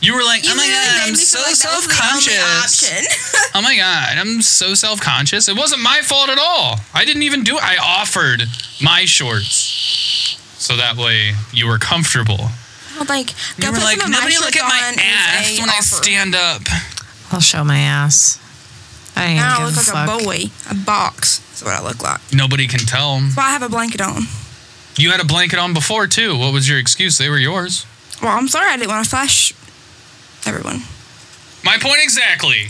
Speaker 2: You were like,
Speaker 4: You
Speaker 2: oh my
Speaker 4: literally
Speaker 2: god,
Speaker 4: made
Speaker 2: I'm
Speaker 4: me feel
Speaker 2: so
Speaker 4: like that
Speaker 2: self
Speaker 4: was the only
Speaker 2: conscious.
Speaker 4: option. *laughs*
Speaker 2: Oh my god, I'm so self conscious. It wasn't my fault at all. I didn't even do it. I offered my shorts. So that way you were comfortable.
Speaker 4: Well, like,
Speaker 2: You
Speaker 4: go
Speaker 2: were
Speaker 4: put
Speaker 2: like,
Speaker 4: some of
Speaker 2: nobody
Speaker 4: my
Speaker 2: look
Speaker 4: shorts
Speaker 2: at my
Speaker 4: on is
Speaker 2: ass
Speaker 4: a
Speaker 2: when I
Speaker 4: offer."
Speaker 2: stand up.
Speaker 3: I'll show my ass. I ain't
Speaker 4: Now I
Speaker 3: give
Speaker 4: look
Speaker 3: a
Speaker 4: like
Speaker 3: fuck.
Speaker 4: a boy, a box. Is what I look like.
Speaker 2: Nobody can tell.
Speaker 4: Well, I have a blanket on.
Speaker 2: You had a blanket on before too. What was your excuse? They were yours.
Speaker 4: Well, I'm sorry I didn't want to flash everyone.
Speaker 2: My point exactly.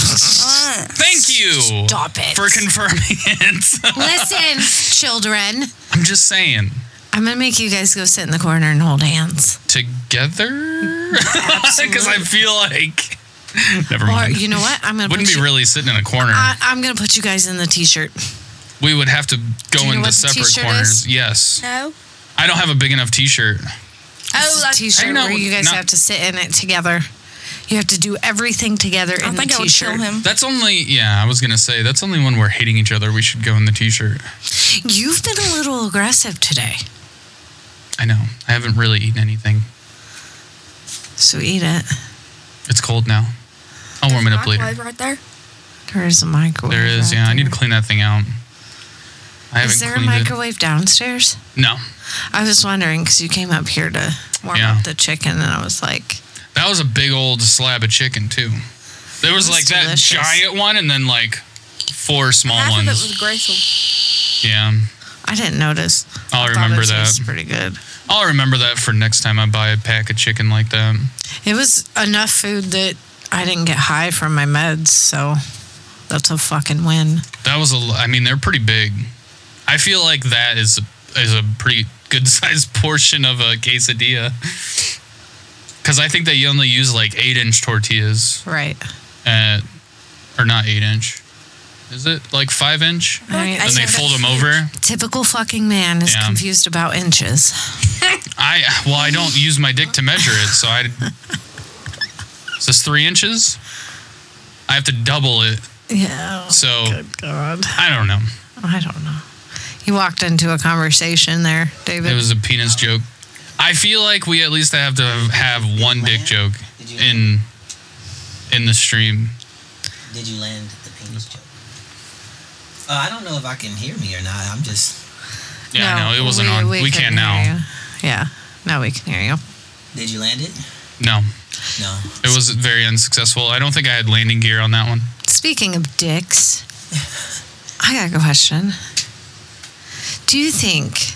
Speaker 4: Uh,
Speaker 2: Thank you
Speaker 3: Stop it.
Speaker 2: for confirming *laughs* it.
Speaker 3: Listen, children.
Speaker 2: I'm just saying.
Speaker 3: I'm gonna make you guys go sit in the corner and hold hands.
Speaker 2: Together? *laughs* Because I feel like. *laughs* Never
Speaker 3: Or
Speaker 2: mind.
Speaker 3: you know what? I'm gonna
Speaker 2: Wouldn't
Speaker 3: put
Speaker 2: be
Speaker 3: you,
Speaker 2: really sitting in a corner.
Speaker 3: I, I'm gonna put you guys in the t-shirt.
Speaker 2: we would have to go
Speaker 3: Do you know
Speaker 2: into
Speaker 3: what the
Speaker 2: separate
Speaker 3: t-shirt
Speaker 2: corners.
Speaker 3: is?
Speaker 2: Yes.
Speaker 4: no.
Speaker 2: I don't have a big enough t shirt.
Speaker 3: It's a
Speaker 4: Oh, like
Speaker 3: t-shirt
Speaker 2: I know,
Speaker 3: where you guys
Speaker 2: not-
Speaker 3: have to sit in it together. You have to do everything together
Speaker 4: I
Speaker 3: in the
Speaker 4: think I would
Speaker 3: t-shirt.
Speaker 4: kill him.
Speaker 2: That's only, yeah, I was going to say, that's only when we're hating each other. We should go in the t shirt.
Speaker 3: You've been a little aggressive today,
Speaker 2: I know. I haven't really eaten anything.
Speaker 3: so eat it.
Speaker 2: It's cold now. I'll warm it up later.
Speaker 4: Microwave right there.
Speaker 3: There is a microwave.
Speaker 2: There is,
Speaker 3: out
Speaker 2: yeah. I need to
Speaker 3: there.
Speaker 2: clean that thing out. I haven't
Speaker 3: Is there a
Speaker 2: cleaned
Speaker 3: microwave downstairs?
Speaker 2: it. No,
Speaker 3: I was wondering because you came up here to warm
Speaker 2: Yeah.
Speaker 3: up the chicken, and I was like,
Speaker 2: that was a big old slab of chicken too. There was,
Speaker 3: It was
Speaker 2: like
Speaker 3: delicious.
Speaker 2: that giant one, and then like four small
Speaker 4: Half
Speaker 2: ones.
Speaker 4: of it was graceful.
Speaker 2: yeah,
Speaker 3: I didn't notice.
Speaker 2: I'll
Speaker 3: I thought
Speaker 2: remember
Speaker 3: it
Speaker 2: that.
Speaker 3: tasted pretty good.
Speaker 2: I'll remember that for next time I buy a pack of chicken like that.
Speaker 3: It was enough food that I didn't get high from my meds, so that's a fucking win.
Speaker 2: That was a. l- I mean, they're pretty big. I feel like that is is a pretty good *laughs* sized portion of a quesadilla. Because I think they only use like eight inch tortillas,
Speaker 3: Right.
Speaker 2: at, or not eight inch. Is it like five inch?
Speaker 3: Right.
Speaker 4: I
Speaker 2: Then they
Speaker 4: said
Speaker 2: fold
Speaker 4: that's
Speaker 2: them over.
Speaker 3: Typical fucking man is
Speaker 2: Yeah.
Speaker 3: confused about inches.
Speaker 2: I well, I don't use my dick to measure it, so
Speaker 4: *laughs*
Speaker 2: I. Is this three inches? I have to double it,
Speaker 3: Yeah.
Speaker 2: so
Speaker 3: Good God.
Speaker 2: I don't know.
Speaker 3: I don't know. You walked into a conversation there, David.
Speaker 2: It was a penis joke. I feel like we at least have to have one dick joke
Speaker 1: Did you-
Speaker 2: in in the stream.
Speaker 1: Did you land the penis joke? Uh, I don't know if I can hear me or not. I'm just.
Speaker 2: Yeah, no, it wasn't on. We,
Speaker 3: couldn't
Speaker 2: can
Speaker 3: hear
Speaker 2: now.
Speaker 3: you. Yeah. Now we can hear you.
Speaker 1: Did you land it?
Speaker 2: No,
Speaker 1: No.
Speaker 2: it was very unsuccessful. I don't think I had landing gear on that one. *laughs*
Speaker 3: Speaking of dicks, I got a question. Do you think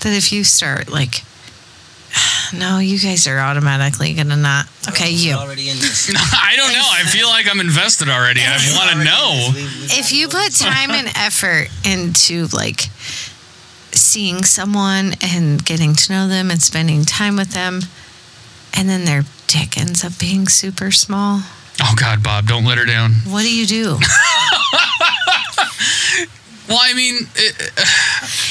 Speaker 3: that if you start like, *sighs* no, you guys are automatically gonna not. Okay,
Speaker 1: We're
Speaker 3: you.
Speaker 1: Already in this.
Speaker 2: I don't know. I feel like I'm invested already. I
Speaker 1: We're
Speaker 2: want to
Speaker 1: already in
Speaker 2: know.
Speaker 1: this. We- we
Speaker 3: If
Speaker 1: gotta
Speaker 3: you
Speaker 1: go
Speaker 3: put time and effort into like seeing someone and getting to know them and spending time with them, and then their dick ends up being super small,
Speaker 2: Oh God, Bob, don't let her down.
Speaker 3: what do you do?
Speaker 2: Well, I mean, it,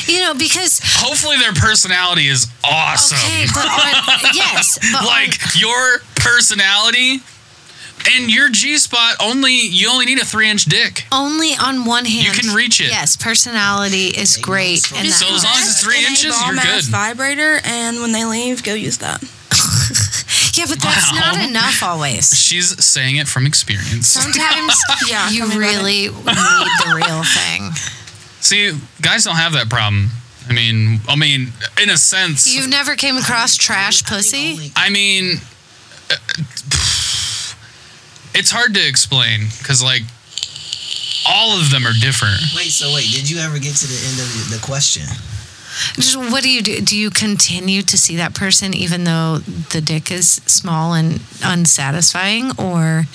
Speaker 3: you know, because
Speaker 2: hopefully their personality is awesome.
Speaker 3: okay, but on, yes,
Speaker 2: *laughs*
Speaker 3: but um, on-
Speaker 2: like your personality and your G spot only you only need a three inch dick.
Speaker 3: only on one hand.
Speaker 2: can reach it.
Speaker 3: Yes, personality is
Speaker 1: Take
Speaker 3: great.
Speaker 1: notes from
Speaker 3: And
Speaker 1: me.
Speaker 3: that
Speaker 2: So as long as it's
Speaker 3: helps.
Speaker 2: three
Speaker 4: And a
Speaker 2: inches,
Speaker 4: ball
Speaker 2: you're good.
Speaker 4: mass Vibrator, and when they leave, go use that.
Speaker 3: *laughs* yeah, but that's
Speaker 2: Wow.
Speaker 3: not
Speaker 2: *laughs*
Speaker 3: enough always.
Speaker 2: She's saying it from experience.
Speaker 3: Sometimes
Speaker 4: Yeah,
Speaker 3: you
Speaker 4: tell me about it.
Speaker 3: really need the real thing.
Speaker 2: See, guys don't have that problem. I mean, I mean, in a sense,
Speaker 3: You've never came across trash
Speaker 1: I think
Speaker 3: pussy.
Speaker 1: only-
Speaker 2: I mean, uh, it's hard to explain because like all of them are different.
Speaker 1: Wait, so wait, did you ever get to the end of the, the question?
Speaker 3: Just what do you do? Do you continue to see that person even though the dick is small and unsatisfying? Or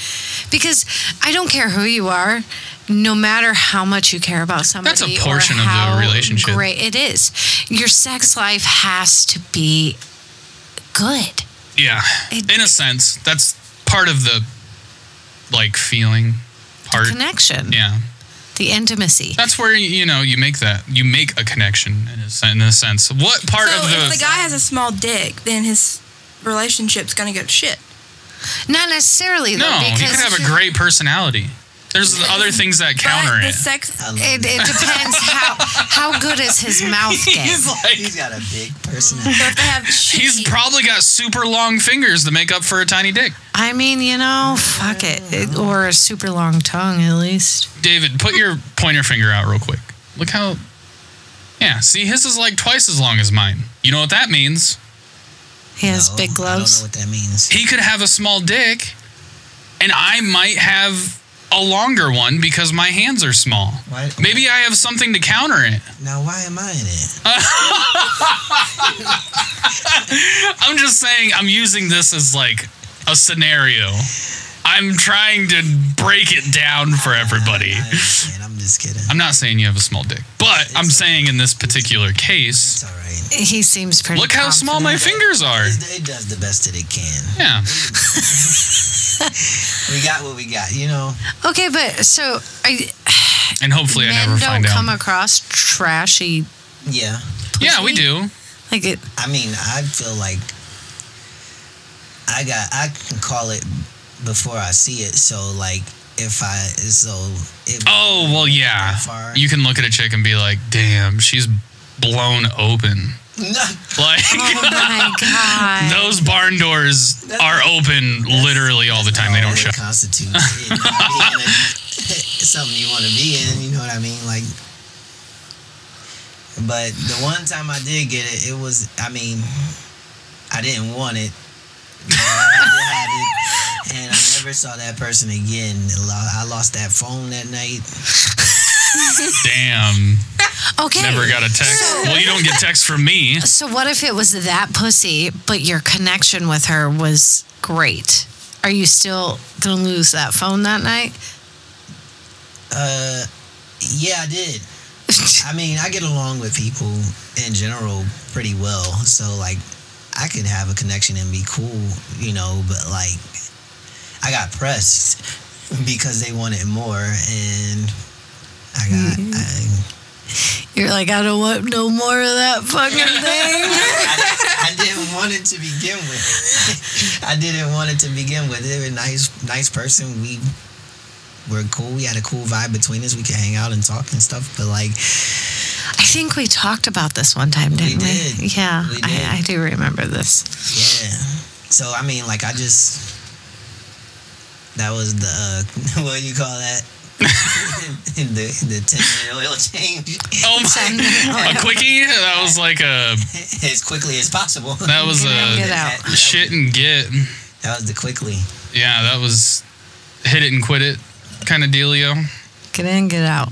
Speaker 3: because I don't care who you are, no matter how much you care about somebody,
Speaker 2: That's a
Speaker 3: or
Speaker 2: portion of the
Speaker 3: how
Speaker 2: relationship.
Speaker 3: Great, it is. Your sex life has to be good.
Speaker 2: Yeah,
Speaker 3: It-
Speaker 2: in a sense, that's part of the like feeling part.
Speaker 3: Connection,
Speaker 2: Yeah.
Speaker 3: the intimacy.
Speaker 2: That's where you know you make that you make a connection in a, sen- in a sense. What part
Speaker 4: so
Speaker 2: of
Speaker 4: if
Speaker 2: the,
Speaker 4: the guy has a small dick, then his relationship's gonna go to shit.
Speaker 3: Not necessarily though,
Speaker 2: no? You
Speaker 3: because
Speaker 2: can have a great personality. There's other things that counter
Speaker 4: But the
Speaker 2: it.
Speaker 4: sex,
Speaker 1: I love
Speaker 3: it,
Speaker 1: that.
Speaker 3: it depends how how good is
Speaker 2: *laughs*
Speaker 3: his mouth game.
Speaker 2: He's like
Speaker 1: He's got a big personality.
Speaker 4: but if they have shitty,
Speaker 2: *laughs* he's probably got super long fingers to make up for a tiny dick.
Speaker 3: I mean, you know, fuck it. It- Or a super long tongue, at least.
Speaker 2: David, put your pointer finger out real quick. Look how. Yeah, see, his is like twice as long as mine. You know what that means?
Speaker 3: He has
Speaker 1: No,
Speaker 3: big gloves.
Speaker 1: I don't know what that means.
Speaker 2: He could have a small dick, and I might have a longer one because my hands are small.
Speaker 1: Why-
Speaker 2: Maybe I have something to counter it.
Speaker 1: Now, why am I in it?
Speaker 2: I'm just saying I'm using this as like a scenario. I'm trying to break it down
Speaker 1: *laughs*
Speaker 2: for everybody.
Speaker 1: I understand. I'm just kidding.
Speaker 2: I'm not saying you have a small dick, but I'm saying in this particular case,
Speaker 1: It's all right.
Speaker 3: He seems pretty.
Speaker 2: look how small my fingers are.
Speaker 1: It, it does the best that it can.
Speaker 2: Yeah.
Speaker 1: We got what we got, you know.
Speaker 3: small. Okay, but so I,
Speaker 2: And hopefully I
Speaker 3: men
Speaker 2: never
Speaker 3: don't
Speaker 2: find
Speaker 3: come
Speaker 2: out.
Speaker 3: across trashy.
Speaker 1: Yeah.
Speaker 2: Yeah, we do.
Speaker 3: Like it,
Speaker 1: I mean, I feel like I got I can call it before I see it. So like if I so if
Speaker 2: Oh, well, yeah. You can look at a chick and be like, damn, she's blown open. *laughs*
Speaker 1: *laughs*
Speaker 2: Like *laughs*
Speaker 3: Oh my god.
Speaker 2: those barn doors are open literally all the time. They don't
Speaker 1: What
Speaker 2: shut.
Speaker 1: constitutes it not being a- *laughs* something you want to be in. You know what I mean? Like, but the one time I did get it, it was. I mean, I didn't want it. but I did have it, And I never saw that person again. Lo- I lost that phone that night.
Speaker 2: Damn.
Speaker 3: Okay.
Speaker 2: Never got a
Speaker 3: *laughs*
Speaker 2: text. Well, you don't get texts from me.
Speaker 3: So what if it was that pussy, but your connection with her was great? Are you still gonna lose that phone that night?
Speaker 1: Uh, yeah, I did. I mean, I get along with people in general pretty well. So like, I could have a connection and be cool, you know. But like, I got pressed because they wanted more, and I got. I,
Speaker 3: You're like, I don't want no more of that fucking
Speaker 2: *laughs*
Speaker 3: thing.
Speaker 1: I, I didn't want it to begin with. *laughs* I didn't want it to begin with. They were a nice, nice person. We were cool. We had a cool vibe between us. We could hang out and talk and stuff. But like,
Speaker 3: I think we talked about this one time, didn't we?
Speaker 1: did.
Speaker 3: Yeah,
Speaker 1: We did.
Speaker 3: I, I do remember this.
Speaker 1: Yeah. So I mean, like I just that was the uh, *laughs* what do you call
Speaker 2: *laughs*
Speaker 1: that? the the ten minute oil change *laughs*
Speaker 2: Oh my! *laughs* A quickie? That was like a.
Speaker 1: as quickly as possible.
Speaker 2: That was
Speaker 3: Get
Speaker 2: a.
Speaker 3: out.
Speaker 2: Shit and get.
Speaker 1: *laughs* That was the quickly.
Speaker 2: Yeah, that was. Hit it and quit it, kind of dealio.
Speaker 3: Get in, get out.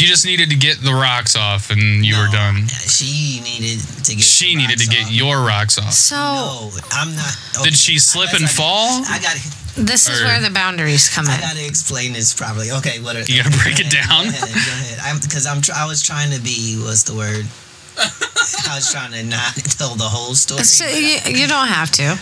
Speaker 2: You just needed to get the rocks off, and you were
Speaker 1: No,
Speaker 2: done.
Speaker 1: She needed to get.
Speaker 2: She
Speaker 1: the
Speaker 2: needed to
Speaker 1: rocks
Speaker 2: get
Speaker 1: off.
Speaker 2: your rocks off.
Speaker 3: So
Speaker 1: No, I'm not. okay.
Speaker 2: Did she slip and
Speaker 1: Unless I-
Speaker 2: fall?
Speaker 1: I got.
Speaker 3: this is
Speaker 2: Or-
Speaker 3: where the boundaries come
Speaker 1: I
Speaker 3: in.
Speaker 1: gotta explain this properly. Okay, what? Are,
Speaker 2: You gotta break it
Speaker 1: Go ahead,
Speaker 2: down.
Speaker 1: Go ahead, go ahead. I'm because I'm. Tr- I was trying to be. What's the
Speaker 2: *laughs*
Speaker 1: word? I was trying to not *laughs* tell the whole story.
Speaker 3: So
Speaker 1: but
Speaker 3: you, you don't have to.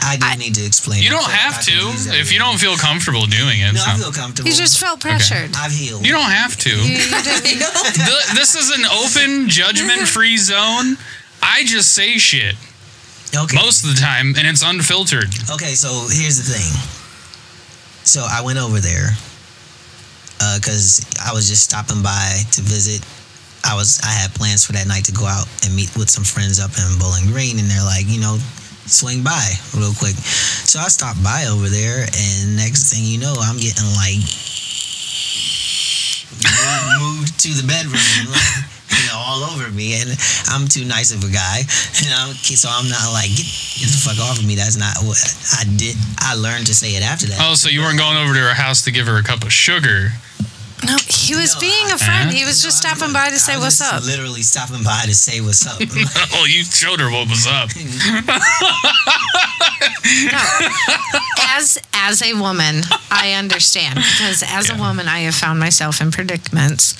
Speaker 1: I do need to explain.
Speaker 2: You
Speaker 1: it.
Speaker 2: don't
Speaker 1: I
Speaker 2: have to
Speaker 1: confuse
Speaker 2: if you
Speaker 1: everyone.
Speaker 2: don't feel comfortable doing it.
Speaker 1: No,
Speaker 2: it's
Speaker 1: I
Speaker 2: not-
Speaker 1: feel comfortable.
Speaker 3: You just felt pressured.
Speaker 1: I've healed.
Speaker 2: You don't have
Speaker 1: *laughs*
Speaker 2: to.
Speaker 3: You, you didn't.
Speaker 2: Th- this is an open, judgment-free zone. I just say shit
Speaker 1: okay.
Speaker 2: most of the time, and it's unfiltered.
Speaker 1: Okay, so here's the thing. So I went over there because I was just stopping by to visit. I was I had plans for that night to go out and meet with some friends up in Bowling Green, and they're like, you know, swing by real quick. So I stopped by over there, and next thing you know, I'm getting like *laughs* moved- moved to the bedroom. *laughs* like, You know, all over me, and I'm too nice of a guy, *laughs* and I'm so I'm not like get, get the fuck off of me. That's not what I did. I learned to say it after that.
Speaker 2: Oh, so you weren't going over to her house to give her a cup of sugar? *laughs*
Speaker 3: No, he was
Speaker 1: No,
Speaker 3: being
Speaker 1: I-
Speaker 3: a friend.
Speaker 2: Huh?
Speaker 3: He was just
Speaker 1: No, I'm
Speaker 3: stopping
Speaker 1: good.
Speaker 3: by to say
Speaker 1: I was
Speaker 3: what's
Speaker 1: just
Speaker 3: up.
Speaker 1: Literally stopping by to say what's up. *laughs*
Speaker 2: Oh, you showed her what was up.
Speaker 3: as as a woman, I understand because as a woman, I have found myself in predicaments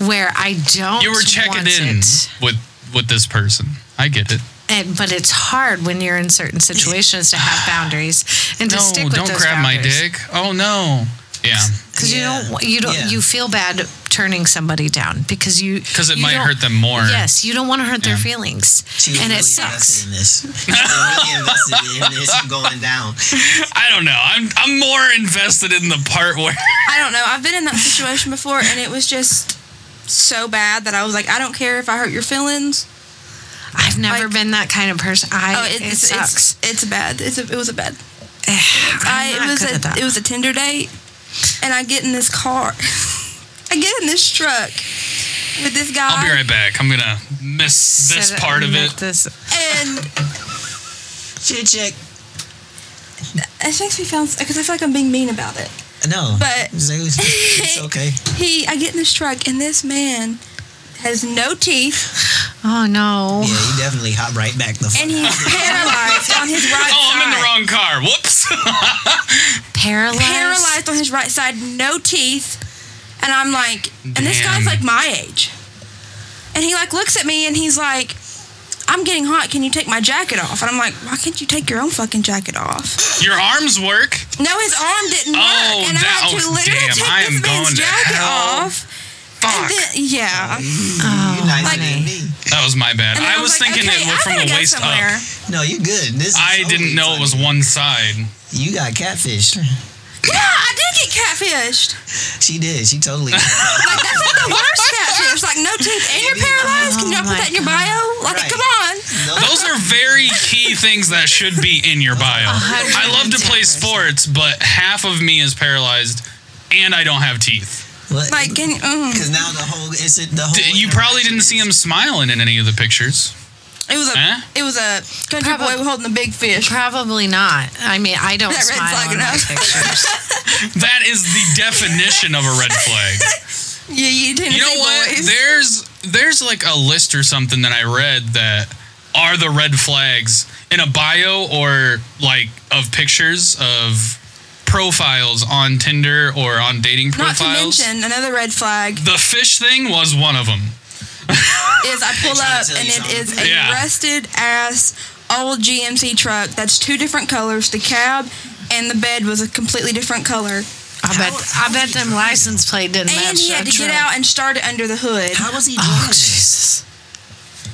Speaker 3: where I don't.
Speaker 2: You were checking
Speaker 3: want
Speaker 2: in
Speaker 3: it.
Speaker 2: with with this person. I get it.
Speaker 3: and, but it's hard when you're in certain situations to have boundaries and to
Speaker 2: No,
Speaker 3: stick with
Speaker 2: don't
Speaker 3: those
Speaker 2: grab my
Speaker 3: boundaries.
Speaker 2: dick. Oh no. Yeah,
Speaker 3: because you
Speaker 1: Yeah.
Speaker 3: don't wa- you don't
Speaker 1: Yeah.
Speaker 3: you feel bad turning somebody down because you
Speaker 2: because it
Speaker 3: you
Speaker 2: might
Speaker 3: don't-
Speaker 2: hurt them more.
Speaker 3: Yes, you don't want to hurt their
Speaker 2: Yeah.
Speaker 3: feelings,
Speaker 1: She was
Speaker 3: and
Speaker 1: really
Speaker 3: it sucks.
Speaker 1: invested in this. She was really invested in this going down.
Speaker 2: I don't know. I'm I'm more invested in the part where *laughs*
Speaker 4: I don't know. I've been in that situation before, and it was just so bad that I was like, I don't care if I hurt your feelings.
Speaker 3: I've never
Speaker 4: Like-
Speaker 3: been that kind of person. I
Speaker 4: Oh,
Speaker 3: it,
Speaker 4: it, it's,
Speaker 3: sucks. Eh,
Speaker 4: It's, it's bad. It's a, it was a bad.
Speaker 3: I'm
Speaker 4: I,
Speaker 3: not
Speaker 4: it was
Speaker 3: good at
Speaker 4: a
Speaker 3: that.
Speaker 4: it was a Tinder date, and I get in this car. *laughs* I get in this truck with this guy,
Speaker 2: I'll be
Speaker 3: Um,
Speaker 2: right back. I'm gonna miss this
Speaker 3: Said-
Speaker 2: part of
Speaker 3: met
Speaker 2: it.
Speaker 3: This
Speaker 4: and
Speaker 1: Shit, chick.
Speaker 4: it makes me sound because I feel like I'm being mean about it.
Speaker 1: No,
Speaker 4: But-
Speaker 1: it's, it's okay.
Speaker 4: *laughs* He, I get in this truck, and this man has no teeth,
Speaker 3: Oh no.
Speaker 1: Yeah,
Speaker 3: *sighs*
Speaker 1: you definitely hop right back the fuck.
Speaker 4: and he's paralyzed on his right
Speaker 2: Oh, I'm
Speaker 4: side.
Speaker 2: in the wrong car. Whoops. *laughs*
Speaker 3: Paralyzed.
Speaker 4: paralyzed on his right side, no teeth. And I'm like, and this
Speaker 2: Damn.
Speaker 4: guy's like my age. And he like looks at me and he's like, I'm getting hot. Can you take my jacket off? And I'm like, why can't you take your own fucking jacket off?
Speaker 2: Your arms work.
Speaker 4: No, his arm didn't work.
Speaker 2: Oh,
Speaker 4: and I
Speaker 2: that-
Speaker 4: had to
Speaker 2: oh,
Speaker 4: literally
Speaker 2: damn,
Speaker 4: take
Speaker 2: I am
Speaker 4: this man's
Speaker 2: going to
Speaker 4: jacket
Speaker 2: hell.
Speaker 4: off.
Speaker 2: Fuck.
Speaker 4: And then, yeah.
Speaker 3: Oh,
Speaker 1: you nicer than
Speaker 4: like-
Speaker 1: me.
Speaker 2: That was my bad.
Speaker 4: And then
Speaker 2: I was
Speaker 4: like,
Speaker 2: thinking it
Speaker 4: okay, I
Speaker 2: was from
Speaker 4: gotta
Speaker 2: the
Speaker 4: go
Speaker 2: waist
Speaker 4: somewhere.
Speaker 2: up.
Speaker 1: No, you good. This is totally
Speaker 2: I didn't know it was
Speaker 1: funny.
Speaker 2: one side.
Speaker 1: You got catfished.
Speaker 4: No, I did get catfished.
Speaker 1: She did. She totally.
Speaker 4: Like that's like the
Speaker 1: *laughs*
Speaker 4: worst catfish. Like no teeth and you're paralyzed. Can you not
Speaker 3: Oh
Speaker 4: put that in your bio? Like
Speaker 1: Right.
Speaker 4: come on.
Speaker 2: *laughs* Those are very key things that should be in your bio. I love to play
Speaker 3: 110%.
Speaker 2: sports, but half of me is paralyzed and I don't have teeth.
Speaker 1: What?
Speaker 4: Like can you, mm.
Speaker 1: Because now the whole it's the whole.
Speaker 2: D- You probably didn't see
Speaker 1: him.
Speaker 2: him smiling in any of the pictures.
Speaker 4: it was a
Speaker 2: Huh?
Speaker 4: it was a country boy
Speaker 3: Probably-
Speaker 4: holding a big fish.
Speaker 3: Probably not. I mean, I don't
Speaker 4: That red
Speaker 3: smile
Speaker 4: flag
Speaker 3: in my
Speaker 4: *laughs* enough.
Speaker 3: pictures.
Speaker 2: That is the definition of a red
Speaker 4: *laughs*
Speaker 2: flag.
Speaker 4: Yeah, you didn't
Speaker 2: You know
Speaker 4: see
Speaker 2: what?
Speaker 4: boys.
Speaker 2: There's there's like a list or something that I read that are the red flags in a bio or like of pictures of profiles on Tinder or on dating
Speaker 4: Not
Speaker 2: profiles.
Speaker 4: to mention another red flag
Speaker 2: the fish thing was one of them.
Speaker 4: is I pull
Speaker 1: Trying
Speaker 4: up
Speaker 1: to tell
Speaker 4: and
Speaker 1: you
Speaker 4: it is
Speaker 1: something.
Speaker 4: a
Speaker 2: Yeah.
Speaker 4: rusted ass old GMC truck that's two different colors. The cab and the bed was a completely different color.
Speaker 3: I bet. I bet them license plate didn't match.
Speaker 4: And he had
Speaker 3: that
Speaker 4: to get
Speaker 3: truck.
Speaker 4: out and start it under the hood.
Speaker 1: How was he doing
Speaker 3: Oh
Speaker 1: this?
Speaker 3: Jesus!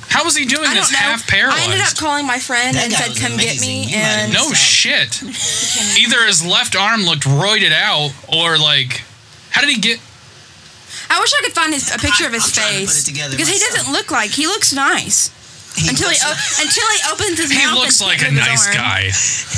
Speaker 2: How was he doing
Speaker 4: I
Speaker 2: this
Speaker 4: don't know.
Speaker 2: half paralyzed?
Speaker 4: I ended up calling my friend
Speaker 1: That
Speaker 4: and
Speaker 1: guy
Speaker 4: said,
Speaker 1: was
Speaker 4: "Come get
Speaker 1: amazing.
Speaker 4: me."
Speaker 1: You might have
Speaker 4: And
Speaker 2: no
Speaker 1: Sad.
Speaker 4: *laughs*
Speaker 2: shit. Either his left arm looked roided out or like how did he get
Speaker 4: I wish I could find his, a picture of his
Speaker 1: I'm trying to put
Speaker 4: face
Speaker 1: it together
Speaker 4: because he
Speaker 1: myself.
Speaker 4: doesn't look like he looks nice until he
Speaker 1: looks
Speaker 4: o- until he opens his
Speaker 2: he
Speaker 4: mouth.
Speaker 2: looks
Speaker 4: and
Speaker 2: like a
Speaker 4: picks his
Speaker 2: nice
Speaker 4: arm.
Speaker 2: guy.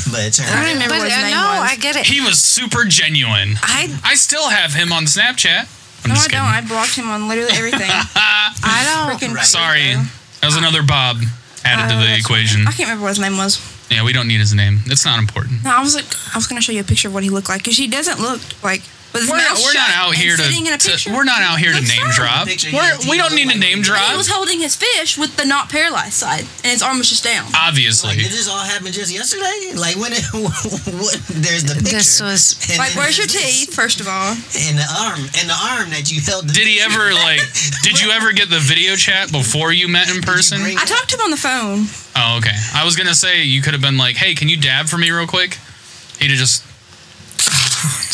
Speaker 1: But it turned
Speaker 4: I
Speaker 1: out
Speaker 4: don't remember
Speaker 3: But,
Speaker 4: what his
Speaker 3: uh,
Speaker 4: name
Speaker 3: no,
Speaker 4: was.
Speaker 3: I get it.
Speaker 2: He was super genuine.
Speaker 3: I
Speaker 2: I still have him on Snapchat. I'm
Speaker 4: No, I
Speaker 2: just kidding.
Speaker 4: don't. I blocked him on literally
Speaker 1: *laughs*
Speaker 4: everything.
Speaker 3: I don't.
Speaker 4: Freaking
Speaker 1: Oh, Right.
Speaker 2: Sorry.
Speaker 4: weirdo.
Speaker 2: That was another Bob added
Speaker 4: Uh,
Speaker 2: to the
Speaker 4: that's
Speaker 2: equation.
Speaker 4: I can't remember what his name was.
Speaker 2: Yeah, we don't need his name. It's not important.
Speaker 4: No, I was like, I was gonna show you a picture of what he looked like because he doesn't look like with his
Speaker 2: We're,
Speaker 4: mouth
Speaker 2: we're
Speaker 4: shut
Speaker 2: not out
Speaker 4: and
Speaker 2: here to,
Speaker 4: sitting in a
Speaker 2: to-
Speaker 4: picture.
Speaker 2: we're not out here to
Speaker 4: That's
Speaker 2: name
Speaker 4: fine.
Speaker 2: drop.
Speaker 1: Picture
Speaker 2: We're,
Speaker 1: you
Speaker 2: we don't need to
Speaker 1: like
Speaker 2: name
Speaker 1: when you-
Speaker 4: He
Speaker 2: drop.
Speaker 4: was holding his fish with the not paralyzed side, and his arm was just down.
Speaker 2: Uh,
Speaker 1: Like,
Speaker 2: Obviously,
Speaker 1: did this all happen just yesterday? Like when? It, *laughs* what, there's the picture.
Speaker 3: This was.
Speaker 1: and
Speaker 4: like,
Speaker 1: then
Speaker 4: where's your
Speaker 1: there's this,
Speaker 4: teeth? First of all,
Speaker 1: And the arm, and the arm that you held. The
Speaker 2: did he
Speaker 1: picture.
Speaker 2: ever like? Did you ever get the video chat before you met in person?
Speaker 1: bring-
Speaker 4: I talked to him on the phone.
Speaker 2: Oh, okay. I was gonna say you could have been like, "Hey, can you dab for me real quick?" He'd have just.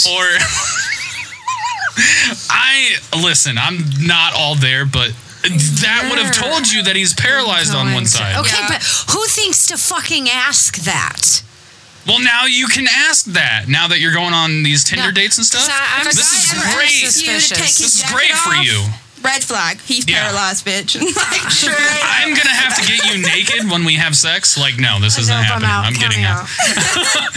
Speaker 2: or. *laughs* I listen. I'm not all there, but that would have told you that he's paralyzed on one side.
Speaker 3: Okay,
Speaker 4: Yeah.
Speaker 3: but who thinks to fucking ask that?
Speaker 2: Well, now you can ask that. Now that you're going on these Tinder
Speaker 3: No.
Speaker 2: dates and stuff,
Speaker 3: So I- I'm
Speaker 2: this
Speaker 3: just-
Speaker 2: is
Speaker 3: I'm just
Speaker 2: great.
Speaker 3: sus-
Speaker 4: You to take
Speaker 3: Suspicious.
Speaker 4: his
Speaker 2: This is
Speaker 4: jacket
Speaker 2: great for
Speaker 4: off,
Speaker 2: you.
Speaker 4: Red flag. He's
Speaker 2: Yeah.
Speaker 4: paralyzed, bitch. *laughs* like, sure.
Speaker 2: I'm gonna have to get you naked when we have sex. Like, no, this isn't
Speaker 3: Nope,
Speaker 2: happening. I'm,
Speaker 3: Count
Speaker 2: getting
Speaker 3: me
Speaker 2: out.
Speaker 3: *laughs*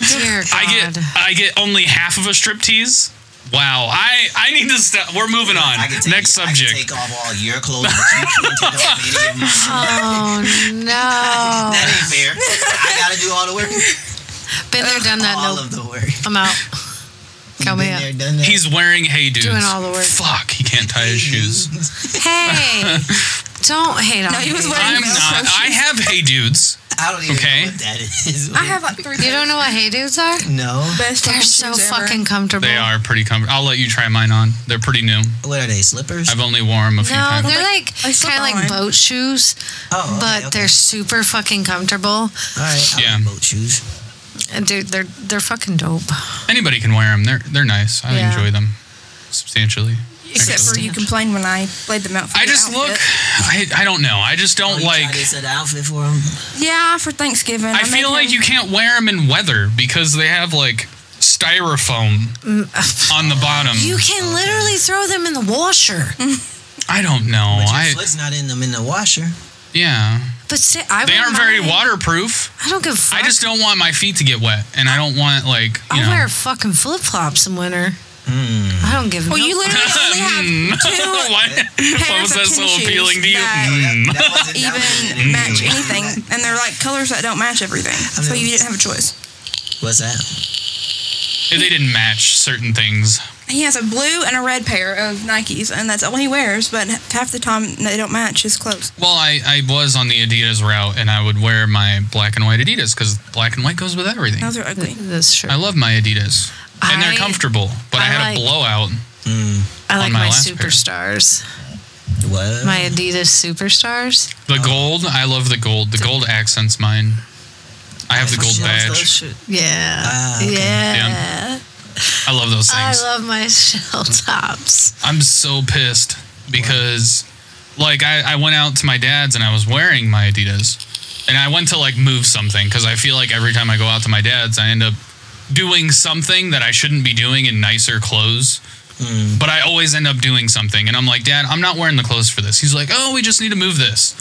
Speaker 3: Dear God.
Speaker 2: I get I get only half of a striptease. Wow. I I need to stop. We're moving on.
Speaker 1: I could take,
Speaker 2: Next
Speaker 1: I could
Speaker 2: subject.
Speaker 1: take off all your clothes, but you can't take off any of mine.
Speaker 3: *laughs*
Speaker 1: *laughs*
Speaker 3: oh no.
Speaker 1: That ain't fair. I gotta do all the work.
Speaker 3: Been there, done that.
Speaker 1: all
Speaker 3: Nope.
Speaker 1: of the work.
Speaker 3: I'm out. Count me
Speaker 1: Been
Speaker 3: out.
Speaker 1: there, done that.
Speaker 2: He's wearing hey dudes.
Speaker 3: Doing all the work.
Speaker 2: Fuck. He can't tie his shoes.
Speaker 3: Hey,
Speaker 2: *laughs*
Speaker 3: don't hate on
Speaker 4: No, he
Speaker 3: me.
Speaker 4: was wearing
Speaker 2: I'm
Speaker 4: Velcro
Speaker 2: not.
Speaker 4: shoes.
Speaker 2: I have hey dudes.
Speaker 1: I don't even
Speaker 2: Okay.
Speaker 1: know what that is.
Speaker 4: I have like three.
Speaker 3: You don't know what hey dudes are?
Speaker 1: *laughs* No.
Speaker 4: Best
Speaker 3: They're
Speaker 4: fucking
Speaker 3: so
Speaker 4: shoes ever.
Speaker 3: fucking comfortable.
Speaker 2: They are pretty comfortable. I'll let you try mine on. They're pretty new.
Speaker 1: What are they? Slippers?
Speaker 2: I've only worn them a few
Speaker 3: No,
Speaker 2: times.
Speaker 3: they're like
Speaker 4: I slip
Speaker 3: kind of
Speaker 4: on.
Speaker 3: like boat shoes,
Speaker 1: oh, okay,
Speaker 3: but
Speaker 1: okay.
Speaker 3: they're super fucking comfortable.
Speaker 1: all right. I'll
Speaker 2: Yeah.
Speaker 1: wear boat shoes.
Speaker 3: And dude, they're they're fucking dope.
Speaker 2: Anybody can wear them. They're they're nice. I
Speaker 3: Yeah.
Speaker 2: enjoy them substantially.
Speaker 4: Except for you
Speaker 3: Understand.
Speaker 4: complained when I played them out. For
Speaker 2: I
Speaker 4: your
Speaker 2: just look.
Speaker 4: outfit.
Speaker 2: I, I don't know. I just
Speaker 1: Oh,
Speaker 2: don't
Speaker 1: you tried
Speaker 2: like.
Speaker 1: this at the outfit for him.
Speaker 4: Yeah, for Thanksgiving.
Speaker 2: I
Speaker 4: made
Speaker 2: feel like
Speaker 4: him-
Speaker 2: you can't wear them in weather because they have like styrofoam
Speaker 3: *laughs*
Speaker 2: on the bottom.
Speaker 3: Mm. You can literally throw them in the washer.
Speaker 2: I don't know.
Speaker 1: But your
Speaker 2: I
Speaker 1: foot's not in them in the washer.
Speaker 2: yeah.
Speaker 3: But say, I
Speaker 2: They
Speaker 3: wear
Speaker 2: aren't very
Speaker 3: mine.
Speaker 2: waterproof.
Speaker 3: I don't give a fuck.
Speaker 2: I just don't want my feet to get wet, and I don't want like you know.
Speaker 3: I'll
Speaker 2: *laughs* Hmm.
Speaker 3: wear fucking flip flops in winter. I don't give.
Speaker 4: Well,
Speaker 3: no *laughs*
Speaker 4: you literally only have two
Speaker 2: Mm. *laughs* Why, why
Speaker 4: pairs
Speaker 2: was
Speaker 4: of
Speaker 2: that
Speaker 4: tennis
Speaker 2: so
Speaker 4: shoes
Speaker 2: appealing to you?
Speaker 4: that-
Speaker 2: Mm.
Speaker 1: That wasn't- that Hmm. wasn't
Speaker 4: even
Speaker 1: an
Speaker 4: match
Speaker 1: interview.
Speaker 4: anything, and they're like colors that don't match everything. So you didn't have a choice.
Speaker 1: What's that?
Speaker 2: *laughs* They didn't match certain things.
Speaker 4: He has a blue and a red pair of Nikes, and that's all he wears. But half the time they don't match his clothes.
Speaker 2: Well, I, I was on the Adidas route, and I would wear my black and white Adidas because black and white goes with everything.
Speaker 4: Those are ugly.
Speaker 3: That's true.
Speaker 2: I love my Adidas, and
Speaker 3: I-
Speaker 2: they're comfortable. But I,
Speaker 3: I
Speaker 2: had
Speaker 3: like-
Speaker 2: a blowout.
Speaker 3: I like
Speaker 2: my
Speaker 3: my,
Speaker 2: last pair.
Speaker 3: superstars.
Speaker 1: What?
Speaker 3: My Adidas superstars.
Speaker 2: The gold, I love the gold. The gold accents mine. I have the gold badge.
Speaker 3: Yeah.
Speaker 1: Ah, okay.
Speaker 3: Yeah.
Speaker 2: I love those
Speaker 3: I
Speaker 2: things.
Speaker 3: love my *laughs* shell tops.
Speaker 2: I'm so pissed because, like, I, I went out to my dad's and I was wearing my Adidas, and I went to like move something because I feel like every time I go out to my dad's, I end up doing something that I shouldn't be doing in nicer clothes. But I always end up doing something. And I'm like, Dad, I'm not wearing the clothes for this. He's like, Oh, we just need to move this.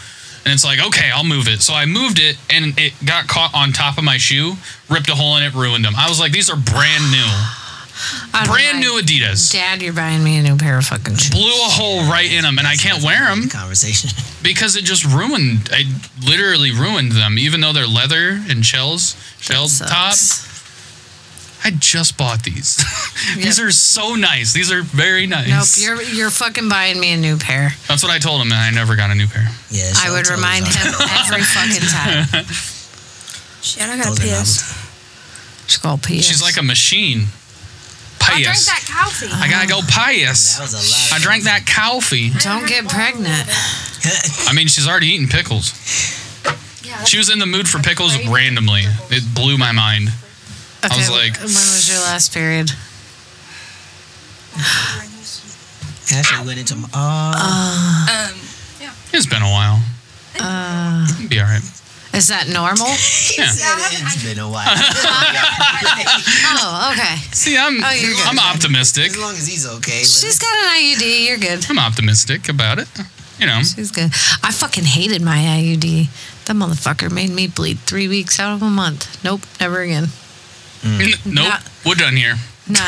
Speaker 2: And it's like, Okay, I'll move it. So I moved it and it got caught on top of my shoe, ripped a hole in it, ruined them. I was like, These are brand new,
Speaker 3: I'd be
Speaker 2: brand
Speaker 3: like,
Speaker 2: new Adidas.
Speaker 3: Dad, you're buying me a new pair of fucking shoes.
Speaker 2: Blew a hole right in them and I can't wear them
Speaker 1: Conversation. *laughs*
Speaker 2: because it just ruined I literally ruined them even though they're leather and shells shelled top
Speaker 3: Sucks.
Speaker 2: I just bought these *laughs* these
Speaker 3: Yep.
Speaker 2: are so nice these are very
Speaker 3: Nope,
Speaker 2: nice
Speaker 3: you're you're fucking buying me a new pair.
Speaker 2: that's what I told him and I never got a new pair
Speaker 1: Yeah.
Speaker 3: I would remind him every
Speaker 2: *laughs*
Speaker 3: fucking time.
Speaker 4: Shit, I got
Speaker 1: Those are
Speaker 4: pissed.
Speaker 1: novelty.
Speaker 3: She's called PS.
Speaker 2: she's like a machine pious I,
Speaker 4: coffee.
Speaker 2: gotta go pious
Speaker 1: That was a lot.
Speaker 2: I drank that coffee
Speaker 3: Don't get pregnant.
Speaker 2: I mean she's already eating pickles she was in the mood for pickles randomly it blew my mind
Speaker 3: Okay,
Speaker 2: was like-
Speaker 3: when was your last period?
Speaker 1: Ashley went into my. Oh,
Speaker 4: Um,
Speaker 2: it's been a while
Speaker 3: Uh,
Speaker 2: It'll be alright
Speaker 3: Is that normal?
Speaker 2: *laughs* yeah
Speaker 1: it's been a
Speaker 2: *laughs*
Speaker 1: while.
Speaker 3: oh, okay.
Speaker 2: See, I'm
Speaker 3: Oh, you're good.
Speaker 2: I'm optimistic.
Speaker 1: as long as he's okay. with
Speaker 3: She's got an IUD. You're good.
Speaker 2: I'm optimistic about it. You know,
Speaker 1: Hmm.
Speaker 3: She's good. I fucking hated my IUD. That motherfucker made me bleed three weeks out of a month. Nope, never again.
Speaker 2: nope,
Speaker 3: Not-
Speaker 2: we're done here.
Speaker 3: Not,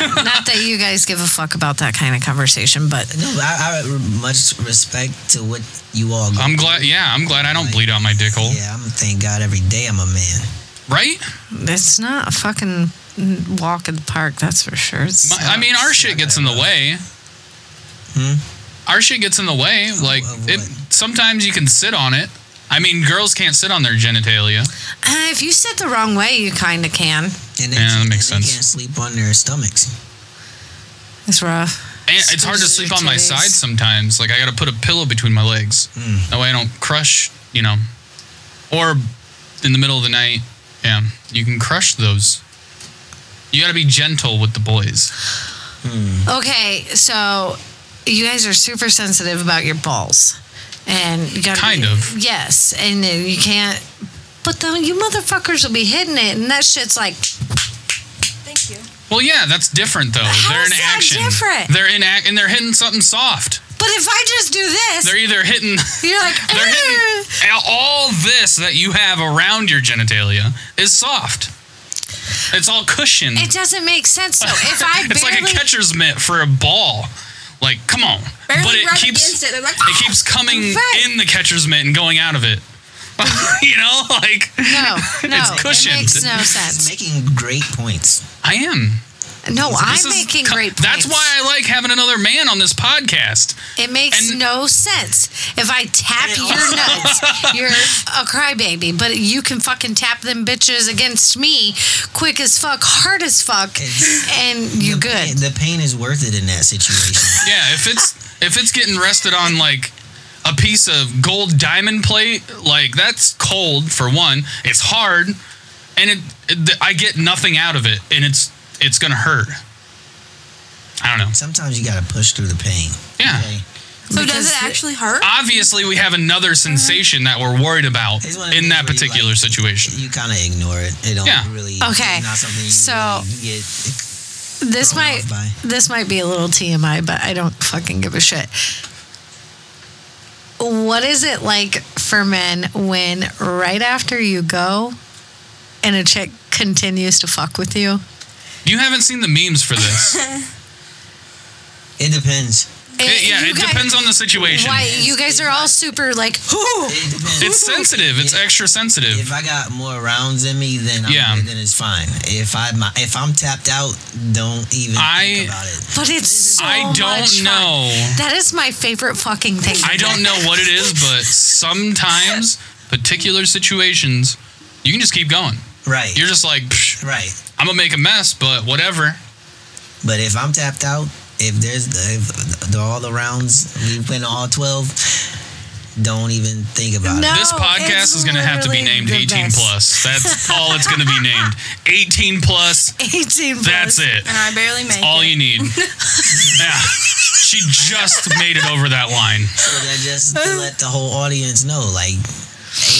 Speaker 2: *laughs*
Speaker 3: not that you guys give a fuck about that kind of conversation, but
Speaker 1: it. No, but I, I re- much respect to what you all. go
Speaker 2: I'm glad. Yeah, I'm glad I don't bleed out my dick hole.
Speaker 1: Yeah, I'm thank God every day I'm a man.
Speaker 2: Right?
Speaker 3: it's not a fucking walk in the park. That's for sure. It's,
Speaker 2: My, I mean, our shit gets in the way. Our shit gets in the way. Like
Speaker 1: Hmm? of
Speaker 2: it.
Speaker 1: what?
Speaker 2: Sometimes you can sit on it. I mean, girls can't sit on their genitalia.
Speaker 3: Uh, if you sit the wrong way, you kind of can.
Speaker 1: And they,
Speaker 2: Yeah, that
Speaker 1: and
Speaker 2: makes
Speaker 1: they
Speaker 2: sense.
Speaker 1: can't sleep on their stomachs.
Speaker 3: It's rough.
Speaker 2: And it's hard to
Speaker 3: Squeeze
Speaker 2: sleep
Speaker 3: your
Speaker 2: on my
Speaker 3: titties.
Speaker 2: side sometimes. Like I got to put a pillow between my legs. That way I don't crush. You know, or in the middle of the night. Yeah, you can crush those. You got to be gentle with the boys.
Speaker 3: Okay, so you guys are super sensitive about your balls, and you gotta
Speaker 2: Kind
Speaker 3: be-
Speaker 2: of.
Speaker 3: yes, and then you can't. But then you motherfuckers will be hitting it, and that shit's like
Speaker 4: thank you.
Speaker 2: Well, yeah, that's different though.
Speaker 3: How
Speaker 2: they're
Speaker 3: is
Speaker 2: in
Speaker 3: that
Speaker 2: action.
Speaker 3: different?
Speaker 2: They're in act, and they're hitting something soft.
Speaker 3: But if I just do this,
Speaker 2: They're either hitting, *laughs*
Speaker 3: you're like, "Mm."
Speaker 2: they're
Speaker 3: "Ugh."
Speaker 2: hitting all this that you have around your genitalia is soft. It's all cushioned.
Speaker 3: it doesn't make sense. So if I
Speaker 2: *laughs* it's
Speaker 3: barely,
Speaker 2: like a catcher's mitt for a ball. Like, come on,
Speaker 4: Barely
Speaker 2: but it
Speaker 4: rub
Speaker 2: keeps
Speaker 4: against it. They're like,
Speaker 2: it keeps coming
Speaker 3: Right.
Speaker 2: in the catcher's mitt and going out of it. *laughs* you know, like
Speaker 3: no, no,
Speaker 2: *laughs* It's cushioned.
Speaker 3: it makes no
Speaker 1: It's
Speaker 3: sense.
Speaker 1: making great points.
Speaker 2: I am.
Speaker 3: No,
Speaker 2: This
Speaker 3: I'm
Speaker 2: is
Speaker 3: making
Speaker 2: co-
Speaker 3: great points.
Speaker 2: That's why I like having another man on this podcast.
Speaker 3: It makes
Speaker 2: And-
Speaker 3: no sense. If I tap
Speaker 1: And it
Speaker 3: your
Speaker 2: *laughs*
Speaker 3: nuts, you're a crybaby, but you can fucking tap them bitches against me quick as fuck, hard as fuck,
Speaker 1: It's-
Speaker 3: and you're
Speaker 1: the
Speaker 3: good.
Speaker 1: Pain, the pain is worth it in that situation.
Speaker 2: Yeah, if it's *laughs* if it's getting rested on like a piece of gold diamond plate, like that's cold for one. It's hard, and it, it- I get nothing out of it, and it's it's gonna hurt. I don't know.
Speaker 1: Sometimes you gotta push through the pain.
Speaker 2: Yeah.
Speaker 1: Okay?
Speaker 4: So does
Speaker 3: Because
Speaker 4: it
Speaker 3: the-
Speaker 4: actually hurt?
Speaker 2: Obviously, we have another sensation that we're worried about
Speaker 1: It's one of the
Speaker 2: in
Speaker 1: things
Speaker 2: that
Speaker 1: where you,
Speaker 2: particular
Speaker 1: like,
Speaker 2: situation.
Speaker 1: You kind of ignore it. It don't
Speaker 2: Yeah.
Speaker 1: really.
Speaker 3: Okay.
Speaker 1: It's not something you
Speaker 3: So-
Speaker 1: really get.
Speaker 3: This
Speaker 1: thrown
Speaker 3: might
Speaker 1: off by.
Speaker 3: this might be a little TMI, but I don't fucking give a shit. What is it like for men when right after you go and a chick continues to fuck with you?
Speaker 2: You haven't seen the memes for
Speaker 3: *laughs*
Speaker 2: this.
Speaker 1: It depends.
Speaker 2: It- yeah,
Speaker 3: you
Speaker 2: it
Speaker 3: guys-
Speaker 2: depends on the situation.
Speaker 3: Why you guys are all super like
Speaker 1: It depends.
Speaker 3: *laughs*
Speaker 2: It's sensitive. It's extra sensitive.
Speaker 1: if I got more rounds in me, then I'm
Speaker 2: Yeah.
Speaker 1: good, then it's fine. If I my, if I'm tapped out, don't even
Speaker 2: I-
Speaker 1: think about it.
Speaker 3: But it's so
Speaker 2: I don't
Speaker 3: much fun.
Speaker 2: know.
Speaker 3: That is my favorite fucking thing.
Speaker 2: I don't know what it is, but sometimes particular situations, you can just keep going.
Speaker 1: Right.
Speaker 2: You're just like, Psh,
Speaker 1: right.
Speaker 2: I'm gonna make a mess, but whatever.
Speaker 1: But if I'm tapped out, if there's the, if the, all the rounds we went all twelve, don't even think about
Speaker 3: No.
Speaker 1: it.
Speaker 2: this
Speaker 3: Oh,
Speaker 2: podcast
Speaker 3: it's
Speaker 2: is gonna have to be named
Speaker 3: literally the
Speaker 2: 18
Speaker 3: best.
Speaker 2: plus.
Speaker 3: *laughs*
Speaker 2: That's all it's gonna be named. 18 plus.
Speaker 3: 18 plus.
Speaker 2: That's it.
Speaker 4: And I barely made
Speaker 2: All
Speaker 4: it.
Speaker 2: you
Speaker 3: *laughs*
Speaker 2: need. Yeah. She just made it over that line.
Speaker 1: So that just to let the whole audience know, like,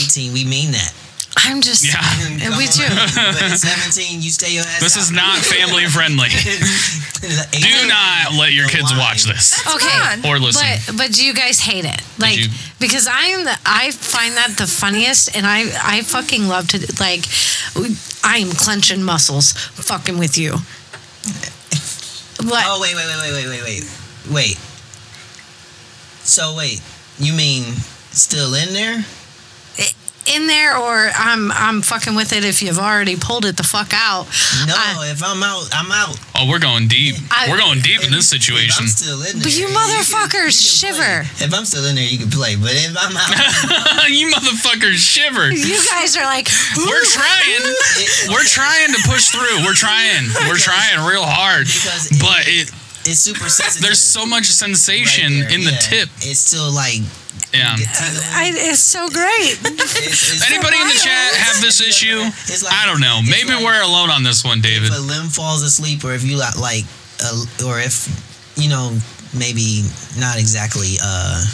Speaker 1: eighteen, we mean that.
Speaker 3: I'm just,
Speaker 2: Yeah.
Speaker 1: *laughs*
Speaker 3: and we do.
Speaker 1: Come on, *laughs* But at 17, you stay your ass
Speaker 2: This
Speaker 1: out.
Speaker 2: is
Speaker 1: *laughs*
Speaker 2: not family friendly. Do not let your kids watch this.
Speaker 3: Okay,
Speaker 2: Or listen.
Speaker 3: But but do you guys hate it? Like
Speaker 2: you-
Speaker 3: because I am the I find that the funniest, and I I fucking love to like I am clenching muscles fucking with you. What?
Speaker 1: Oh wait, wait, wait, wait, wait, wait, wait, wait. So wait, you mean still in there?
Speaker 3: in there or I'm I'm fucking with it if you've already pulled it the fuck out.
Speaker 1: No,
Speaker 3: I-
Speaker 1: if I'm out, I'm out.
Speaker 2: Oh, we're going deep.
Speaker 3: I-
Speaker 2: we're going deep in this
Speaker 1: If
Speaker 2: situation.
Speaker 1: I'm still in there.
Speaker 3: But you
Speaker 1: can-
Speaker 3: motherfuckers
Speaker 1: can play. If I'm still in there, you can play. But if I'm out,
Speaker 2: *laughs* you motherfuckers shiver.
Speaker 3: you guys are like
Speaker 2: We're trying.
Speaker 1: it-
Speaker 2: We're trying to push through. We're trying. We're trying real hard.
Speaker 1: Because it-
Speaker 2: But it,
Speaker 1: it's super sensitive.
Speaker 2: there's so much
Speaker 1: right
Speaker 2: sensation
Speaker 1: there.
Speaker 2: in the
Speaker 1: Yeah.
Speaker 2: tip.
Speaker 1: It's still like.
Speaker 2: Yeah.
Speaker 3: I, it's so great.
Speaker 1: It's, it's
Speaker 2: Anybody in the chat have this issue?
Speaker 1: It's like-
Speaker 2: I don't know.
Speaker 1: it's
Speaker 2: Maybe
Speaker 1: like-
Speaker 2: we're alone on this one, David.
Speaker 1: if a limb falls asleep or if you like like uh, or if you know maybe not exactly uh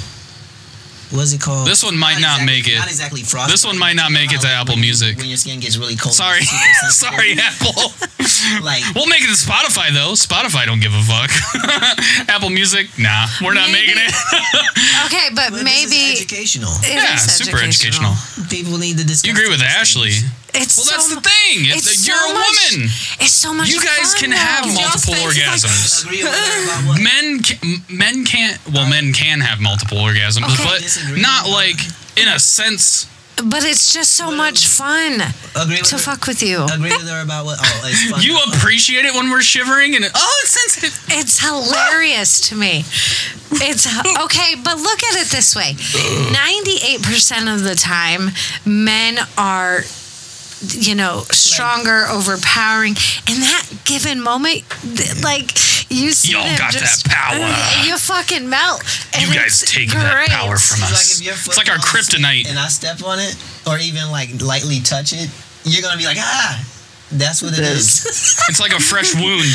Speaker 1: what's it called
Speaker 2: This one might not
Speaker 1: exactly-
Speaker 2: make it.
Speaker 1: not exactly frost
Speaker 2: This one might not make it to Apple Music.
Speaker 1: when your skin gets really cold
Speaker 2: Sorry.
Speaker 1: it's
Speaker 2: *laughs*
Speaker 1: super sensitive.
Speaker 2: Sorry, Apple.
Speaker 1: like
Speaker 2: We'll make it to Spotify though. Spotify don't give a fuck. *laughs* Apple Music, nah, we're not
Speaker 3: Maybe-
Speaker 2: making it.
Speaker 3: *laughs* Okay,
Speaker 1: but
Speaker 3: but,
Speaker 1: this is
Speaker 3: maybe
Speaker 1: educational
Speaker 2: *laughs*
Speaker 3: it
Speaker 2: yeah,
Speaker 3: is
Speaker 2: super educational.
Speaker 1: people need to discuss
Speaker 2: You agree with
Speaker 1: these
Speaker 2: Ashley?
Speaker 1: things.
Speaker 3: It's
Speaker 2: Well,
Speaker 3: so
Speaker 2: that's the
Speaker 3: mu-
Speaker 2: thing. It's that you're
Speaker 3: so
Speaker 2: a
Speaker 3: much-
Speaker 2: woman.
Speaker 3: It's so much.
Speaker 2: You guys
Speaker 3: fun,
Speaker 2: can have
Speaker 3: though.
Speaker 2: multiple orgasms.
Speaker 1: agree with her about
Speaker 3: *laughs*
Speaker 1: what
Speaker 2: Men, can, men can't. Well, men can have multiple orgasms,
Speaker 3: Okay.
Speaker 2: but
Speaker 1: Disagree.
Speaker 2: not like in a sense.
Speaker 3: But it's just so much fun
Speaker 1: agree with
Speaker 3: to
Speaker 1: her,
Speaker 3: fuck with you.
Speaker 1: agree with her about what oh
Speaker 2: *laughs*
Speaker 1: it's fun
Speaker 2: You appreciate it when we're shivering, and it- oh, it's sensitive.
Speaker 3: It's hilarious to me. It's okay, but look at it this way 98% of the time, men are, you know, stronger, overpowering. In that given moment, th- like, you see
Speaker 2: Y'all
Speaker 3: them
Speaker 2: got that
Speaker 3: just-
Speaker 2: power.
Speaker 3: *laughs* You fucking melt.
Speaker 2: You
Speaker 3: and
Speaker 2: guys
Speaker 3: it's
Speaker 2: take that
Speaker 3: great.
Speaker 2: power from
Speaker 1: It's
Speaker 2: us.
Speaker 1: like if your foot
Speaker 2: it's like our
Speaker 1: falls asleep
Speaker 2: kryptonite.
Speaker 1: And I step on it, or even like lightly touch it, you're gonna be like, ah, that's what it is. *laughs*
Speaker 2: It's like a fresh wound,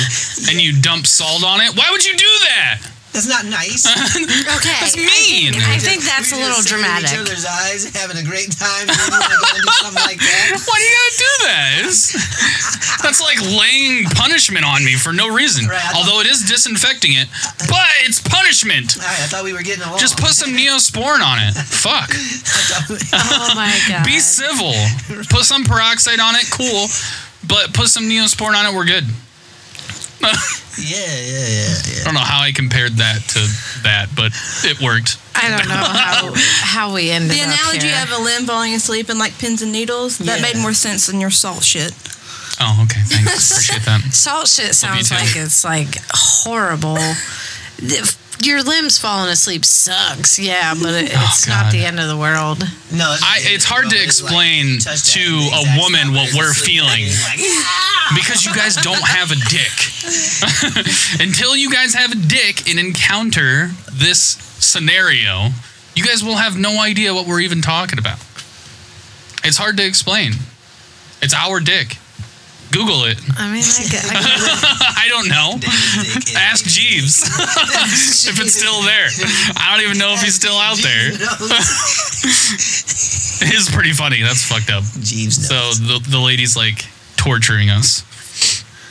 Speaker 2: and you dump salt on it. Why would you do that?
Speaker 1: that's not
Speaker 2: *laughs*
Speaker 1: nice.
Speaker 3: Okay.
Speaker 2: That's
Speaker 3: I
Speaker 2: mean.
Speaker 3: think, I think that's
Speaker 1: We just
Speaker 3: a little
Speaker 1: sitting in Each
Speaker 3: dramatic.
Speaker 1: other's eyes, having a great time, and then you wanna go and do something like that.
Speaker 2: Why do you gotta do that? It's- that's like laying punishment on me for no reason.
Speaker 1: Right, I thought-
Speaker 2: Although it is disinfecting it, but it's punishment.
Speaker 1: All right, I thought we were getting along.
Speaker 2: Just put some neosporin on it. Fuck.
Speaker 3: Oh my God.
Speaker 2: Be civil. Put some peroxide on it. Cool. But put some neosporin on it. We're good.
Speaker 1: yeah, yeah, yeah, yeah.
Speaker 2: I don't know how I compared that to that, but it worked.
Speaker 3: I don't know how, how we ended
Speaker 4: The
Speaker 3: up
Speaker 4: analogy
Speaker 3: here.
Speaker 4: of a limb falling asleep and like pins and needles, that
Speaker 1: Yeah.
Speaker 4: made more sense than your salt shit.
Speaker 2: Oh, okay. Thanks. Appreciate that.
Speaker 3: Salt shit sounds
Speaker 2: too.
Speaker 3: like it's like horrible. If Your limbs falling asleep sucks, yeah, but it, it's not
Speaker 2: Oh, God.
Speaker 3: the end of the world.
Speaker 1: No, it's,
Speaker 2: I, it's hard to explain to a woman what
Speaker 1: *laughs*
Speaker 2: we're feeling. because you guys don't have a dick. *laughs* Until you guys have a dick and encounter this scenario, you guys will have no idea what we're even talking about. It's hard to explain. It's our dick. Google it. *laughs*
Speaker 3: I mean, I, gu- I guess
Speaker 2: I don't know. Ask Jeeves *laughs* if it's still there. I don't even know if he's still
Speaker 1: *laughs*
Speaker 2: out there. *laughs* It's pretty funny. That's fucked up.
Speaker 1: Jeeves
Speaker 2: So
Speaker 1: knows.
Speaker 2: the, the lady's like torturing us.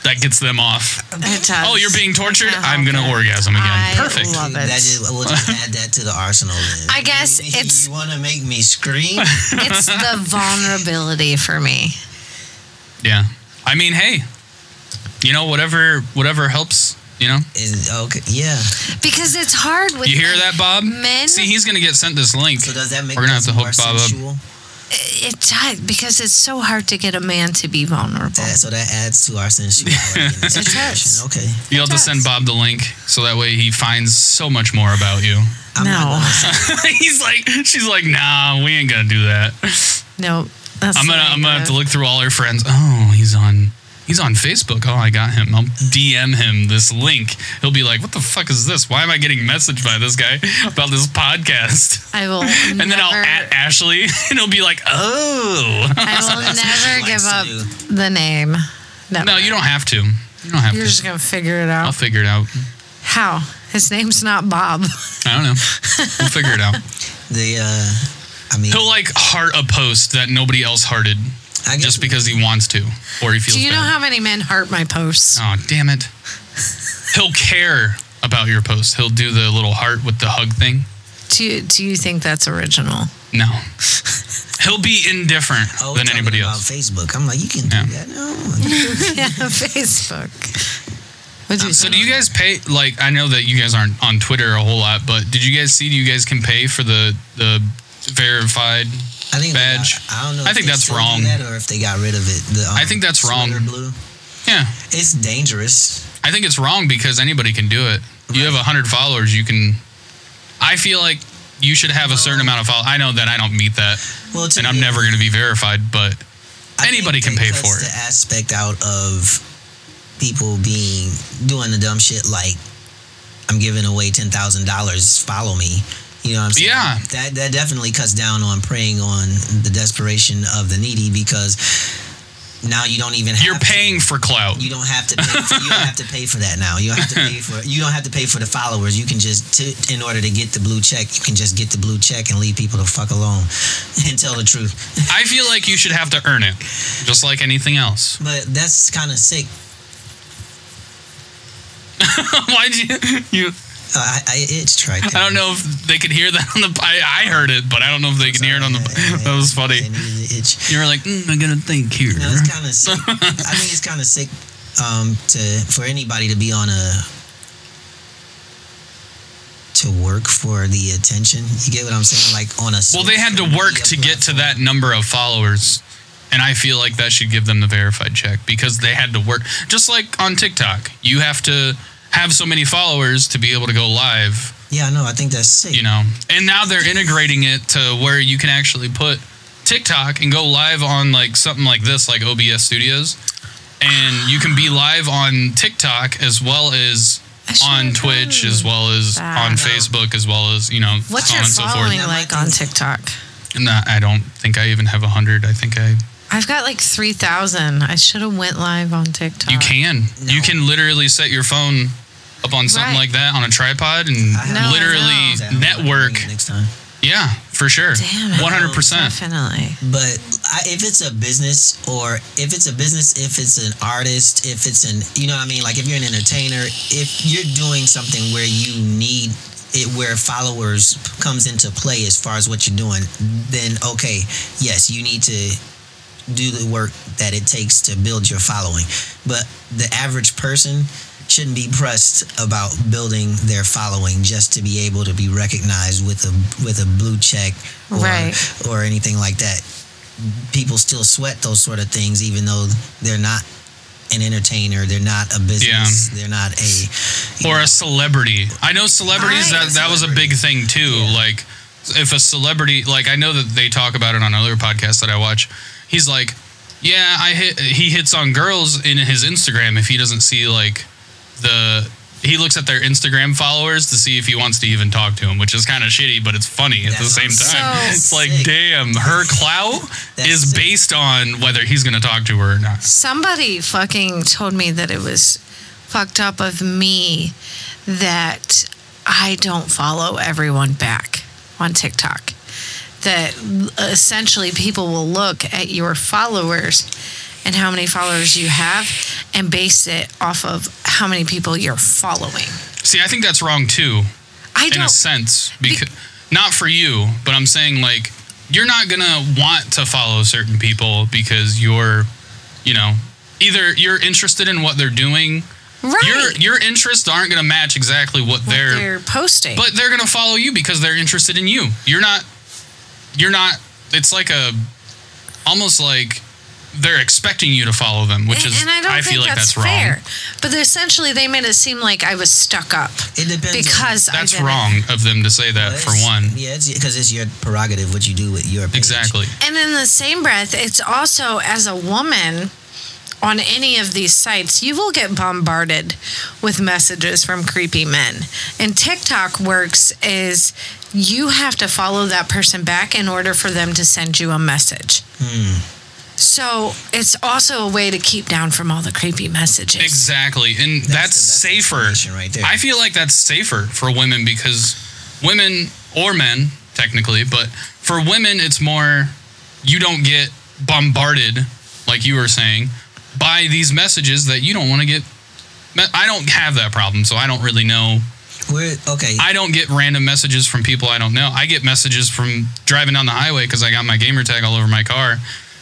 Speaker 2: That gets them off.
Speaker 3: it does.
Speaker 2: Oh, you're being tortured?
Speaker 3: can't
Speaker 2: I'm going to
Speaker 3: help it.
Speaker 2: orgasm again.
Speaker 3: Uh-huh. I
Speaker 2: Perfect.
Speaker 3: love it.
Speaker 1: That just, we'll just add that to the arsenal. Then.
Speaker 3: I guess
Speaker 1: You-
Speaker 3: it's-
Speaker 1: You want to make me scream?
Speaker 2: *laughs*
Speaker 3: It's the vulnerability for me.
Speaker 2: Yeah. I mean, hey, you know, whatever whatever helps, you know?
Speaker 1: Is okay. Yeah.
Speaker 3: Because it's hard with
Speaker 2: You hear
Speaker 3: men.
Speaker 2: that, Bob?
Speaker 3: men-
Speaker 2: See, he's going to get sent this link.
Speaker 1: So does that make
Speaker 2: We're gonna
Speaker 1: us
Speaker 2: have to
Speaker 1: more
Speaker 2: hook Bob up.
Speaker 1: sensual?
Speaker 3: It does because it's so hard to get a man to be vulnerable.
Speaker 1: That- so that adds to our sensuality. in
Speaker 3: *laughs*
Speaker 1: the
Speaker 3: does.
Speaker 1: situation. Okay.
Speaker 2: You'll have to
Speaker 3: does.
Speaker 2: send Bob the link so that way he finds so much more about you. *laughs*
Speaker 1: I'm not
Speaker 3: No.
Speaker 1: gonna say-
Speaker 2: he's like, she's like, nah, we ain't going to do that.
Speaker 3: No, that's
Speaker 2: I'm gonna
Speaker 3: not
Speaker 2: I'm gonna have
Speaker 3: good.
Speaker 2: to look through all our friends. Oh, he's on he's on Facebook. Oh, I got him. I'll DM him this link. He'll be like, "What the fuck is this? Why am I getting messaged by this guy *laughs* about this podcast?"
Speaker 3: I will.
Speaker 2: *laughs* And then I'll at Ashley, *laughs* and he'll be like, "Oh, *laughs*
Speaker 3: I will never give
Speaker 1: likes to
Speaker 3: up
Speaker 1: do.
Speaker 3: the name. No,
Speaker 2: no, you don't have to. You don't have
Speaker 3: You're
Speaker 2: to.
Speaker 3: just gonna figure it
Speaker 2: I'll
Speaker 3: out.
Speaker 2: figure it out.
Speaker 3: How? His name's not Bob. *laughs*
Speaker 2: I don't know. We'll figure it out.
Speaker 1: the. Uh, I mean,
Speaker 2: He'll like heart a post that nobody else hearted
Speaker 1: I guess
Speaker 2: just because he wants to or he feels
Speaker 3: Do you know
Speaker 2: bad.
Speaker 3: how many men heart my posts?
Speaker 2: Oh, damn it. He'll care about your post. He'll do the little heart with the hug thing.
Speaker 3: Do you, do you think
Speaker 2: *laughs*
Speaker 3: that's original?
Speaker 2: No. He'll be indifferent
Speaker 1: oh,
Speaker 2: than
Speaker 1: talking
Speaker 2: anybody
Speaker 1: about
Speaker 2: else.
Speaker 1: Facebook. I'm like, you can do
Speaker 2: Yeah.
Speaker 1: that. No,
Speaker 3: yeah, Facebook. What do you
Speaker 2: Um, So do you guys pay like I know that you guys aren't on Twitter a whole lot, but did you guys see you guys can pay for the the verified
Speaker 1: I think we got-
Speaker 2: Badge.
Speaker 1: I don't know.
Speaker 2: I
Speaker 1: if
Speaker 2: think
Speaker 1: they
Speaker 2: that's
Speaker 1: still do
Speaker 2: wrong.
Speaker 1: That or if they got rid of it. The, um,
Speaker 2: I think that's wrong.
Speaker 1: Slender Blue.
Speaker 2: Yeah.
Speaker 1: It's dangerous.
Speaker 2: I think it's wrong because anybody can do it. You have 100 followers, you can I feel like you should have a certain amount of follow. I know that I don't meet that
Speaker 1: Well, to
Speaker 2: and I'm
Speaker 1: me,
Speaker 2: never going to be verified, but
Speaker 1: I think
Speaker 2: anybody can
Speaker 1: that
Speaker 2: pay
Speaker 1: cuts
Speaker 2: for it.
Speaker 1: The aspect out of people being doing the dumb shit like I'm giving away ten thousand dollars. Follow me. You know what I'm saying?
Speaker 2: Yeah.
Speaker 1: That that definitely cuts down on preying on the desperation of the needy because now you don't even have
Speaker 2: You're
Speaker 1: to-
Speaker 2: paying for clout.
Speaker 1: You don't have to. Pay for, you don't have to pay for that now. You don't have to pay for. You don't have to pay for the followers. You can just to, in order to get the blue check. You can just get the blue check and leave people the fuck alone *laughs* and tell the truth.
Speaker 2: I feel like you should have to earn it, just like anything *laughs* else.
Speaker 1: But that's kind of sick.
Speaker 2: Why did you, you?
Speaker 1: Uh, I, I itched right
Speaker 2: I don't know if they could hear that on the. I, I heard it, but I don't know if they can hear it on the. *laughs* That was funny.
Speaker 1: I needed to itch.
Speaker 2: You were like, mm, I'm gonna think here.
Speaker 1: No, it's kind of sick. I think it's kind of sick um, to for anybody to be on a to work for the attention. You get what I'm saying? Like on a
Speaker 2: Well, they had to
Speaker 1: social
Speaker 2: work
Speaker 1: media
Speaker 2: to get to
Speaker 1: platform.
Speaker 2: that number of followers, and I feel like that should give them the verified check because they had to work. Just like on TikTok, you have to have so many followers to be able to go live.
Speaker 1: Yeah, no, I think that's sick.
Speaker 2: you know and now they're integrating it to where you can actually put tiktok and go live on like something like this like obs studios and you can be live on tiktok as well as
Speaker 3: I should
Speaker 2: on
Speaker 3: have
Speaker 2: twitch
Speaker 3: done
Speaker 2: as well as
Speaker 3: that.
Speaker 2: on facebook as well as you know
Speaker 3: What's
Speaker 2: so
Speaker 3: your
Speaker 2: on and so
Speaker 3: following
Speaker 2: forth
Speaker 1: forth.
Speaker 3: like on TikTok?
Speaker 2: and that, i don't think i even have a 100 i think i
Speaker 3: I've got like three thousand. I should have went live on TikTok.
Speaker 2: you can you
Speaker 1: No.
Speaker 2: can literally set your phone up on something
Speaker 3: Right.
Speaker 2: like that on a tripod and
Speaker 1: I have- No,
Speaker 3: I
Speaker 2: literally
Speaker 1: I'll
Speaker 2: network
Speaker 1: bring it next time.
Speaker 2: yeah for sure
Speaker 3: Damn it.
Speaker 2: 100%
Speaker 3: Definitely.
Speaker 1: But I, if it's a business, or if it's a business, if it's an artist, if it's an, you know what I mean? Like if you're an entertainer, if you're doing something where you need it, where followers comes into play as far as what you're doing, then okay, yes, you need to do the work that it takes to build your following. But the average person shouldn't be pressed about building their following just to be able to be recognized with a with a blue check or
Speaker 3: Right.
Speaker 1: or anything like that. People still sweat those sort of things even though they're not an entertainer, they're not a business, they're not a you
Speaker 2: or
Speaker 1: know,
Speaker 2: a celebrity. I know celebrities
Speaker 3: Right.
Speaker 2: that that was a big thing too. Like if a celebrity, like I know that they talk about it on other podcasts that I watch. He's like, yeah, I hit. He hits on girls in his Instagram if he doesn't see like the. He looks at their Instagram followers to see if he wants to even talk to him, which is kind of shitty, but it's funny at the
Speaker 1: That's
Speaker 2: same time.
Speaker 3: so
Speaker 2: it's like,
Speaker 1: sick.
Speaker 2: damn, her clout
Speaker 1: *laughs* That's
Speaker 2: is
Speaker 1: sick.
Speaker 2: based on whether he's going to talk to her or not.
Speaker 3: Somebody fucking told me that it was fucked up of me that I don't follow everyone back on TikTok. That essentially people will look at your followers and how many followers you have and base it off of how many people you're following.
Speaker 2: See, I think that's wrong too.
Speaker 3: I
Speaker 2: in a
Speaker 3: don't.
Speaker 2: sense because not for you but i'm saying like you're not gonna want to follow certain people because you're you know either you're interested in what they're doing your
Speaker 3: Right.
Speaker 2: your interests aren't gonna match exactly what,
Speaker 3: what
Speaker 2: they're,
Speaker 3: they're posting.
Speaker 2: but they're gonna follow you because they're interested in you you're not you're not it's like a almost like they're expecting you to follow them which
Speaker 3: and,
Speaker 2: is
Speaker 3: and I don't think
Speaker 2: feel like
Speaker 3: that's,
Speaker 2: that's, wrong
Speaker 3: fair. But essentially, they made it seem like I was stuck up
Speaker 1: it depends on,
Speaker 3: because I
Speaker 2: that's
Speaker 3: didn't.
Speaker 2: wrong of them to say that for one
Speaker 1: Yeah, it's because it's your prerogative what you do with your page.
Speaker 2: exactly
Speaker 3: And in the same breath, it's also as a woman on any of these sites, you will get bombarded with messages from creepy men. And TikTok works is you have to follow that person back in order for them to send you a message. So it's also a way to keep down from all the creepy messages.
Speaker 2: Exactly. And that's,
Speaker 1: the best
Speaker 2: safer.
Speaker 1: explanation right there.
Speaker 2: I feel like that's safer for women because women or men, technically, but for women, it's more you don't get bombarded, like you were saying, by these messages that you don't want to get. me- I don't have that problem, so I don't really know.
Speaker 1: Where okay,
Speaker 2: I don't get random messages from people I don't know. I get messages from driving down the highway because I got my gamer tag all over my car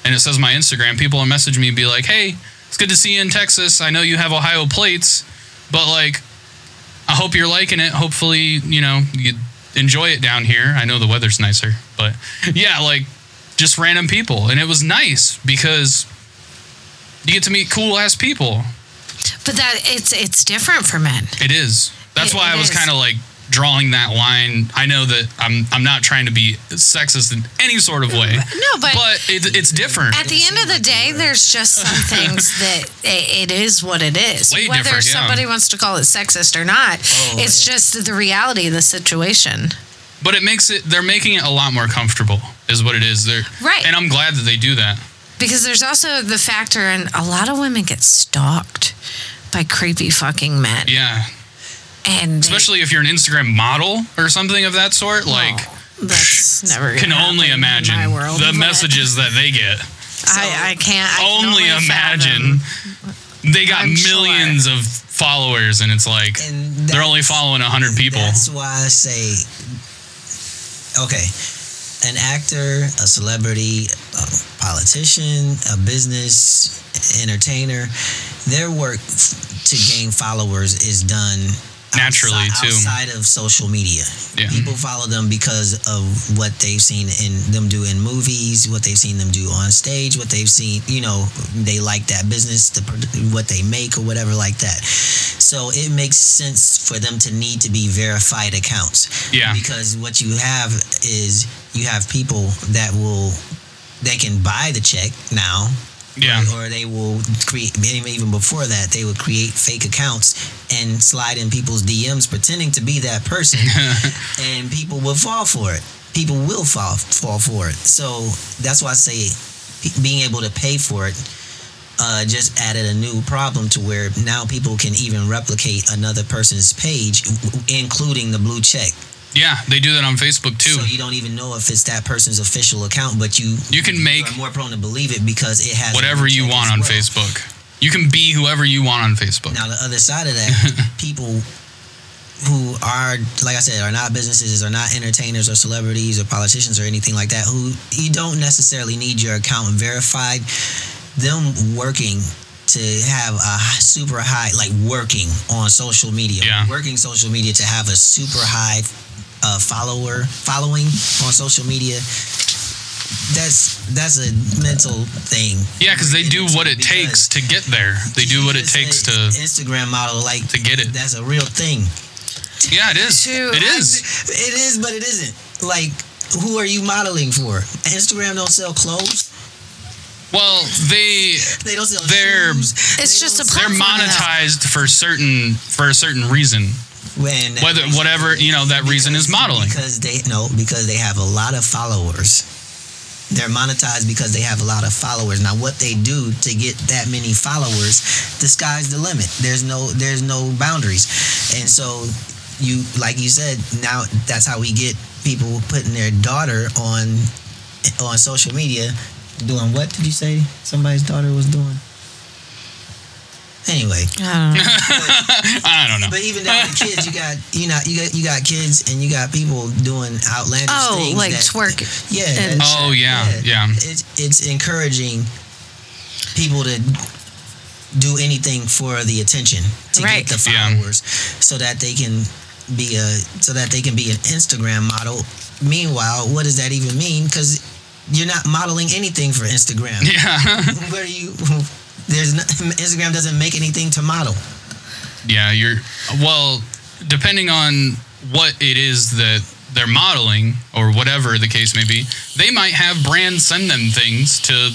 Speaker 2: and it says my Instagram. People will message me and be like, hey, it's good to see you in Texas. I know you have Ohio plates, but like, I hope you're liking it. Hopefully, you know, you enjoy it down here. I know the weather's nicer, but *laughs* yeah, like just random people. And it was nice because you get to meet cool ass people.
Speaker 3: But that it's it's different for men.
Speaker 2: It is. That's
Speaker 3: It-
Speaker 2: why
Speaker 3: it
Speaker 2: I was
Speaker 3: is.
Speaker 2: kind of like drawing that line. I know that I'm I'm not trying to be sexist in any sort of way.
Speaker 3: *laughs* No, but-
Speaker 2: but it, it's different.
Speaker 3: At the end of the day, there's
Speaker 2: *laughs*
Speaker 3: just some things that i it is what it is.
Speaker 2: Way
Speaker 3: Whether
Speaker 2: different, yeah.
Speaker 3: somebody wants to call it sexist or not,
Speaker 1: Oh,
Speaker 3: it's
Speaker 1: yeah.
Speaker 3: just the reality of the situation.
Speaker 2: but it makes it. They're making it a lot more comfortable. Is what it is. They're
Speaker 3: Right.
Speaker 2: And I'm glad that they do that.
Speaker 3: Because there's also the factor, and a lot of women get stalked by creepy fucking men.
Speaker 2: Yeah.
Speaker 3: And they-
Speaker 2: Especially if you're an Instagram model or something of that sort. Like.
Speaker 3: Oh,
Speaker 2: *laughs*
Speaker 3: that's never gonna
Speaker 2: Can only
Speaker 3: happen in
Speaker 2: imagine
Speaker 3: my world,
Speaker 2: the
Speaker 3: but
Speaker 2: messages that they get.
Speaker 3: I, I can't I can
Speaker 2: only
Speaker 3: fathom.
Speaker 2: imagine. They got
Speaker 3: I'm sure.
Speaker 2: millions of followers, and it's like
Speaker 1: And
Speaker 2: they're only
Speaker 1: that's-
Speaker 2: following hundred people.
Speaker 1: That's why I say, okay, an actor, a celebrity, a politician, a business entertainer, their work f- to gain followers is done
Speaker 2: Naturally,
Speaker 1: outside,
Speaker 2: too.
Speaker 1: outside of social media.
Speaker 2: Yeah.
Speaker 1: People follow them because of what they've seen in them do in movies, what they've seen them do on stage, what they've seen. You know, they like that business, the produ- what they make or whatever like that. So it makes sense for them to need to be verified accounts.
Speaker 2: Yeah.
Speaker 1: Because what you have is you have people that will they can buy the check now.
Speaker 2: Yeah.
Speaker 1: Or they will create even before that they would create fake accounts and slide in people's DMs pretending to be that person,
Speaker 2: *laughs*
Speaker 1: and people will fall for it. People will fall fall for it. So that's why I say pe- being able to pay for it uh, just added a new problem to where now people can even replicate another person's page, w- including the blue check.
Speaker 2: Yeah, they do that on Facebook too.
Speaker 1: So you don't even know if it's that person's official account, but you
Speaker 2: You can make
Speaker 1: are more prone to believe it because it has a
Speaker 2: whatever
Speaker 1: blue
Speaker 2: you
Speaker 1: check
Speaker 2: want
Speaker 1: as
Speaker 2: on
Speaker 1: well.
Speaker 2: Facebook. You can be whoever you want on Facebook.
Speaker 1: Now the other side of
Speaker 2: *laughs*
Speaker 1: that, people who are like I said are not businesses, are not entertainers or celebrities or politicians or anything like that, who you don't necessarily need your account verified. Them working to have a h- super high, like working on social media,
Speaker 2: Yeah.
Speaker 1: working social media to have a super high uh, follower following on social media. That's that's a mental thing.
Speaker 2: Yeah, because they do what it
Speaker 1: Because-
Speaker 2: takes to get there. They do what it
Speaker 1: just
Speaker 2: takes
Speaker 1: say
Speaker 2: to.
Speaker 1: Instagram model like
Speaker 2: to get it.
Speaker 1: That's a real thing.
Speaker 2: Yeah, it is.
Speaker 3: To-
Speaker 2: It is.
Speaker 1: It is, but it isn't. Like, who are you modeling for? Instagram don't sell clothes.
Speaker 2: Well, they
Speaker 1: They don't sell
Speaker 2: They're-
Speaker 1: shoes. They
Speaker 3: It's just
Speaker 1: don't
Speaker 3: a
Speaker 1: sell-
Speaker 2: they're
Speaker 3: Platform
Speaker 2: monetized for certain for a certain reason.
Speaker 1: when that
Speaker 2: Whether
Speaker 1: reason
Speaker 2: whatever you know that reason is
Speaker 1: because-
Speaker 2: modeling.
Speaker 1: because they no because they have a lot of followers. They're monetized because they have a lot of followers. Now, what they do to get that many followers, the sky's the limit. There's no there's no boundaries, and so you like you said now that's how we get people putting their daughter on on social media doing what did you say somebody's daughter was doing anyway
Speaker 2: *laughs*
Speaker 3: I don't know.
Speaker 2: I don't know.
Speaker 1: but even though the kids, you got you know you got you got kids and you got people doing outlandish
Speaker 3: Oh,
Speaker 1: things.
Speaker 3: like
Speaker 1: that-
Speaker 3: twerk.
Speaker 1: Yeah.
Speaker 3: and-
Speaker 1: that-
Speaker 2: Oh yeah, yeah.
Speaker 1: It's it's encouraging people to do anything for the attention to
Speaker 3: Right.
Speaker 1: get the
Speaker 2: Yeah.
Speaker 1: followers, so that they can be a so that they can be an Instagram model. Meanwhile, what does that even mean? Because you're not modeling anything for Instagram.
Speaker 2: Yeah,
Speaker 1: *laughs*
Speaker 2: *laughs*
Speaker 1: Where do you? There's no, Instagram doesn't make anything to model.
Speaker 2: yeah. You're well, depending on what it is that they're modeling or whatever the case may be, they might have brands send them things to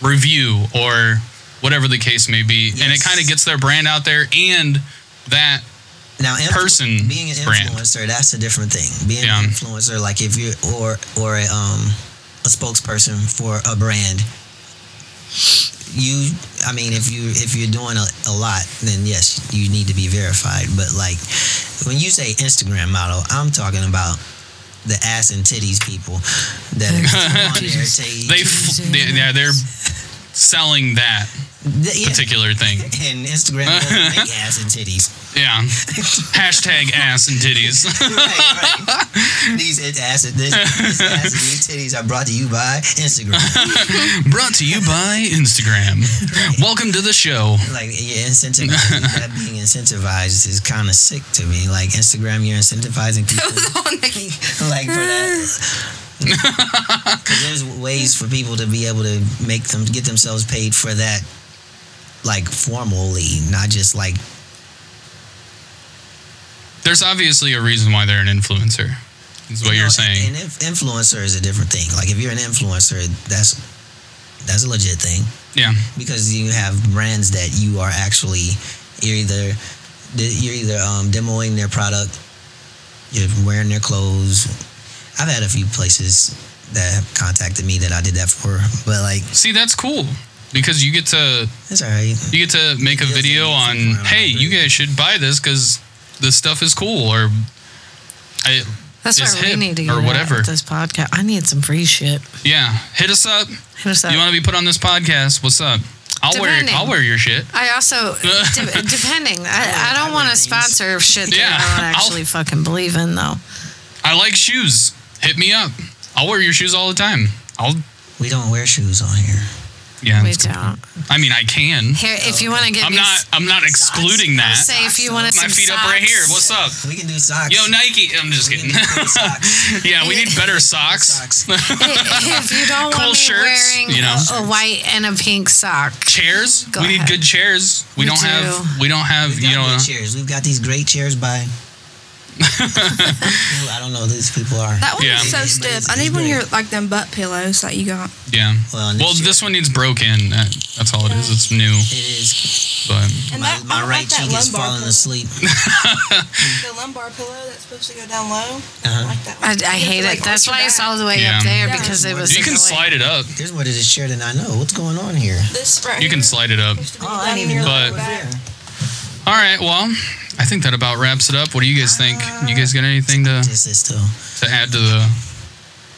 Speaker 2: review or whatever the case may be, and it
Speaker 1: Yes.
Speaker 2: kind of gets their brand out there and that
Speaker 1: Now, influ-
Speaker 2: person
Speaker 1: being an
Speaker 2: brand.
Speaker 1: influencer, that's a different thing. Being
Speaker 2: Yeah.
Speaker 1: an influencer, like if you're or or a, um, a spokesperson for a brand, you, I mean, if you if you're doing a, a lot, then yes, you need to be verified. But like when you say Instagram model, I'm talking about the ass and titties people that
Speaker 2: *laughs*
Speaker 1: are on there. Take,
Speaker 2: They, f- they yeah, they're selling that
Speaker 1: Th- yeah.
Speaker 2: particular thing.
Speaker 1: and Instagram doesn't make ass and titties.
Speaker 2: Yeah. Hashtag ass and titties.
Speaker 1: Right, *laughs* right. These it- ass and this, this ass and these titties are brought to you by Instagram.
Speaker 2: Brought to you by Instagram. Welcome to the show.
Speaker 1: Like you're
Speaker 2: *laughs*
Speaker 1: incentivizing that being incentivized is kind of sick to me. Like Instagram, you're incentivizing people *laughs* like for that. 'Cause there's ways for people to be able to make them get themselves paid for that, like formally, not just like
Speaker 2: There's obviously a reason why they're an influencer. Is what
Speaker 1: you
Speaker 2: you're
Speaker 1: know, An
Speaker 2: saying.
Speaker 1: inf- influencer is a different thing. Like if you're an influencer, that's that's a legit thing.
Speaker 2: Yeah.
Speaker 1: because you have brands that you are actually you're either you're either um, demoing their product, you're wearing their clothes. I've had a few places that have contacted me that I did that for, but like
Speaker 2: See, that's cool because you get to
Speaker 1: it's all right.
Speaker 2: you get to make a
Speaker 1: Yes,
Speaker 2: video
Speaker 1: yes,
Speaker 2: on,
Speaker 1: yes,
Speaker 2: hey,
Speaker 1: yes.
Speaker 2: you guys should buy this because this stuff is cool or I,
Speaker 3: That's
Speaker 2: It's
Speaker 3: why we
Speaker 2: hip
Speaker 3: need to
Speaker 2: or
Speaker 3: get
Speaker 2: whatever.
Speaker 3: whatever. this podcast. I need some free shit.
Speaker 2: yeah, hit us up.
Speaker 3: Hit us up.
Speaker 2: You want to be put on this podcast? What's up? I'll
Speaker 3: Depending.
Speaker 2: wear I'll wear your shit.
Speaker 3: I
Speaker 2: *laughs*
Speaker 3: also, de- depending, I, I
Speaker 1: I
Speaker 3: don't want to
Speaker 1: would think so.
Speaker 3: sponsor shit that
Speaker 2: Yeah,
Speaker 3: I
Speaker 2: I'll-
Speaker 3: don't actually fucking believe in, though.
Speaker 2: I like shoes. Hit me up. I'll wear your shoes all the time. I'll
Speaker 1: We don't wear shoes on here.
Speaker 2: yeah.
Speaker 3: We
Speaker 2: that's cool.
Speaker 3: don't.
Speaker 2: I mean, I can.
Speaker 3: Here, if you want to get
Speaker 2: I'm
Speaker 3: me,
Speaker 2: not. I'm not excluding that.
Speaker 3: say if you want to
Speaker 2: My feet up right here. What's up?
Speaker 1: We can do socks.
Speaker 2: Yo, Nike. I'm just
Speaker 1: We
Speaker 2: kidding.
Speaker 1: can do cool socks.
Speaker 2: yeah, we need
Speaker 1: *laughs*
Speaker 2: *laughs* better socks. *laughs*
Speaker 1: Socks.
Speaker 3: if you don't
Speaker 2: Cool
Speaker 3: want me
Speaker 2: shirts,
Speaker 3: wearing
Speaker 2: you know.
Speaker 3: a, a white and a pink sock,
Speaker 2: Chairs.
Speaker 3: Go
Speaker 2: we need
Speaker 3: ahead.
Speaker 2: good chairs. We,
Speaker 3: We
Speaker 2: don't have.
Speaker 3: do.
Speaker 2: We don't have.
Speaker 1: We've got
Speaker 2: you know. uh,
Speaker 1: good chairs. We've got these great chairs
Speaker 2: *laughs*
Speaker 1: by. Ooh, I don't know who these people are.
Speaker 4: That one
Speaker 2: Yeah.
Speaker 4: is so
Speaker 1: It's
Speaker 4: stiff.
Speaker 1: amazing.
Speaker 4: I need one of your
Speaker 1: It's
Speaker 4: like them butt pillows that you got.
Speaker 2: Yeah.
Speaker 1: Well,
Speaker 2: Well,
Speaker 1: next year.
Speaker 2: this one needs broken. That, that's all it is. It's new,
Speaker 1: It is.
Speaker 2: but
Speaker 1: My,
Speaker 4: And that, I
Speaker 1: my
Speaker 4: don't
Speaker 1: right
Speaker 4: like that
Speaker 1: cheek is
Speaker 4: lumbar
Speaker 1: falling
Speaker 4: pillow.
Speaker 1: asleep.
Speaker 4: The lumbar pillow that's supposed to go down low.
Speaker 1: Uh-huh.
Speaker 4: I like that.
Speaker 3: I,
Speaker 4: one.
Speaker 3: I hate it. That's why it's all the way
Speaker 2: Yeah.
Speaker 3: up there
Speaker 4: Yeah.
Speaker 3: because it was.
Speaker 2: you can
Speaker 3: annoying.
Speaker 2: slide it up.
Speaker 1: There's more to this chair than I know. What's going on here?
Speaker 4: This right
Speaker 2: You can
Speaker 4: here
Speaker 2: slide it up.
Speaker 4: used to be
Speaker 1: Oh, I
Speaker 4: down
Speaker 1: didn't
Speaker 4: in
Speaker 1: even
Speaker 4: your
Speaker 1: know
Speaker 2: But-
Speaker 1: it
Speaker 4: lower
Speaker 1: was
Speaker 4: back.
Speaker 1: there.
Speaker 2: All right. Well, I think that about wraps it up. What do you guys think? You guys got anything to
Speaker 1: This is still.
Speaker 2: to add to the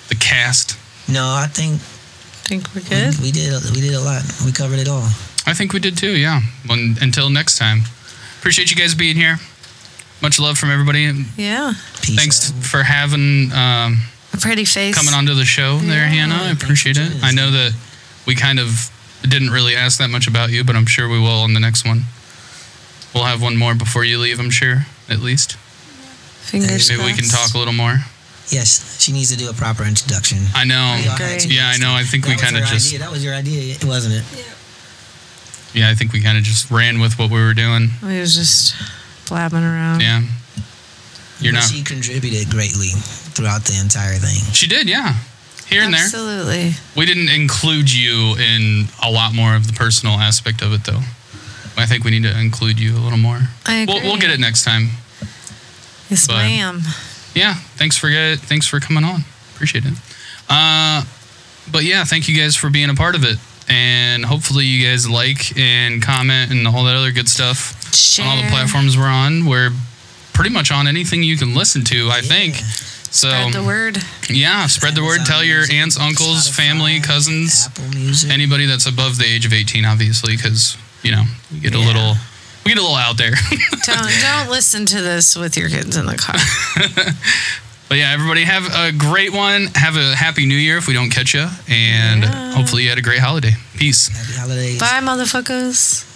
Speaker 2: the cast?
Speaker 1: No, I think
Speaker 3: Think we're good.
Speaker 1: we, we did we did a lot. We covered it all.
Speaker 2: I think we did too. Yeah. Well, until next time. Appreciate you guys being here. Much love from everybody.
Speaker 3: Yeah,
Speaker 1: Peace
Speaker 2: Thanks
Speaker 1: out.
Speaker 2: for having um,
Speaker 3: a pretty face.
Speaker 2: coming onto the show there, Hannah. I
Speaker 1: thanks for
Speaker 2: appreciate it.
Speaker 1: joining us.
Speaker 2: I know that we kind of didn't really ask that much about you, but I'm sure we will on the next one. We'll have one more before you leave, I'm sure, at least.
Speaker 3: Fingers
Speaker 2: Maybe we can
Speaker 3: crossed.
Speaker 2: talk a little more.
Speaker 1: Yes, she needs to do a proper introduction. We
Speaker 2: I
Speaker 1: all
Speaker 2: know.
Speaker 1: had
Speaker 3: Great.
Speaker 1: two
Speaker 2: Yeah, I
Speaker 1: minutes.
Speaker 2: know. I think
Speaker 1: That
Speaker 2: we
Speaker 1: was
Speaker 2: kind of
Speaker 1: her
Speaker 2: just
Speaker 1: idea. That was your idea, wasn't it?
Speaker 4: Yeah.
Speaker 2: yeah, I think we kind of just ran with what we were doing.
Speaker 3: We was just blabbing around.
Speaker 2: Yeah. You're
Speaker 1: But
Speaker 2: not.
Speaker 1: She contributed greatly throughout the entire thing.
Speaker 2: She did, yeah. Here and there.
Speaker 3: Absolutely.
Speaker 2: We didn't include you in a lot more of the personal aspect of it, though. I think we need to include you a little more.
Speaker 3: I agree.
Speaker 2: We'll, we'll get it next time.
Speaker 3: Yes,
Speaker 2: but-
Speaker 3: ma'am.
Speaker 2: Yeah, thanks for get, thanks for coming on. Appreciate it. Uh, but yeah, thank you guys for being a part of it, and hopefully you guys like and comment and all that other good stuff
Speaker 3: Share.
Speaker 2: on all the platforms we're on. We're pretty much on anything you can listen to, I think. So
Speaker 3: Spread the word.
Speaker 2: yeah, spread the word.
Speaker 1: Amazon
Speaker 2: Tell your
Speaker 1: Music,
Speaker 2: aunts, uncles,
Speaker 1: Spotify,
Speaker 2: family, cousins.
Speaker 1: Apple Music.
Speaker 2: anybody that's above the age of 18 obviously because you know we get a
Speaker 3: Yeah.
Speaker 2: little we get a little out there *laughs*
Speaker 3: Don't don't listen to this with your kids in the
Speaker 2: *laughs*
Speaker 3: car.
Speaker 2: but yeah everybody have a great one have a happy new year if we don't catch you and hopefully you had a great holiday peace
Speaker 1: Happy holidays.
Speaker 3: Bye, motherfuckers.